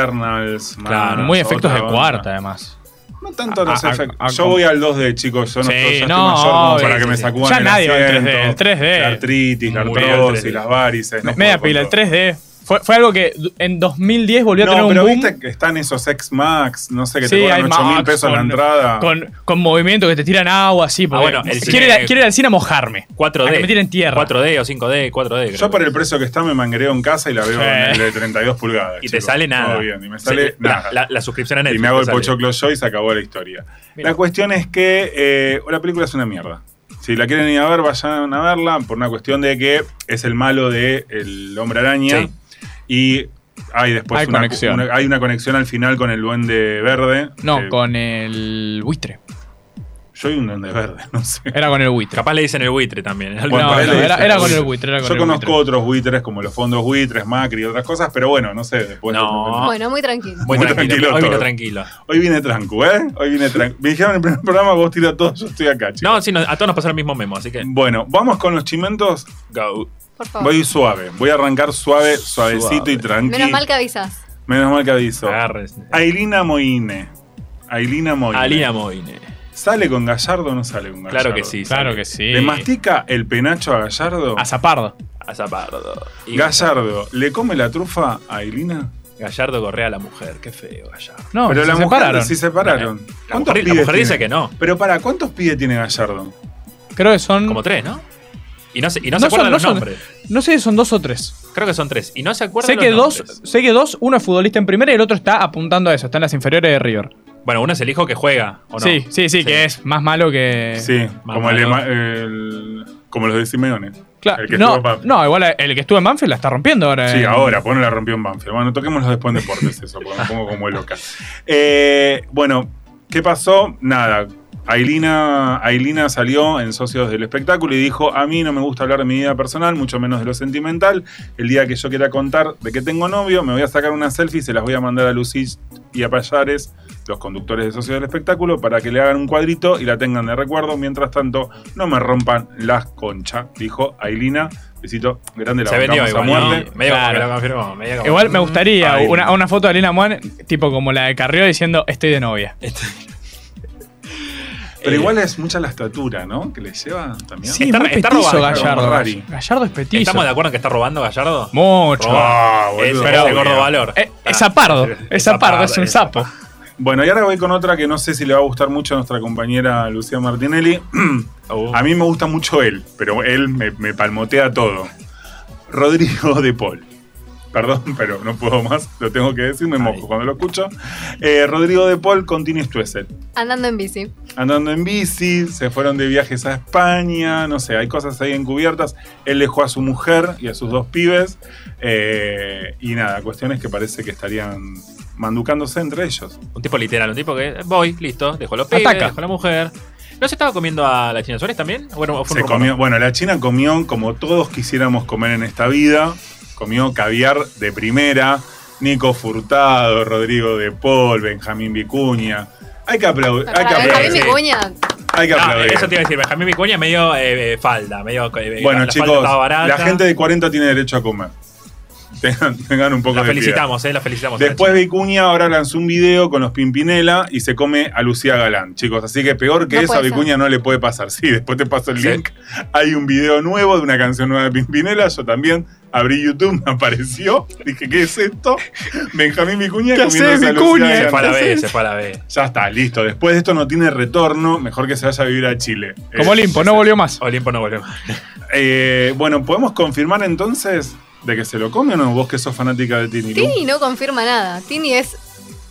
B: Eternals. Más
A: Claro,
D: Muy efectos
B: otra
D: de
B: onda.
D: cuarta, además.
B: No tanto los
D: A- a-
B: efectos.
D: a-
B: yo voy al 2D, chicos. Yo no,
D: Sí,
B: yo ya estoy
D: no,
B: mayor como para
D: sí,
B: que
D: sí,
B: me
D: sí.
B: sacudan
D: Ya
B: el
D: nadie va al
B: asiento,
D: 3D, el 3D.
B: La artritis, la
A: Muy bien, el
B: artrosis,
A: 3D.
B: las varices. no
D: Media
B: puedo con
D: pila, el
B: todo.
D: 3D. Fue, fue algo que du- en 2010 volvió a tener
B: No,
D: un
B: pero
D: boom.
B: viste que están esos ex Max, no sé, que
D: Sí,
B: te cobran
D: hay
B: 8 mil
D: Max
B: pesos la
D: con-
B: entrada.
D: Con, con movimiento que te tiran agua, así. Porque
G: bueno, el
D: quiero,
G: cine-
D: ir a- quiero ir al cine a mojarme. A
G: 4D.
D: que me tiren tierra.
G: 4D o 5D, 4D. creo.
B: Yo por el precio que está me manguereo en casa y la veo
D: Sí.
B: en el de 32 pulgadas.
G: Y te
B: chicos.
G: sale nada.
B: Todo bien, y me sale
G: Sí, la-
B: nada.
G: La, la suscripción a Netflix.
B: y me hago
G: te
B: el
G: sale.
B: pochoclo yo y se acabó la historia.
D: Mira.
B: La cuestión es que eh, la película es una mierda. Si la quieren ir a ver, vayan a verla por una cuestión de que es el malo de El Hombre Araña.
G: Sí.
B: Y hay después
D: Hay
B: una,
D: conexión.
B: una- hay una conexión al final con el duende verde.
D: No,
B: Eh,
D: con el buitre.
B: Yo y un duende verde, no sé.
D: Era con el buitre.
G: Capaz le dicen el buitre también.
D: Bueno,
B: por ahí
D: no,
B: le
D: era-
B: dicen
D: era con el
B: buitre.
D: buitre, era con
B: Yo
D: el
B: conozco
D: buitre.
B: otros buitres como los fondos buitres, Macri y otras cosas, pero bueno, no sé. Después
G: No.
B: Ah,
C: Bueno, muy tranquilo.
G: Muy,
B: Muy
G: tranquilo.
B: tranquilo
G: Hoy
B: todo.
G: vino tranquilo.
B: Hoy vine tranco, ¿eh? Hoy vine tranco. Me dijeron en el primer programa, vos tira todo, yo estoy acá, chicos.
G: No, sí, no, a todos nos pasó el mismo memo, así que.
B: Bueno, vamos con los chimentos.
G: Go.
C: Por favor.
B: Voy suave. Voy a arrancar suave, suavecito
G: Suave.
B: y tranquilo.
C: Menos mal que avisas.
B: Menos mal que aviso.
G: Agarres.
B: Ailina Moine. Ailina Moine.
G: Alina Moine.
B: ¿Sale con Gallardo o no sale con Gallardo?
G: Claro que sí. Ah,
D: Claro
G: sale.
D: que sí.
B: ¿Le mastica el penacho a Gallardo?
D: A Zapardo.
G: A Zapardo. Y
B: Gallardo, ¿le come la trufa a Ailina?
G: Gallardo correa a la mujer. Qué feo, Gallardo.
D: No,
B: Pero
D: se
B: la mujer
D: separaron.
B: sí separaron.
G: La mujer, la mujer dice que no.
B: Pero para, ¿cuántos pibes tiene Gallardo?
D: Creo que son.
G: Como tres, ¿no? Y no se, y no
D: No
G: se acuerdan
D: son- no
G: los
D: son-
G: nombres.
D: No sé si son dos o tres.
G: Creo que son tres. Y no se acuerdan
D: Sé
G: los
D: que, dos,
G: nombres.
D: sé que dos, uno es futbolista en primera y el otro está apuntando a eso, está en las inferiores de River.
G: Bueno, uno es el hijo que juega, ¿o no?
D: sí, sí, sí, que es más malo que.
B: Sí,
G: Eh, más
B: como, el,
G: malo.
B: Ema- el- como los de Simeone.
D: Claro,
B: El que
D: no,
B: estuvo pa-
D: no, igual eh, el que estuvo en Banfield la está rompiendo ahora. eh.
B: Sí,
D: en-
B: ahora, pues no la rompió en Banfield. Bueno, toquémoslo después en deportes, eso, porque me pongo como loca. Eh, bueno, ¿qué pasó? Nada. Ailina, Ailina salió en Socios del Espectáculo y dijo: A mí no me gusta hablar de mi vida personal, mucho menos de lo sentimental. El día que yo quiera contar de que tengo novio, me voy a sacar una selfie y se las voy a mandar a Lucich y a Payares, los conductores de Socios del Espectáculo, para que le hagan un cuadrito y la tengan de recuerdo. Mientras tanto, no me rompan las conchas, dijo Ailina. Besito grande, la
G: Se vendió
B: bancamos a
G: igual.
B: muerte.
G: ¿no? Medio como
D: Claro.
G: que lo confirmó. medio como- Ah,
D: Igual me gustaría
B: Ahí.
D: una, una foto de Elena Moan, tipo como la de Carrió, diciendo estoy de novia.
B: Pero
G: Eh,
B: igual es mucha la estatura, ¿no? Que le lleva también.
G: Sí. está- está robado, está
D: Gallardo.
B: como Rari.
D: Gallardo es petizo.
G: ¿Estamos de acuerdo en que está robando Gallardo?
D: Mucho.
B: Ah, boludo.
G: es
B: Pero-
G: ese gordo valor.
D: Eh, es
G: Ah,
D: zapardo,
G: es-
D: es zapardo, es un
G: zapardo.
D: sapo.
B: Bueno, y ahora voy con otra que no sé si le va a gustar mucho a nuestra compañera Lucía Martinelli.
G: Uh,
B: A mí me gusta mucho él, pero él me, me palmotea todo. Rodrigo de Paul. Perdón, pero no puedo más, lo tengo que decir, me mojo
G: Ay.
B: cuando lo escucho. Eh, Rodrigo de Paul con Tini Stuessel.
C: Andando en bici.
B: andando en bici, se fueron de viajes a España, no sé, hay cosas ahí encubiertas. Él dejó a su mujer y a sus dos pibes. eh, y nada, cuestiones que parece que estarían manducándose entre ellos.
G: Un tipo literal, un tipo que voy, listo, dejó los pibes,
D: Ataca.
G: dejó la mujer. ¿No se estaba comiendo a la China Suárez también? Bueno, fue un
B: Se
G: rumor.
B: comió, bueno, la China comió como todos quisiéramos comer en esta vida. Comió caviar de primera. Nico Furtado, Rodrigo de Paul, Benjamín Vicuña. Hay que aplaudir. Hay que
C: Para Benjamín
B: aplaudir.
C: Vicuña,
B: Hay que
G: No,
B: aplaudir.
G: Ah, eso te iba a decir, Benjamín Vicuña medio eh, eh, falda, medio eh,
B: Bueno,
G: la falda
B: chicos,
G: estaba barata.
B: la gente de 40 tiene derecho a comer. Tengan, tengan un poco
G: la
B: de piedad.
G: felicitamos, eh, la felicitamos.
B: Después Vicuña ahora lanzó un video con los Pimpinela y se come a Lucía Galán, chicos. Así que peor que
C: No
B: eso a
C: puede
B: Vicuña no le puede pasar. Sí, después te paso el
G: Sí.
B: link. Hay un video nuevo de una canción nueva de Pimpinela. Yo también abrí YouTube, me apareció. Dije, ¿qué es esto? Benjamín Vicuña
D: ¿Qué
B: comiéndose
D: haces,
B: a Lucía
D: Vicuña?
G: se fue a
B: Galán.
G: la B, se fue a la B.
B: Ya está, listo. Después de esto no tiene retorno. Mejor que se vaya a vivir a Chile. Eh,
D: Como Olimpo, no volvió más.
G: Olimpo no volvió.
B: eh, bueno, ¿podemos confirmar entonces de que se lo come o no? Vos que sos fanática de Tini. Lu.
C: Tini no confirma nada. Tini es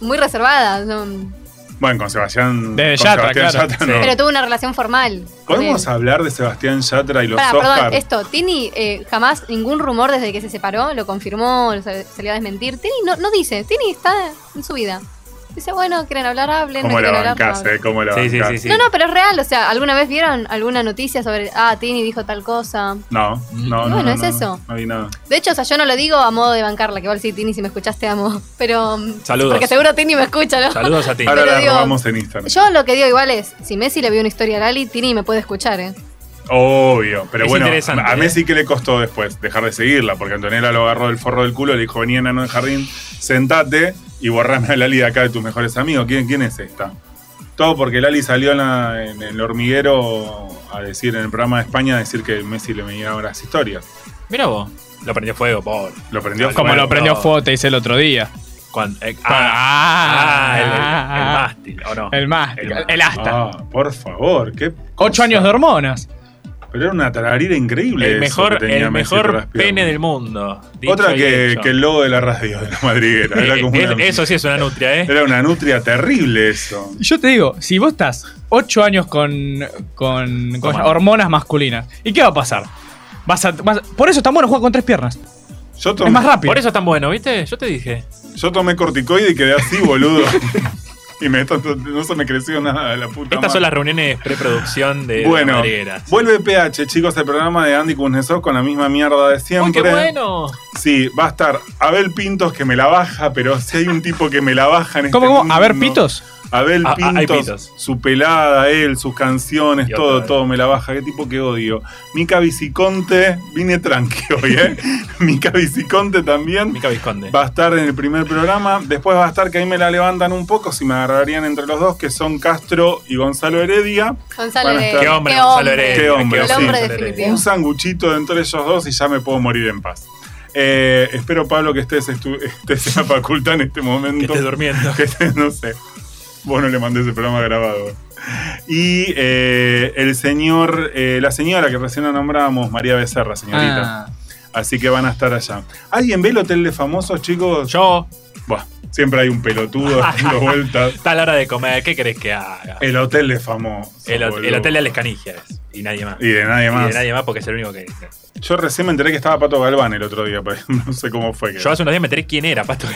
C: muy reservada. no-
B: Bueno, con Sebastián.
D: Desde
B: con
D: Yatra,
B: Sebastián
D: claro.
B: Yatra, no.
C: Pero tuvo una relación formal. con
B: ¿Podemos
C: él.
B: hablar de Sebastián Yatra y los
C: Pará,
B: Oscar?
C: perdón, esto, Tini eh, jamás ningún rumor desde que se separó lo confirmó, lo sal- salió a desmentir. Tini no, no dice, Tini está en su vida. Dice, bueno, quieren hablar, hablen. no
B: ¿Cómo la
C: quieren hablar, no
B: bancás,
C: hablen.
B: eh? ¿Cómo la
G: Sí, sí,
B: bancás?
G: sí, sí.
C: No, no, pero es real, o sea, ¿alguna vez vieron alguna noticia sobre, ah, Tini dijo tal cosa?
B: No, no, no.
C: Mm. Bueno,
B: no,
C: es
B: no,
C: eso.
B: No vi nada.
C: De hecho, o sea, yo no lo digo a modo de bancarla, que igual sí, Tini, si me escuchaste, amo. Pero. mm,
G: Saludos.
C: Porque seguro Tini me escucha, ¿no?
G: Saludos a ti.
B: Ahora
C: Pero
B: la
C: digo-
B: robamos en Instagram.
C: Yo lo que digo igual es, si Messi le vio una historia a Lali, Tini me puede escuchar, ¿eh?
B: Obvio. Pero
G: Es
B: bueno,
G: interesante,
B: a
G: eh.
B: Messi, ¿qué le costó después? Dejar de seguirla, porque Antonella lo agarró del forro del culo, le dijo: Vení, enano del jardín, sentate y borrame a Lali de acá de tus mejores amigos. ¿Quién, quién es esta? Todo porque Lali salió en, la- en el hormiguero a decir, en el programa de España, a decir que Messi le veía ahora las historias.
G: Mira vos.
A: Lo prendió fuego, por.
B: Lo prendió
D: Como
B: fuego.
D: lo prendió fuego, te hice el otro día.
A: Cuan- eh, ah, ah, el, el- el
D: Ah,
A: mástil, ¿o no?
D: el mástil,
A: El-
D: el asta.
B: Ah, por favor, qué.
D: Ocho años de hormonas.
B: Pero era una tararida increíble.
A: El
B: eso
A: mejor,
B: que tenía
A: el
B: Messi por las
A: mejor
B: piernas.
A: pene del mundo. dicho
B: Otra
A: y
B: que,
A: hecho.
B: que el logo de la radio de la madriguera. Era
A: Eh,
B: como
A: es-
B: una,
A: Eso sí es una nutria, ¿eh?
B: era una nutria terrible eso.
D: Y Yo te digo, si vos estás ocho años con, con, con
A: Hormonas.
D: hormonas masculinas, ¿y qué va a pasar? Vas a, vas a- por eso es tan bueno jugar con tres piernas.
B: Yo tomé,
D: Es más rápido.
A: Por eso es tan bueno, ¿viste? Yo te dije.
B: yo tomé corticoide y quedé así, boludo. y me, no se me creció nada de la puta.
A: Estas
B: madre.
A: son las reuniones preproducción de
B: Bueno,
A: Madrigueras.
B: vuelve PH, chicos, el programa de Andy Kuznetsov con la misma mierda de
A: ¡Uy,
B: siempre.
A: qué bueno!
B: Sí, va a estar Abel Pintos que me la baja, pero si hay un tipo que me la baja en
D: ¿Cómo,
B: este
D: cómo? A ver,
B: mundo.
D: pitos.
B: Abel
A: Ah, ah, hay
B: Pintos,
A: pitos.
B: su pelada, él, sus canciones,
A: Y
B: todo,
A: otra.
B: todo me la baja. Qué tipo que odio. Mica Viciconte, vine tranqui hoy, ¿eh? Mica Viciconte también.
A: Mica Visconde.
B: Va a estar en el primer programa. Después va a estar que ahí me la levantan un poco, si me agarrarían entre los dos, que son Castro y Gonzalo Heredia.
C: Gonzalo
B: Van a
C: de-
B: estar-
A: Qué hombre, Gonzalo Heredia.
B: Qué hombre,
C: El hombre
B: sí.
C: definitivo.
B: Un sanguchito entre ellos dos y ya me puedo morir en paz. Eh, espero, Pablo, que estés, estu- estés en la facultad en este momento.
A: Que estés durmiendo.
B: Que estés- no sé. Vos no le mandé ese programa grabado. Y eh, el señor, eh, la señora que recién la nombramos, María Becerra, señorita.
D: Ah.
B: Así que van a estar allá. ¿Alguien ve el hotel de famosos, chicos?
A: Yo,
B: Buah, siempre hay un pelotudo dando vueltas.
A: tal hora de comer, ¿qué querés que haga?
B: El hotel de famosos.
A: El, el
B: boludo.
A: hotel de las canijas. Y nadie más.
B: Y de nadie
A: Y
B: más.
A: de nadie más porque es el único que.
B: Yo recién me enteré que estaba Pato Galván el otro día, pero no sé cómo fue. Que...
A: Yo hace unos días me enteré quién era, Pato.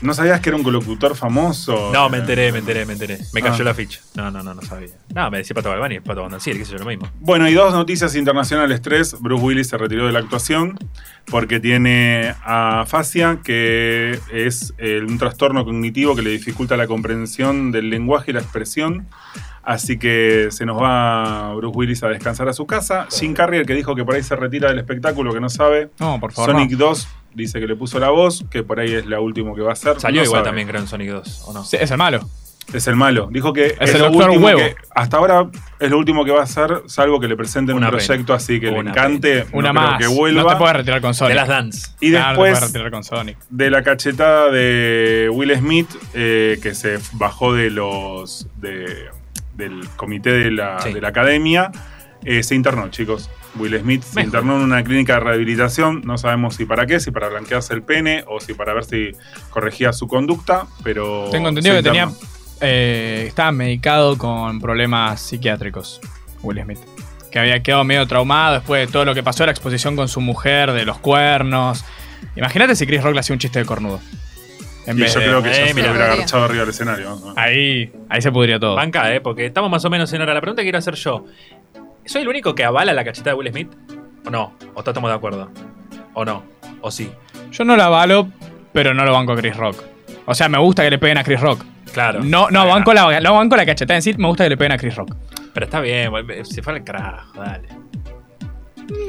B: ¿No sabías que era un locutor famoso?
A: Oh, No, me enteré, me enteré, me enteré. Me cayó
B: Ah.
A: la ficha. No, no, no, no sabía. No, me decía Pato Galván y Pato Bondancier, qué sé yo, lo mismo.
B: Bueno, y dos noticias internacionales. Tres, Bruce Willis se retiró de la actuación porque tiene afasia, que es eh, un trastorno cognitivo que le dificulta la comprensión del lenguaje y la expresión. Así que se nos va Bruce Willis a descansar a su casa. Jim Carrey, el que dijo que por ahí se retira del espectáculo, que no sabe.
D: No, por favor.
B: Sonic
D: no.
B: 2 dice que le puso la voz, que por ahí es la última que va a hacer.
A: Salió
B: No
A: igual
B: sabe.
A: también, creo, en Sonic 2, ¿o no?
D: Sí, Es el malo.
B: Es el malo. Dijo que
D: el
B: lo
D: doctor
B: último
D: Huevo.
B: que- hasta ahora es lo último que va a hacer, salvo que le presenten
A: Una
B: un
A: pena.
B: proyecto así que le
A: Una
B: encante, no
D: Una
B: creo
D: más.
B: que vuelva.
D: No te puedes retirar con Sonic.
A: De las Dance.
B: y
D: Claro, no te puedes
B: después
D: retirar con Sonic.
B: de la cachetada de Will Smith, eh, que se bajó de los de- del comité de la,
A: Sí.
B: de la academia, eh, se internó, chicos. Will Smith se
A: Mejor.
B: internó en una clínica de rehabilitación, no sabemos si para qué, si para blanquearse el pene o si para ver si corregía su conducta, pero...
D: Tengo entendido
B: se
D: que tenía.
B: internó.
D: eh, estaba medicado con problemas psiquiátricos, Will Smith. Que había quedado medio traumado después de todo lo que pasó, la exposición con su mujer, de los cuernos. Imagínate si Chris Rock le hacía un chiste de cornudo. En
B: Y
D: vez
B: yo
D: de-
B: creo que ya
A: eh,
B: se
A: mira.
B: hubiera agarchado arriba del escenario. ¿no?
D: Ahí, ahí se pudría todo.
A: Banca, ¿eh? Porque estamos más o menos en hora. La pregunta que quiero hacer yo: ¿soy el único que avala la cachetada de Will Smith? ¿O no? ¿O estamos de acuerdo? ¿O no? ¿O sí?
D: Yo no la avalo, pero no lo banco a Chris Rock. O sea, me gusta que le peguen a Chris Rock.
A: Claro.
D: No, no,
A: Ah,
D: banco la, no banco la cachetada en sí, me gusta que le peguen a Chris Rock.
A: Pero está bien, güey, se fue al carajo, dale.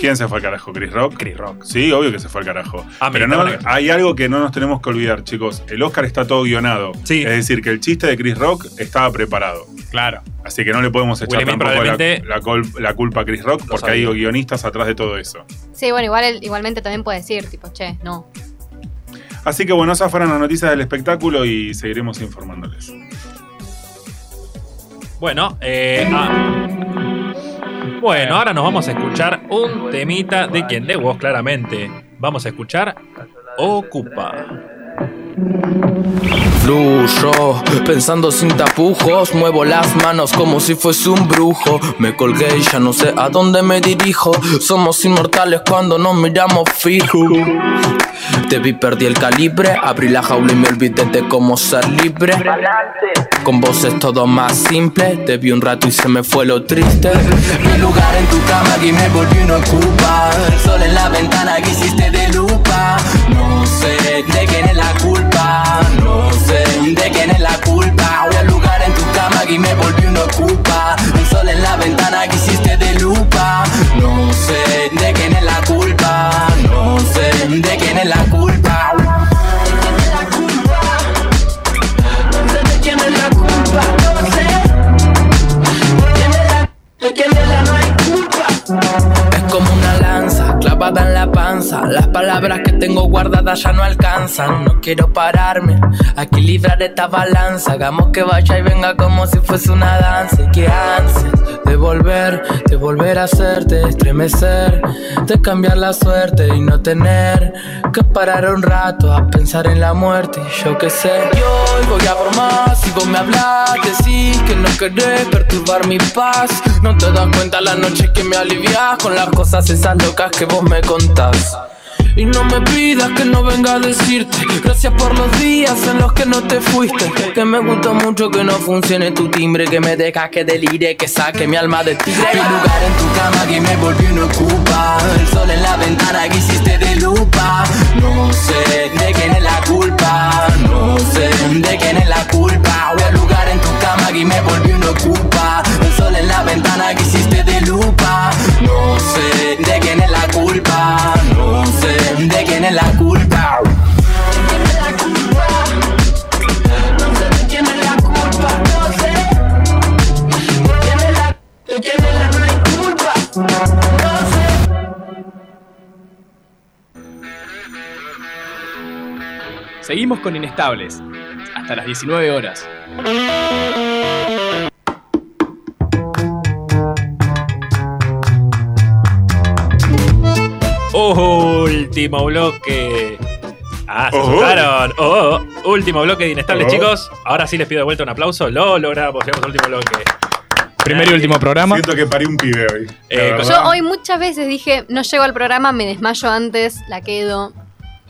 B: ¿Quién se fue al carajo? ¿Chris Rock?
A: Chris Rock.
B: Sí, obvio que se fue al carajo.
A: Ah,
B: Pero
A: mira,
B: no,
A: está bien.
B: hay algo que no nos tenemos que olvidar, chicos. El Oscar está todo guionado.
A: Sí.
B: Es decir, que el chiste de Chris Rock estaba preparado.
D: Claro.
B: Así que no le podemos echar
A: Will Smith
B: tampoco la,
A: probablemente-
B: la col- la culpa a Chris Rock porque hay
A: sabía.
B: guionistas atrás de todo eso.
C: Sí, bueno, igual, él- igualmente también puede decir, tipo, che, no.
B: Así que bueno, esas fueron las noticias del espectáculo y seguiremos informándoles.
A: Bueno, eh, ah. bueno, ahora nos vamos a escuchar un temita de quien de vos, claramente. Vamos a escuchar Ocupa.
E: Fluyo, pensando sin tapujos, muevo las manos como si fuese un brujo. Me colgué y ya no sé a dónde me dirijo. Somos inmortales cuando nos miramos fijo. Te vi, perdí el calibre, abrí la jaula y me olvidé de cómo ser libre. Con vos es todo más simple, te vi un rato y se me fue lo triste. Mi lugar en tu cama que me volví una culpa. El sol en la ventana que hiciste de lupa. No sé de quién es la culpa, no sé de quién es la culpa. Ahora el lugar en tu cama que me volví una culpa. El sol en la ventana que hiciste de lupa. No sé de quién es la culpa, no sé de quién es la culpa. Es como una lanza clavada en la panza. Las palabras que tengo guardadas ya no alcanzan. No quiero pararme a equilibrar esta balanza. Hagamos que vaya y venga como si fuese una danza. Y que ansias de volver, de volver a hacerte estremecer, de cambiar la suerte y no tener que parar un rato a pensar en la muerte. Y yo qué sé. Y hoy voy a por más. Si vos me hablas, decís que no querés perturbar mi paz. No te das cuenta la noche que me alivias con las cosas esas locas que vos me contás. Y no me pidas que no venga a decirte Gracias por los días en los que no te fuiste Que me gusta mucho que no funcione tu timbre Que me dejas que delire, que saque mi alma de tigre Mi lugar en tu cama que me volvió una ocupa El sol en la ventana que hiciste de lupa No sé de quién es la culpa No sé de quién es la culpa Voy al lugar en tu cama que me volvió una ocupa El sol en la ventana que hiciste de lupa No sé de quién es la culpa No sé de quién es la culpa
D: Seguimos con Inestables. Hasta las 19 horas.
A: Último bloque. Ah, se
B: Oh.
A: asustaron. Oh, oh. Último bloque de Inestables,
B: Oh.
A: chicos. Ahora sí les pido de vuelta un aplauso. Lo logramos, llegamos al último bloque.
D: Primer y último programa.
B: Siento que parí un pibe hoy. la
A: Eh,
B: verdad.
C: Yo hoy muchas veces dije, no llego al programa, me desmayo antes, la quedo.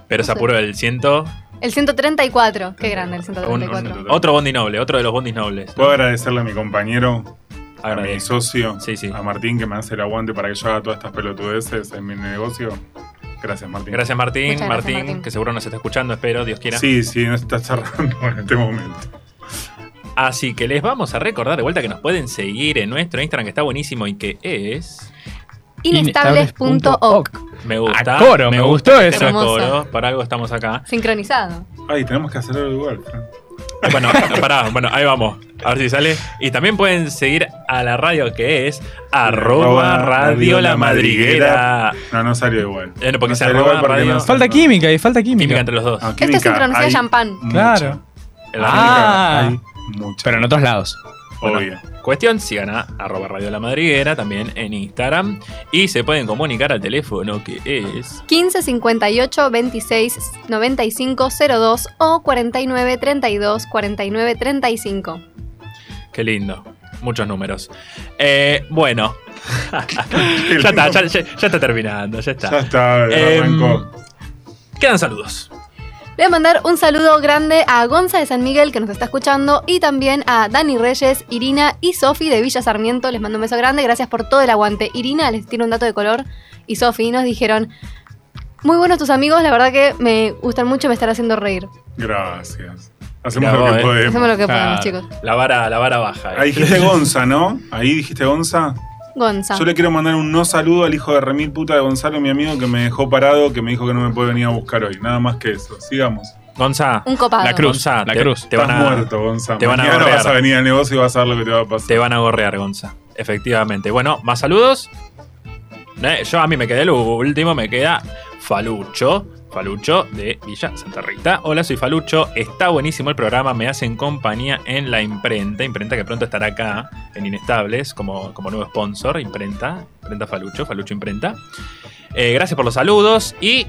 A: Pero se apuró el ciento.
C: El 134, qué grande el
A: Un- un-
C: 134.
A: otro bondi noble, otro de los bondis nobles.
B: Puedo agradecerle a mi compañero, a mi
A: Agradezco.
B: socio,
A: Sí, sí.
B: a Martín que me hace el aguante para que yo haga todas estas pelotudeces en mi negocio. Gracias, Martín.
A: Gracias Martín,
C: Muchas gracias,
A: Martín,
C: Martín.
A: que seguro nos está escuchando, espero, Dios quiera.
B: Sí, sí, no está cerrando en este momento.
A: Así que les vamos a recordar de vuelta que nos pueden seguir en nuestro Instagram, que está buenísimo y que es...
C: Inestables.org.
A: Me gusta.
D: A coro, me gustó
A: que estén a
C: eso.
A: coro,
C: Hermoso.
A: para algo estamos acá.
C: Sincronizado.
B: Ay, tenemos que hacerlo igual. Fran.
A: Bueno, pará, bueno, ahí vamos. A ver si sale. Y también pueden seguir a la radio que es arroba radio la madriguera.
B: No, no salió igual.
A: Eh, no, porque
B: No
A: se
B: salió
A: arroba
B: igual porque
A: radio-
B: no-
D: Falta química y falta química.
A: Química entre los dos.
B: Ah,
C: Esto Este es
B: química,
C: sincronizar
B: hay
C: champán.
B: mucha.
D: Claro.
A: El
B: La
A: arroba.
D: Ah.
B: química, hay mucha.
D: Pero en otros lados.
A: Bueno,
B: Obvio.
A: Cuestión, sigan a arroba radio la madriguera también en Instagram. Y se pueden comunicar al teléfono que es...
C: 15 58 26 95 02 o 49 32 49 35.
A: Qué lindo. Muchos números. Eh, bueno.
B: Qué
A: ya está,
B: lindo.
A: ya, ya- ya está terminando, ya está.
B: Ya está,
A: Eh,
B: arrancó.
A: Quedan saludos.
C: Le voy a mandar un saludo grande a Gonza de San Miguel que nos está escuchando y también a Dani Reyes, Irina y Sofi de Villa Sarmiento. Les mando un beso grande, gracias por todo el aguante. Irina les tiene un dato de color y Sofi nos dijeron, muy buenos tus amigos, la verdad que me gustan mucho y me están haciendo reír.
B: Gracias. Hacemos
A: Mirá
B: lo
A: vos,
B: que
A: eh.
C: Hacemos
B: podemos.
C: lo que podemos,
D: Claro.
C: chicos.
A: La vara, la vara baja. eh.
B: Ahí dijiste Gonza, ¿no? Ahí dijiste Gonza.
C: Gonza.
B: Yo le quiero mandar un no saludo al hijo de Remil puta de Gonzalo, mi amigo, que me dejó parado, que me dijo que no me puede venir a buscar hoy. Nada más que eso. Sigamos.
A: Gonza,
C: Un copado.
D: La cruz,
A: Gonza,
D: la
A: te-
D: cruz.
A: Te van,
B: Estás
A: a,
B: muerto, Gonzalo.
A: te van a
B: Mañana
A: gorrear.
B: vas a venir al negocio y vas a ver lo que te va a pasar.
A: te van a gorrear, Gonza. Efectivamente. Bueno, más saludos. Eh, yo a mí me quedé el último, me queda Falucho. Falucho de Villa Santa Rita. Hola, soy Falucho. Está buenísimo el programa. Me hacen compañía en la imprenta. Imprenta que pronto estará acá en Inestables como, como nuevo sponsor. Imprenta. Imprenta Falucho. Falucho Imprenta. Eh, gracias por los saludos. Y,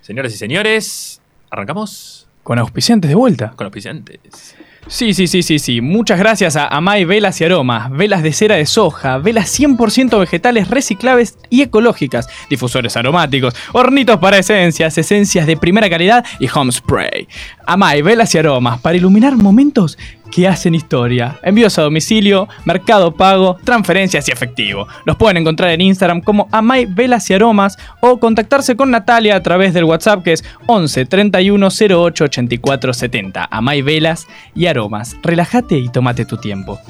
A: señores y señores, arrancamos
D: Con auspiciantes de vuelta.
A: con los pisantes.
D: Sí, sí, sí, sí, sí. Muchas gracias a Amay Velas y Aromas, velas de cera de soja, velas 100% vegetales reciclables y ecológicas, difusores aromáticos, hornitos para esencias, esencias de primera calidad y home spray. Amay Velas y Aromas para iluminar momentos que hacen historia. Envíos a domicilio, mercado pago, transferencias y efectivo. Los pueden encontrar en Instagram como Amay Velas y Aromas o contactarse con Natalia a través del WhatsApp que es 11 31 08 84 70. Amay Velas y Aromas. Relájate y tómate tu tiempo.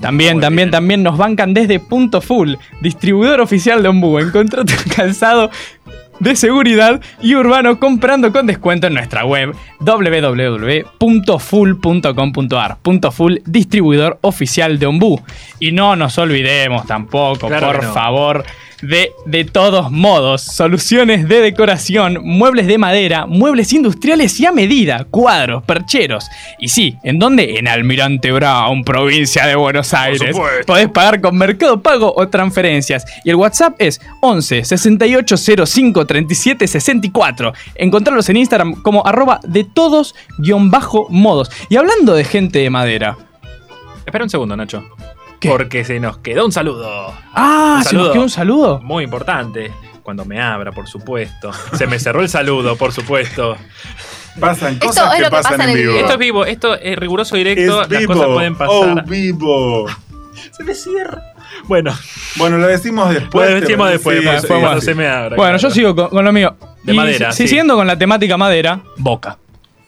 D: También,
A: Muy
D: también,
A: bien.
D: también nos bancan desde Punto Full, distribuidor oficial de Ombú. Encontrá tu calzado de seguridad y urbano comprando con descuento en nuestra web www.full.com.ar. Punto Full, distribuidor oficial de Ombú. Y no nos olvidemos tampoco,
A: Claro
D: por
A: que no.
D: favor, de De todos modos, soluciones de decoración, muebles de madera, muebles industriales y a medida, cuadros, percheros. Y sí, ¿en dónde? En Almirante Brown, provincia de Buenos Aires.
B: supuesto.
D: Podés pagar con Mercado Pago o transferencias. Y el WhatsApp es 11 6805 37 64. Encontrarlos en Instagram como arroba de todos guión bajo modos. Y hablando de gente de madera.
A: Espera un segundo, Nacho.
D: ¿Qué?
A: Porque se nos quedó un saludo.
D: Ah,
A: Un
D: se nos
A: saludo.
D: quedó un saludo.
A: Muy importante. Cuando me abra, por supuesto. Se me cerró el saludo, por supuesto.
B: Pasan
C: Esto
B: cosas
C: es
B: que,
C: lo que
B: pasan
C: pasa en
B: en
C: el
B: vivo.
C: video.
A: Esto es vivo, esto es riguroso directo,
B: Es
A: las
B: vivo.
A: cosas pueden
B: Oh,
A: pasar.
B: vivo.
A: se me cierra. Bueno,
B: Bueno, lo decimos después.
A: pues decimos
B: Sí,
A: después,
B: sí,
A: cuando-
B: sí,
A: cuando
B: sí.
A: se me abra.
D: Bueno, yo
A: claro.
D: sigo con, con lo mío.
A: De madera,
D: si-
A: sí.
D: Siguiendo con la temática madera, Boca.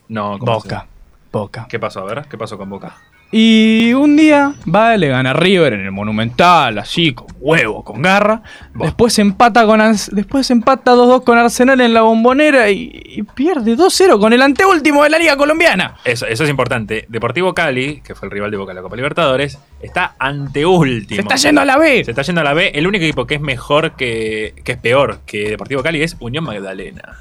A: No, ¿cómo
D: Boca. Boca.
A: se- ¿Qué pasó? A ver, ¿qué pasó con Boca?
D: Y un día va, le gana a River en el Monumental, así, con huevo, con garra. Después empata con Ars- después empata 2-2 con Arsenal en la bombonera y, y pierde 2-0 con el anteúltimo de la Liga Colombiana.
A: Eso, eso es importante. Deportivo Cali, que fue el rival de Boca en la Copa Libertadores, está anteúltimo.
D: Se está yendo a la B.
A: Se está yendo a la B. El único equipo que es mejor que. que es peor que Deportivo Cali es Unión Magdalena.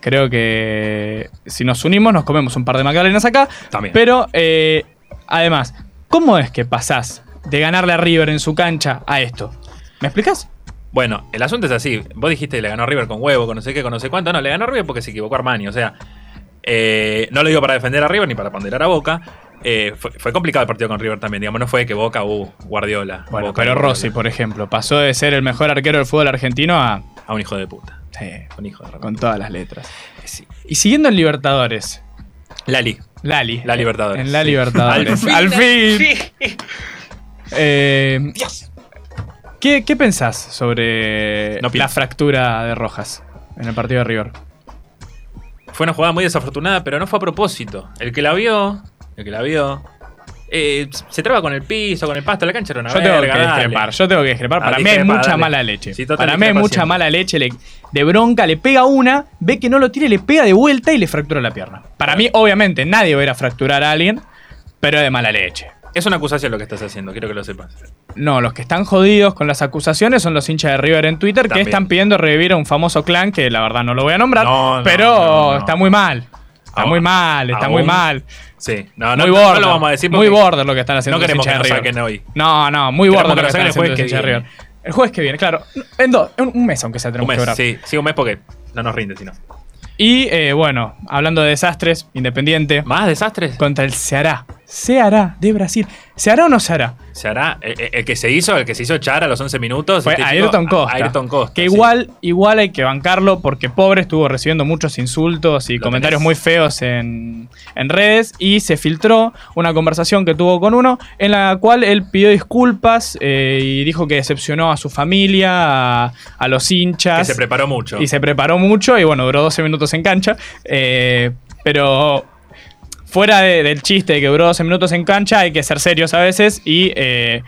D: Creo que si nos unimos nos comemos un par de magdalenas acá.
A: También.
D: Pero eh, además, ¿cómo es que pasás de ganarle a River en su cancha a esto? ¿Me explicas?
A: Bueno, el asunto es así. Vos dijiste que le ganó a River con huevo, con no sé qué, con no sé cuánto. No, le ganó a River porque se equivocó Armani. O sea, eh, no lo digo para defender a River ni para ponderar a Boca. Eh, fue, fue complicado el partido con River también. Digamos, no fue que Boca, uh, Guardiola.
D: Bueno,
A: Boca,
D: pero
A: Guardiola.
D: Rossi, por ejemplo, pasó de ser el mejor arquero del fútbol argentino a...
A: A un hijo de puta.
D: eh,
A: Un hijo de
D: con todas las letras.
A: Sí.
D: Y siguiendo en Libertadores,
A: Lali.
D: Lali.
A: La Libertadores.
D: En la
A: Sí.
D: Libertadores.
A: Al
D: Al fin. Eh, ¿qué, qué pensás sobre
A: No
D: la
A: pienso.
D: fractura de Rojas en el partido de River?
A: Fue una jugada muy desafortunada, pero no fue a propósito. El que la vio, el que la vio, eh, se traba con el piso, con el pasto, la cancha era una
D: Yo tengo que
A: verga, dale.
D: discrepar, yo tengo que discrepar.
A: Ah,
D: Para mí es
A: discrepa,
D: mucha
A: dale.
D: mala leche.
A: Sí, total
D: Para mí es
A: discrepa
D: mucha
A: siempre.
D: mala leche. le- de bronca, le pega una, ve que no lo tira, le pega de vuelta y le fractura la pierna. Para mí, obviamente, nadie va a ir a fracturar a alguien, pero es de mala leche.
A: Es una acusación lo que estás haciendo, quiero que lo sepas.
D: No, los que están jodidos con las acusaciones son los hinchas de River en Twitter
A: También.
D: que están pidiendo revivir a un famoso clan que la verdad no lo voy a nombrar,
A: No, no,
D: pero
A: no, Ah, no.
D: está muy mal. Está
A: Aún-
D: muy mal, está muy
A: aún-
D: mal.
A: Sí, no, no,
D: muy
A: no,
D: border.
A: no lo vamos a decir
D: muy
A: porque
D: border lo que están haciendo
A: no
D: los
A: queremos que
D: hinchas
A: nos
D: de River.
A: saquen hoy.
D: No, no, muy
A: Queremos
D: border
A: que
D: lo que
A: nos
D: están
A: saquen el
D: haciendo
A: jueves
D: los
A: que
D: hinchas de
A: viene.
D: River. El jueves que viene, claro. En dos, en un mes aunque sea
A: Un
D: tenemos que
A: mes,
D: durar.
A: sí, sí, un mes porque no nos rinde, sino.
D: Y eh, bueno, hablando de desastres, Independiente
A: ¿Más desastres?
D: contra el Ceará. Ceará de Brasil. ¿Ceará o no Ceará?
A: Se hará. eh, eh, El, que se hizo, el que se hizo echar a los 11 minutos.
D: Fue
A: este chico,
D: Ayrton Costa.
A: a- Ayrton Costa.
D: Que
A: sí.
D: igual, igual hay que bancarlo porque pobre estuvo recibiendo muchos insultos y
A: Lo
D: comentarios
A: tenés.
D: muy feos en, en redes y se filtró una conversación que tuvo con uno en la cual él pidió disculpas eh, y dijo que decepcionó a su familia, a, a los
A: Que
D: hinchas
A: se preparó mucho.
D: y se preparó mucho y bueno, duró 12 minutos en cancha. Eh, pero fuera de- del chiste de que duró 12 minutos en cancha, hay que ser serios a veces y eh,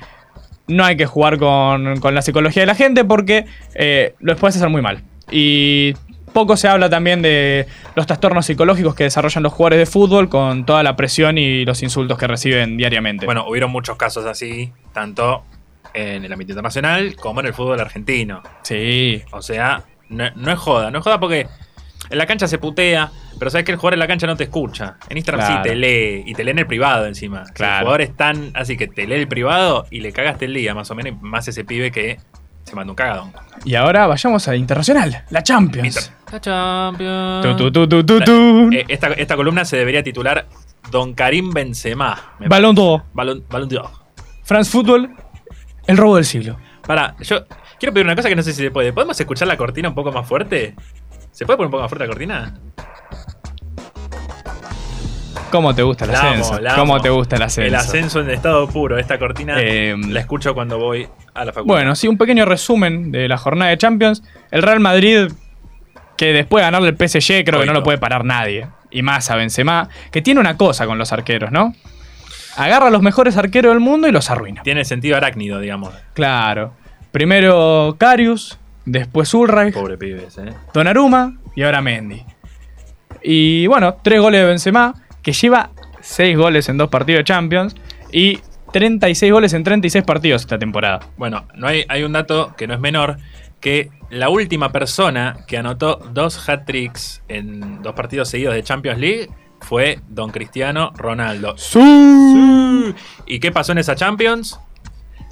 D: no hay que jugar con, con la psicología de la gente porque eh, lo puedes hacer muy mal. Y poco se habla también de los trastornos psicológicos que desarrollan los jugadores de fútbol con toda la presión y los insultos que reciben diariamente.
A: Bueno, hubieron muchos casos así, tanto en el ámbito internacional como en el fútbol argentino.
D: sí.
A: O sea, no, no es joda, no es joda porque en la cancha se putea, pero sabes que el jugador en la cancha no te escucha. En Instagram
D: Claro.
A: sí te lee, y te lee en el privado encima.
D: Claro.
A: El jugador es tan así que te lee el privado y le cagaste el día, más o menos, y más ese pibe que se mandó un cagadón.
D: Y ahora vayamos a Internacional, la Champions.
A: Inter- La Champions.
D: Tu, tu, tu, tu, tu, tu.
A: Eh, esta, esta columna se debería titular Don Karim Benzema. Me-
D: Balón d'Or.
A: Balón, balón de Oro.
D: France Football, el robo del siglo.
A: Pará, yo quiero pedir una cosa que no sé si se puede. ¿Podemos escuchar la cortina un poco más fuerte? ¿Se puede poner un poco más fuerte la cortina?
D: ¿Cómo te gusta el
A: La amo,
D: ascenso?
A: la amo.
D: ¿Cómo te gusta el ascenso?
A: El ascenso en estado puro. Esta cortina
D: Eh,
A: la escucho cuando voy a la facultad.
D: Bueno, sí, un pequeño resumen de la jornada de Champions. El Real Madrid, que después de ganarle el PSG, creo que
A: Oito.
D: no lo puede parar nadie. Y más a Benzema, que tiene una cosa con los arqueros, ¿no? Agarra a los mejores arqueros del mundo y los arruina.
A: Tiene sentido arácnido, digamos.
D: Claro. Primero Karius, después Ulreich,
A: Pobre pibes, ¿eh?
D: Donnarumma y ahora Mendy. Y bueno, tres goles de Benzema, que lleva seis goles en dos partidos de Champions. Y 36 goles en 36 partidos esta temporada.
A: Bueno, no hay, hay un dato que no es menor, que la última persona que anotó dos hat-tricks en dos partidos seguidos de Champions League fue don Cristiano Ronaldo. Sí. ¿Y qué pasó en esa Champions?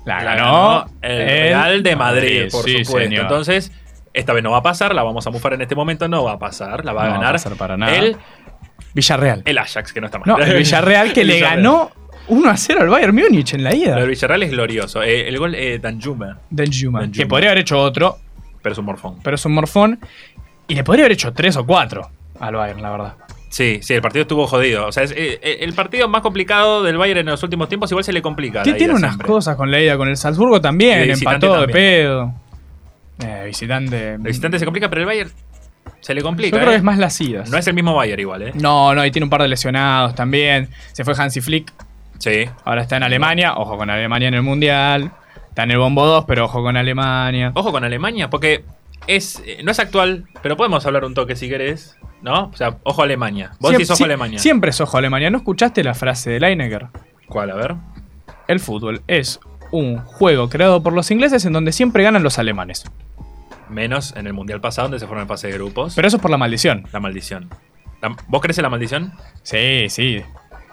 D: La
A: La
D: ganó
A: ganó el Real de Madrid, por
D: sí,
A: supuesto.
D: señor.
A: Entonces, esta vez no va a pasar, la vamos a mufar en este momento, no va a pasar, la va a
D: No va a
A: ganar
D: pasar para nada.
A: El,
D: Villarreal.
A: el Ajax, que no está mal.
D: No, el Villarreal que
A: El
D: le
A: Villarreal.
D: ganó 1 a 0 al Bayern Múnich en la ida.
A: Lo del Villarreal es glorioso. Eh, el gol eh, Danjuma,
D: Danjuma,
A: Danjuma.
D: Que podría haber hecho otro,
A: pero es un morfón.
D: pero es un morfón. Y le podría haber hecho tres o cuatro al Bayern, la verdad.
A: Sí, sí, el partido estuvo jodido. O sea, es eh, eh, el partido más complicado del Bayern en los últimos tiempos, igual se le complica.
D: Sí,
A: la
D: tiene
A: ida
D: unas
A: siempre.
D: cosas con la ida, con el Salzburgo
A: Y
D: también,
A: de visitante
D: empató de
A: también.
D: pedo. Eh, visitante.
A: El visitante se complica, pero el Bayern se le
D: Yo
A: complica.
D: creo
A: eh.
D: que es más las idas.
A: No es el mismo Bayern igual, ¿eh?
D: no, no, y tiene un par de lesionados también. Se fue Hansi Flick,
A: Sí.
D: ahora está en Alemania. Ojo con Alemania en el Mundial. Está en el Bombo 2, pero ojo con Alemania.
A: Ojo con Alemania, porque es eh, no es actual, pero podemos hablar un toque si querés, ¿no? O sea, ojo a Alemania. Vos
D: Siem-
A: decís ojo
D: sie-
A: a Alemania.
D: Siempre es ojo a Alemania. ¿No escuchaste la frase de Leinecker?
A: ¿Cuál? A ver.
D: El fútbol es un juego creado por los ingleses en donde siempre ganan los alemanes.
A: Menos en el Mundial pasado, donde se fueron en fase de grupos.
D: Pero eso es por la maldición.
A: La maldición. La- ¿Vos crees en la maldición?
D: Sí, sí.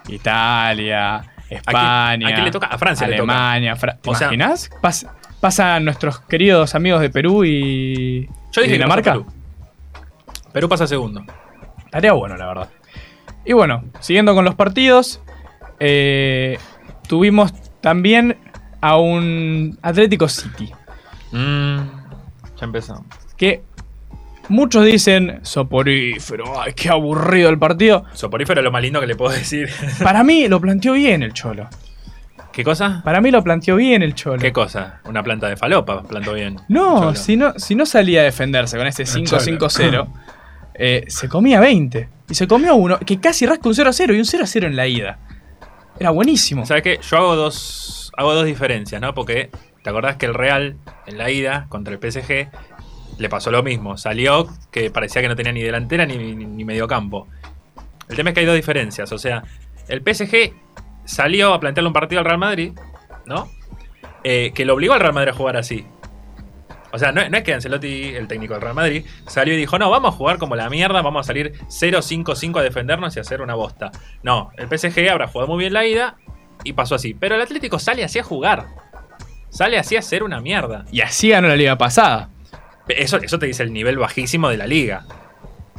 D: Italia, España.
A: ¿A quién le toca? A Francia le toca.
D: Alemania, Fra- ¿Te
A: O sea-
D: imaginas? Pas- pasan nuestros queridos amigos de Perú y.
A: Yo
D: y
A: dije que
D: Dinamarca.
A: pasa Perú. Perú pasa segundo.
D: Estaría bueno, la verdad. Y bueno, siguiendo con los partidos, eh, tuvimos también a un Atlético City.
A: Mm, ya empezamos.
D: que muchos dicen soporífero, ay, qué aburrido el partido.
A: Soporífero es lo más lindo que le puedo decir.
D: Para mí lo planteó bien el Cholo.
A: ¿Qué cosa?
D: Para mí lo planteó bien el Cholo.
A: ¿Qué cosa? Una planta de falopa, plantó bien.
D: no,
A: Cholo.
D: si no, si no salía a defenderse con este 5-5-0, eh, se comía 20. Y se comió uno que casi rasca un 0-0 y un 0-0 en la ida. Era buenísimo.
A: ¿Sabes qué? Yo hago dos, hago dos diferencias, ¿no? Porque te acordás que el Real, en la ida contra el PSG, le pasó lo mismo. Salió que parecía que no tenía ni delantera ni, ni, ni medio campo. El tema es que hay dos diferencias. O sea, el PSG salió a plantearle un partido al Real Madrid, ¿no? Eh, que lo obligó al Real Madrid a jugar así. O sea, no, no es que Ancelotti, el técnico del Real Madrid, salió y dijo, no, vamos a jugar como la mierda, vamos a salir 0-5-5 a defendernos y a hacer una bosta. No, el PSG habrá jugado muy bien la ida y pasó así. Pero el Atlético sale así a jugar. Sale así a hacer una mierda.
D: Y así ganó la liga pasada.
A: Eso, eso te dice el nivel bajísimo de la liga.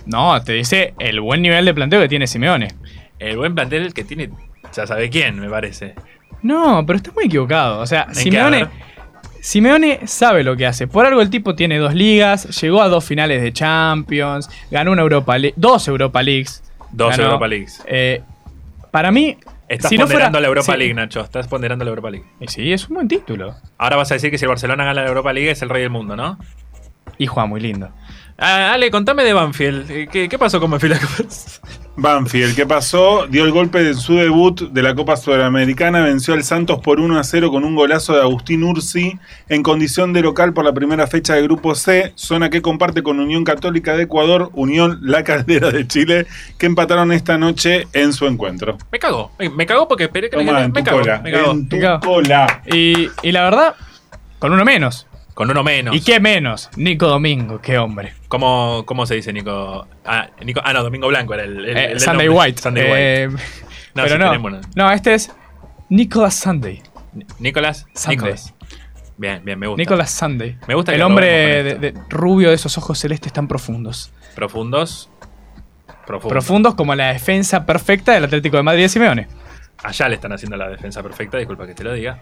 D: No, te dice el buen nivel de planteo que tiene Simeone.
A: El buen plantel que tiene, ya sabe quién, me parece.
D: No, pero está muy equivocado. O sea,
A: ¿En qué? A
D: Simeone,
A: ver.
D: Simeone sabe lo que hace. Por algo el tipo tiene dos ligas, llegó a dos finales de Champions, ganó una Europa League, dos Europa Leagues.
A: Dos
D: ganó.
A: Europa Leagues.
D: Eh, para mí,
A: Estás
D: si no
A: ponderando
D: fuera
A: la Europa
D: sí.
A: League, Nacho. Estás ponderando la Europa League.
D: Y sí, es un buen título.
A: Ahora vas a decir que si el Barcelona gana la Europa League es el rey del mundo, ¿no?
D: Y juega muy lindo.
A: Ah, Ale, contame de Banfield. Eh, ¿Qué, qué pasó con Banfield?
B: Banfield, ¿qué pasó? Dio el golpe de su debut de la Copa Sudamericana, venció al Santos por 1 a 0 con un golazo de Agustín Ursi en condición de local por la primera fecha de Grupo C, zona que comparte con Unión Católica de Ecuador, Unión La Caldera de Chile, que empataron esta noche en su encuentro.
A: me cagó. Me, me cagó porque esperé que me
B: Toma,
A: ganara.
B: en
A: Me
B: tu
A: cagó.
B: cola,
A: Me cagó.
B: en tu
D: me cagó.
B: cola.
D: Y, y la verdad, con uno menos.
A: Con uno menos.
D: ¿Y qué menos? Nico Domingo, qué hombre.
A: ¿Cómo, cómo se dice, Nico? Ah, Nico- ah, no, Domingo Blanco era el. el-
D: Eh,
A: el del
D: Sunday
A: nombre.
D: White.
A: Sunday White.
D: Eh,
A: No,
D: pero
A: sí
D: no.
A: tenemos uno.
D: No, este es Nicolas Sunday.
A: Nicolás.
D: Sunday.
A: Nicolás. Bien, bien, me gusta.
D: Nicolas Sunday.
A: Me gusta
D: El
A: que
D: hombre
A: robemos
D: de,
A: con
D: de- rubio de esos ojos celestes tan profundos.
A: Profundos. Profundos.
D: Profundos como la defensa perfecta del Atlético de Madrid de Simeone.
A: Allá le están haciendo la defensa perfecta, disculpa que te lo diga.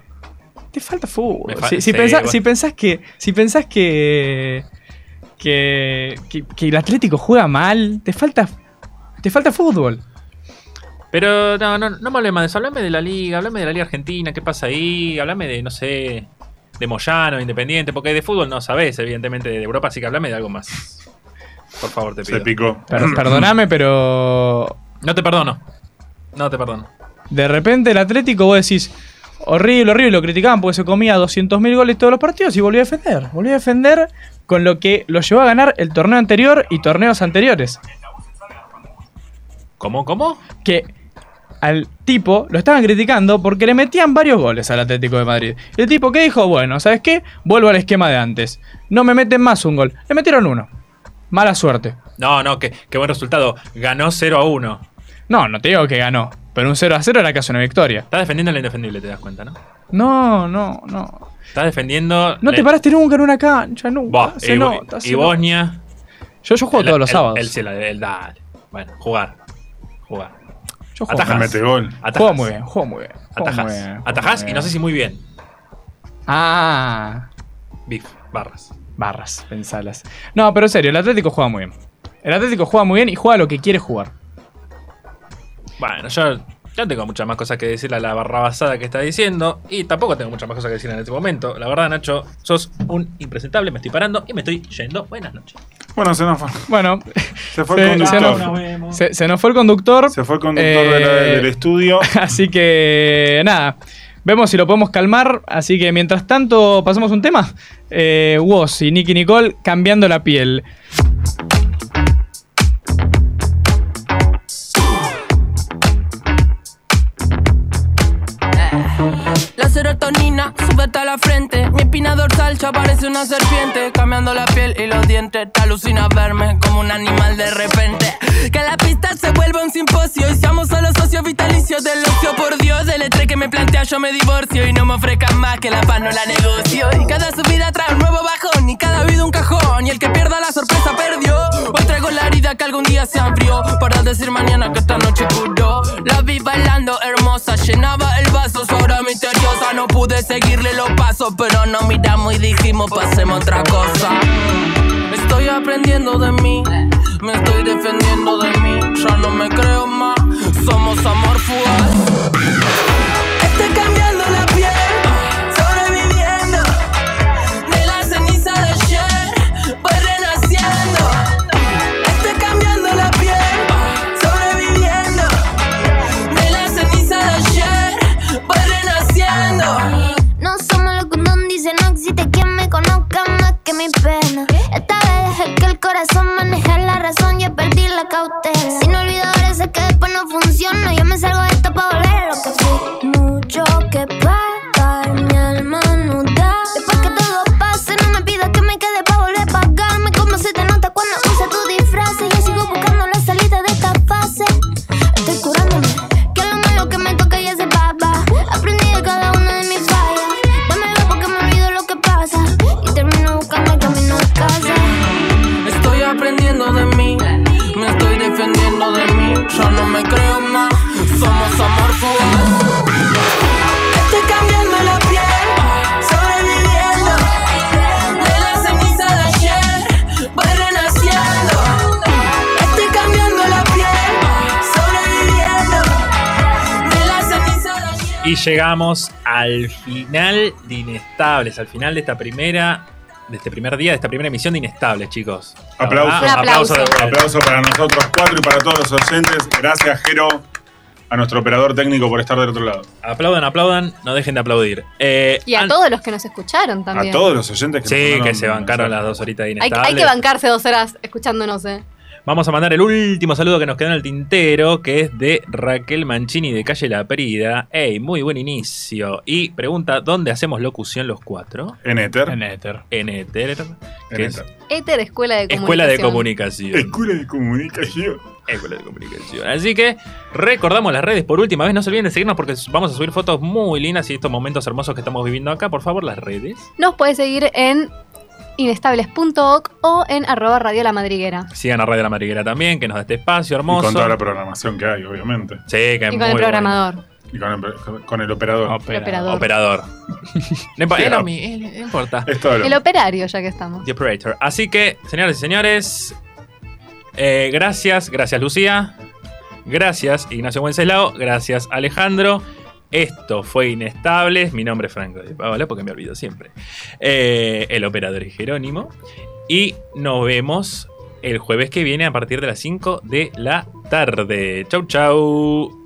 D: Te falta fútbol.
A: Me fa-
D: si, si
A: sí,
D: pensás,
A: bueno.
D: si pensás que. Si pensás que. Que, que- que el Atlético juega mal, te falta. Te falta fútbol.
A: Pero no, no, no me hables más de eso. Hablame de la liga, hablame de la liga argentina, qué pasa ahí, hablame de, no sé, de Moyano, Independiente, porque de fútbol no sabes, evidentemente, de Europa, así que hablame de algo más. Por favor, te
B: Se
A: pido.
B: picó.
A: Mm.
D: Per- perdoname, pero.
A: No te perdono. No te perdono.
D: De repente el Atlético, vos decís. Horrible, horrible, lo criticaban porque se comía 200.000 goles todos los partidos y volvió a defender. Volvió a defender con lo que lo llevó a ganar el torneo anterior y torneos anteriores.
A: ¿Cómo, cómo?
D: que al tipo lo estaban criticando porque le metían varios goles al Atlético de Madrid. Y el tipo que dijo, bueno, ¿sabes qué? Vuelvo al esquema de antes. No me meten más un gol. Le metieron uno. Mala suerte.
A: No, no, qué, qué buen resultado. Ganó 0 a 1.
D: No, no te digo que ganó, pero un 0 a 0 era casi una victoria.
A: Está defendiendo lo indefendible, te das cuenta, ¿no?
D: No, no, no.
A: Está defendiendo.
D: No te
A: le-
D: paraste nunca en una cancha, nunca.
A: Buah,
D: se
A: y,
D: nota,
A: y
D: se nota.
A: Bosnia.
D: Yo, yo juego
A: el-
D: todos los
A: el-
D: sábados.
A: El, el- el- dale. Bueno, jugar. Jugar.
D: yo juego,
A: atajas.
B: Me mete gol.
A: Atajás.
D: juego muy bien, juego muy bien. juego muy
A: Atajás.
D: bien, juego
A: Atajás
D: muy
A: y no sé
D: bien.
A: si muy bien.
D: Ah.
A: Bif, barras.
D: Barras, pensalas. No, pero en serio, el Atlético juega muy bien. El Atlético juega muy bien y juega lo que quiere jugar.
A: Bueno, yo, yo tengo muchas más cosas que decir a la barrabasada que está diciendo. Y tampoco tengo muchas más cosas que decir en este momento. La verdad, Nacho, sos un impresentable. Me estoy parando y me estoy yendo. Buenas noches.
B: Bueno, se nos fue.
D: Bueno,
B: Se fue el
D: Se- se
B: conductor.
D: nos- se, se nos fue el conductor.
B: Se fue el conductor de la-
D: Eh,
B: del estudio.
D: Así que nada. Vemos si lo podemos calmar. Así que mientras tanto, pasamos un tema. Eh, Woz y Nicky Nicole cambiando la piel.
H: La serotonina sube hasta la frente. Mi espina dorsal ya parece una serpiente. Cambiando la piel y los dientes. Te alucina verme como un animal de repente. Que la pista se vuelva un simposio. Y seamos solo socios vitalicios del ocio. Por Dios, del estrés que me plantea yo me divorcio. Y no me ofrezcan más que la paz no la negocio. Y cada subida trae un nuevo bajón. Y cada vida un cajón. Y el que pierda la sorpresa perdió. Hoy traigo la herida que algún día se abrió. Para decir mañana que esta noche curó. La vi bailando hermosa, llenaba el vaso, su aura misteriosa. No pude seguirle los pasos, pero nos miramos y dijimos, pasemos otra cosa. Estoy aprendiendo de mí, me estoy defendiendo de mí. Ya no me creo más, somos amor fugaz. Estoy cambiando la piel, sobreviviendo. De la ceniza de ayer, voy renaciendo. Estoy cambiando la piel, sobreviviendo. De la ceniza de ayer, voy renaciendo.
I: No somos lo que uno dice, no existe quien me conozca más que mi pena. Esta vez dejé que el corazón maneje la razón, yo perdí la cautela. Sin olvidadores es que después no funciona, yo me salgo de esto para volver a lo que fui. Mucho que pagar, mi alma no da. Después que todo pase, no me pidas que me quede para volver a pagarme. Como se te nota cuando usa tu disfraz, yo sigo buscando la salida de esta fase. Estoy curándome, que lo malo que me toca ya se papa. Aprendí de cada una de mis fallas. Dame algo porque me olvido lo que pasa. Y termino buscando el camino a casa.
H: Estoy aprendiendo de mí, me estoy defendiendo de mí. Yo no me creo más, somos amor fugaz. Estoy cambiando la piel, sobreviviendo. De la ceniza de ayer, voy renaciendo. Estoy cambiando la piel, sobreviviendo. De la ceniza de ayer.
A: Y llegamos al final de Inestables, al final de esta primera. De este primer día, de esta primera emisión de Inestables, chicos. La
B: Aplauso.
A: verdad,
C: Un aplauso.
A: de vuelta.
B: Aplauso para nosotros cuatro y para todos los oyentes. Gracias, Jero, a nuestro operador técnico por estar del otro lado.
A: Aplaudan, aplaudan, no dejen de aplaudir. Eh,
C: Y a
A: an-
C: todos los que nos escucharon también.
B: A todos los oyentes que nos
A: Sí,
B: mandaron
A: que se bancaron las
B: mensajes.
A: dos horitas de
C: Hay,
A: Inestables.
C: hay que bancarse dos horas escuchándonos, eh.
A: Vamos a mandar el último saludo que nos quedó en el tintero, que es de Raquel Mancini de Calle La Prida. Ey, muy buen inicio. Y pregunta, ¿dónde hacemos locución los cuatro?
B: En Ether.
D: En Ether.
A: En Ether, que
B: En
A: es
B: Ether.
C: Éter, Escuela de Comunicación.
A: Escuela de Comunicación.
B: Escuela de comunicación.
A: Escuela de Comunicación. Así que recordamos las redes por última vez. No se olviden de seguirnos porque vamos a subir fotos muy lindas y estos momentos hermosos que estamos viviendo acá. Por favor, las redes.
C: Nos puedes seguir en inestables.org o en arroba radio la madriguera.
A: Sigan a Radio La Madriguera también, que nos da este espacio
B: Y
A: hermoso.
B: con toda la programación que hay, obviamente.
A: Sí, que es
C: Y
A: muy
C: con el
A: bueno.
C: programador,
B: Y con el, con el operador.
C: el operador.
A: Operador. No impo-
B: Sí,
A: es lo
B: op-
A: mi- es- no importa.
B: Es todo lo-
C: El operario, ya que estamos.
A: The Operator. Así que, señores y señores, eh, gracias, gracias Lucía, gracias Ignacio Wenceslao, gracias Alejandro. Esto fue Inestables. Mi nombre es Franco de Paola, porque me olvido siempre. Eh, el operador es Jerónimo. Y nos vemos el jueves que viene a partir de las 5 de la tarde. Chau, chau.